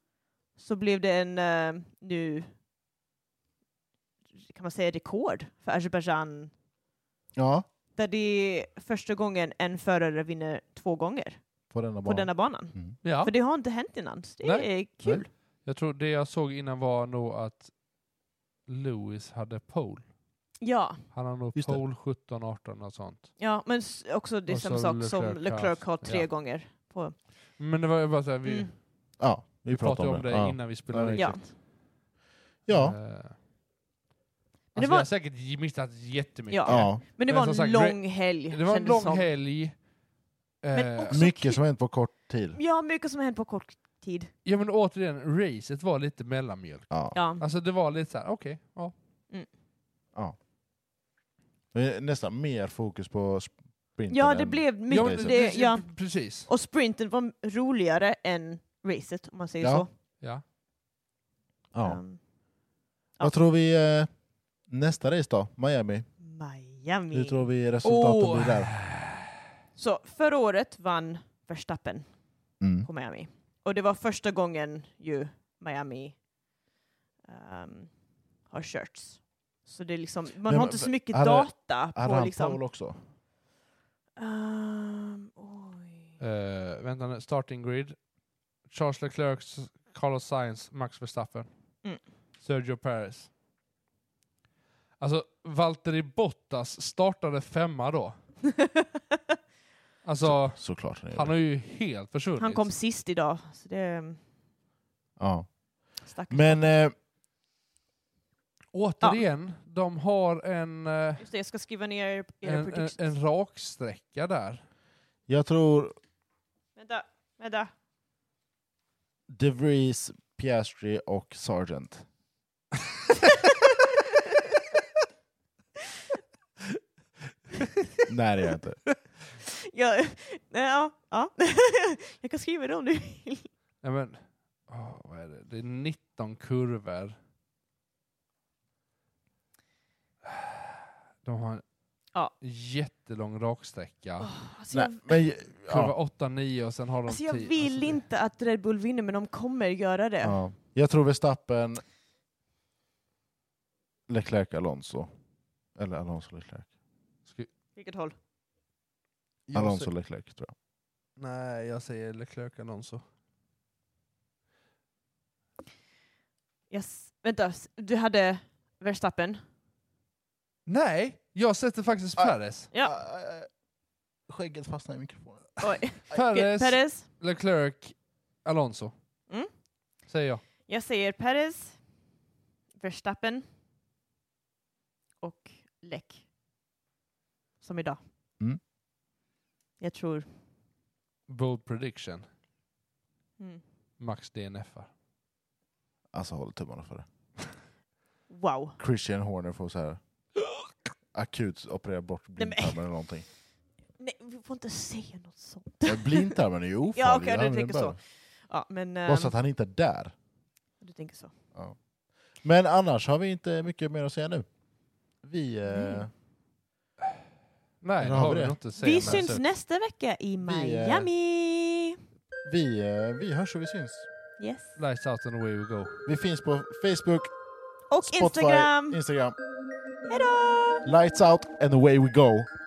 [SPEAKER 2] så blev det en, eh, nu, kan man säga rekord för Azerbaijan.
[SPEAKER 1] Ja,
[SPEAKER 2] Där det är första gången en förare vinner två gånger
[SPEAKER 1] på denna
[SPEAKER 2] på
[SPEAKER 1] bana.
[SPEAKER 2] denna banan.
[SPEAKER 1] Mm.
[SPEAKER 3] ja.
[SPEAKER 2] För det har inte hänt innan, så det
[SPEAKER 3] Nej.
[SPEAKER 2] är kul.
[SPEAKER 3] Jag tror det jag såg innan var nog att Lewis hade pole.
[SPEAKER 2] Ja.
[SPEAKER 3] Han har nog
[SPEAKER 1] Just det.
[SPEAKER 3] pole 17, 18 och sånt.
[SPEAKER 2] Ja, men s- också det är
[SPEAKER 3] Och
[SPEAKER 2] samma
[SPEAKER 3] så
[SPEAKER 2] sak
[SPEAKER 3] Leclerc
[SPEAKER 2] som Leclerc
[SPEAKER 3] haft,
[SPEAKER 2] har tre
[SPEAKER 3] ja.
[SPEAKER 2] gånger. På.
[SPEAKER 3] Men det var ju bara så här, vi
[SPEAKER 2] Mm.
[SPEAKER 1] Ja, vi pratar
[SPEAKER 3] pratade om det
[SPEAKER 1] Ja.
[SPEAKER 3] innan vi spelade
[SPEAKER 1] Ja,
[SPEAKER 3] in.
[SPEAKER 2] Ja.
[SPEAKER 1] Ja.
[SPEAKER 3] Eh, alltså,
[SPEAKER 2] det
[SPEAKER 3] Vi
[SPEAKER 2] var-
[SPEAKER 3] har säkert missat jättemycket.
[SPEAKER 2] Ja.
[SPEAKER 1] ja.
[SPEAKER 2] Men det
[SPEAKER 3] Men
[SPEAKER 2] var
[SPEAKER 3] som
[SPEAKER 2] en
[SPEAKER 3] sagt,
[SPEAKER 2] lång helg.
[SPEAKER 3] Det var en
[SPEAKER 2] kändes
[SPEAKER 3] lång
[SPEAKER 2] som.
[SPEAKER 3] helg.
[SPEAKER 2] Men
[SPEAKER 3] Eh,
[SPEAKER 2] också- Alltså, Så kul.
[SPEAKER 1] Mycket som har hänt på kort tid.
[SPEAKER 2] Ja, mycket som hände på kort tid.
[SPEAKER 3] Ja men återigen, racet var lite mellanmjölk.
[SPEAKER 1] Ja.
[SPEAKER 2] Ja.
[SPEAKER 3] Alltså det var lite så här, okej, ja.
[SPEAKER 1] Det är Nästan mer fokus på sprinten.
[SPEAKER 2] ja, det
[SPEAKER 1] än-
[SPEAKER 2] blev
[SPEAKER 3] ja,
[SPEAKER 2] mycket.
[SPEAKER 1] men
[SPEAKER 2] det, ja.
[SPEAKER 3] precis.
[SPEAKER 2] Och sprinten var roligare än racet, om man säger
[SPEAKER 1] Ja.
[SPEAKER 2] så.
[SPEAKER 3] Ja.
[SPEAKER 1] Ja.
[SPEAKER 2] Um,
[SPEAKER 1] Vad tror vi eh, nästa race då? Miami.
[SPEAKER 2] Miami.
[SPEAKER 1] Hur tror vi resultaten
[SPEAKER 3] Åh.
[SPEAKER 1] blir där?
[SPEAKER 2] Så förra året vann Verstappen
[SPEAKER 1] Mm.
[SPEAKER 2] på Miami. Och det var första gången ju Miami ehm, har körts. Så det är liksom, man
[SPEAKER 1] Men
[SPEAKER 2] har
[SPEAKER 1] vad-
[SPEAKER 2] inte så mycket
[SPEAKER 1] hade-
[SPEAKER 2] data
[SPEAKER 1] Hade
[SPEAKER 2] på
[SPEAKER 1] han
[SPEAKER 2] liksom...
[SPEAKER 1] pole också?
[SPEAKER 2] Um, oj.
[SPEAKER 3] Eh, vänta nu, starting grid. Charles Leclerc, Carlos Sainz, Max Verstappen.
[SPEAKER 2] Mm.
[SPEAKER 3] Sergio Perez. Alltså, Valtteri Bottas startade femma då. Alltså,
[SPEAKER 1] Såklart han
[SPEAKER 3] han
[SPEAKER 1] gjorde.
[SPEAKER 3] har ju helt försvunnit.
[SPEAKER 2] Han kom sist idag, så det mm,
[SPEAKER 1] Ja.
[SPEAKER 2] stackars.
[SPEAKER 1] Men eh,
[SPEAKER 3] Återigen, de har en, eh,
[SPEAKER 2] Just det, jag ska skriva ner er- era
[SPEAKER 3] en, en,
[SPEAKER 2] predictions.
[SPEAKER 3] en raksträcka där.
[SPEAKER 1] jag tror
[SPEAKER 2] Vänta, vänta.
[SPEAKER 1] De Vries, Piastri och Sargent. Nej, det gör jag inte.
[SPEAKER 2] Ja, nej, ja, ja. jag kan skriva det om du vill.
[SPEAKER 3] Nej men, åh, vad är det? Det är 19 kurvor. De har en
[SPEAKER 2] Ja.
[SPEAKER 3] jättelång raksträcka.
[SPEAKER 2] Alltså,
[SPEAKER 1] Nej,
[SPEAKER 2] jag,
[SPEAKER 1] men,
[SPEAKER 3] Kurva
[SPEAKER 1] ja,
[SPEAKER 3] 8, 9 och sen har de
[SPEAKER 2] alltså, jag
[SPEAKER 3] 10.
[SPEAKER 2] vill
[SPEAKER 3] Alltså, det-
[SPEAKER 2] inte att Red Bull vinner, men de kommer göra det.
[SPEAKER 1] ja. Jag tror Verstappen, Leclerc, Alonso. Eller Alonso, Leclerc.
[SPEAKER 3] Ska-
[SPEAKER 2] Vilket håll?
[SPEAKER 3] jag
[SPEAKER 1] Alonso,
[SPEAKER 3] säger-
[SPEAKER 1] Leclerc tror jag.
[SPEAKER 3] Nej, jag säger Leclerc Alonso.
[SPEAKER 2] Yes. Vänta, s- du hade Verstappen.
[SPEAKER 3] Nej, jag sätter faktiskt
[SPEAKER 1] Ah.
[SPEAKER 3] Perez.
[SPEAKER 2] Ja.
[SPEAKER 1] Äh, skägget fastnar i mikrofonen.
[SPEAKER 2] Oj.
[SPEAKER 1] Ah,
[SPEAKER 3] Perez,
[SPEAKER 2] Perez.
[SPEAKER 3] Leclerc, Alonso.
[SPEAKER 2] Mm.
[SPEAKER 3] Säger jag.
[SPEAKER 2] Jag säger Perez, Verstappen och Leck. Som idag.
[SPEAKER 1] Mm.
[SPEAKER 2] Jag tror...
[SPEAKER 3] Bold prediction.
[SPEAKER 2] Mm.
[SPEAKER 3] Max DNF. -ar.
[SPEAKER 1] Alltså håll tummarna för det.
[SPEAKER 2] Wow.
[SPEAKER 1] Christian Horner får så här akut operera bort
[SPEAKER 2] men-
[SPEAKER 1] blindtarmen eller någonting.
[SPEAKER 2] Nej, vi får inte säga något sånt.
[SPEAKER 1] Men Blindtarmen är ju ofarlig.
[SPEAKER 2] Ja, okej,
[SPEAKER 1] Han
[SPEAKER 2] du
[SPEAKER 1] är
[SPEAKER 2] tänker
[SPEAKER 1] bara-
[SPEAKER 2] så. Ja, men...
[SPEAKER 1] Bara
[SPEAKER 2] ehm,
[SPEAKER 1] så att han inte är där.
[SPEAKER 2] Du tänker så.
[SPEAKER 1] Men annars har vi inte mycket mer att säga nu. Vi, eh,
[SPEAKER 2] Mm.
[SPEAKER 3] Nej,
[SPEAKER 1] Eller
[SPEAKER 3] det
[SPEAKER 1] har
[SPEAKER 3] har
[SPEAKER 1] vi
[SPEAKER 3] vi
[SPEAKER 1] det?
[SPEAKER 3] nog inte. säger
[SPEAKER 2] Vi
[SPEAKER 3] jag.
[SPEAKER 2] syns nästa vecka i
[SPEAKER 1] eh,
[SPEAKER 2] Miami!
[SPEAKER 1] vi, eh, vi hörs och vi syns.
[SPEAKER 2] Yes.
[SPEAKER 3] Lights out and away we go.
[SPEAKER 1] Vi finns på Facebook,
[SPEAKER 2] Och
[SPEAKER 1] Spotify,
[SPEAKER 2] Instagram!
[SPEAKER 1] Instagram.
[SPEAKER 2] Hej då!
[SPEAKER 1] Lights out and away we go.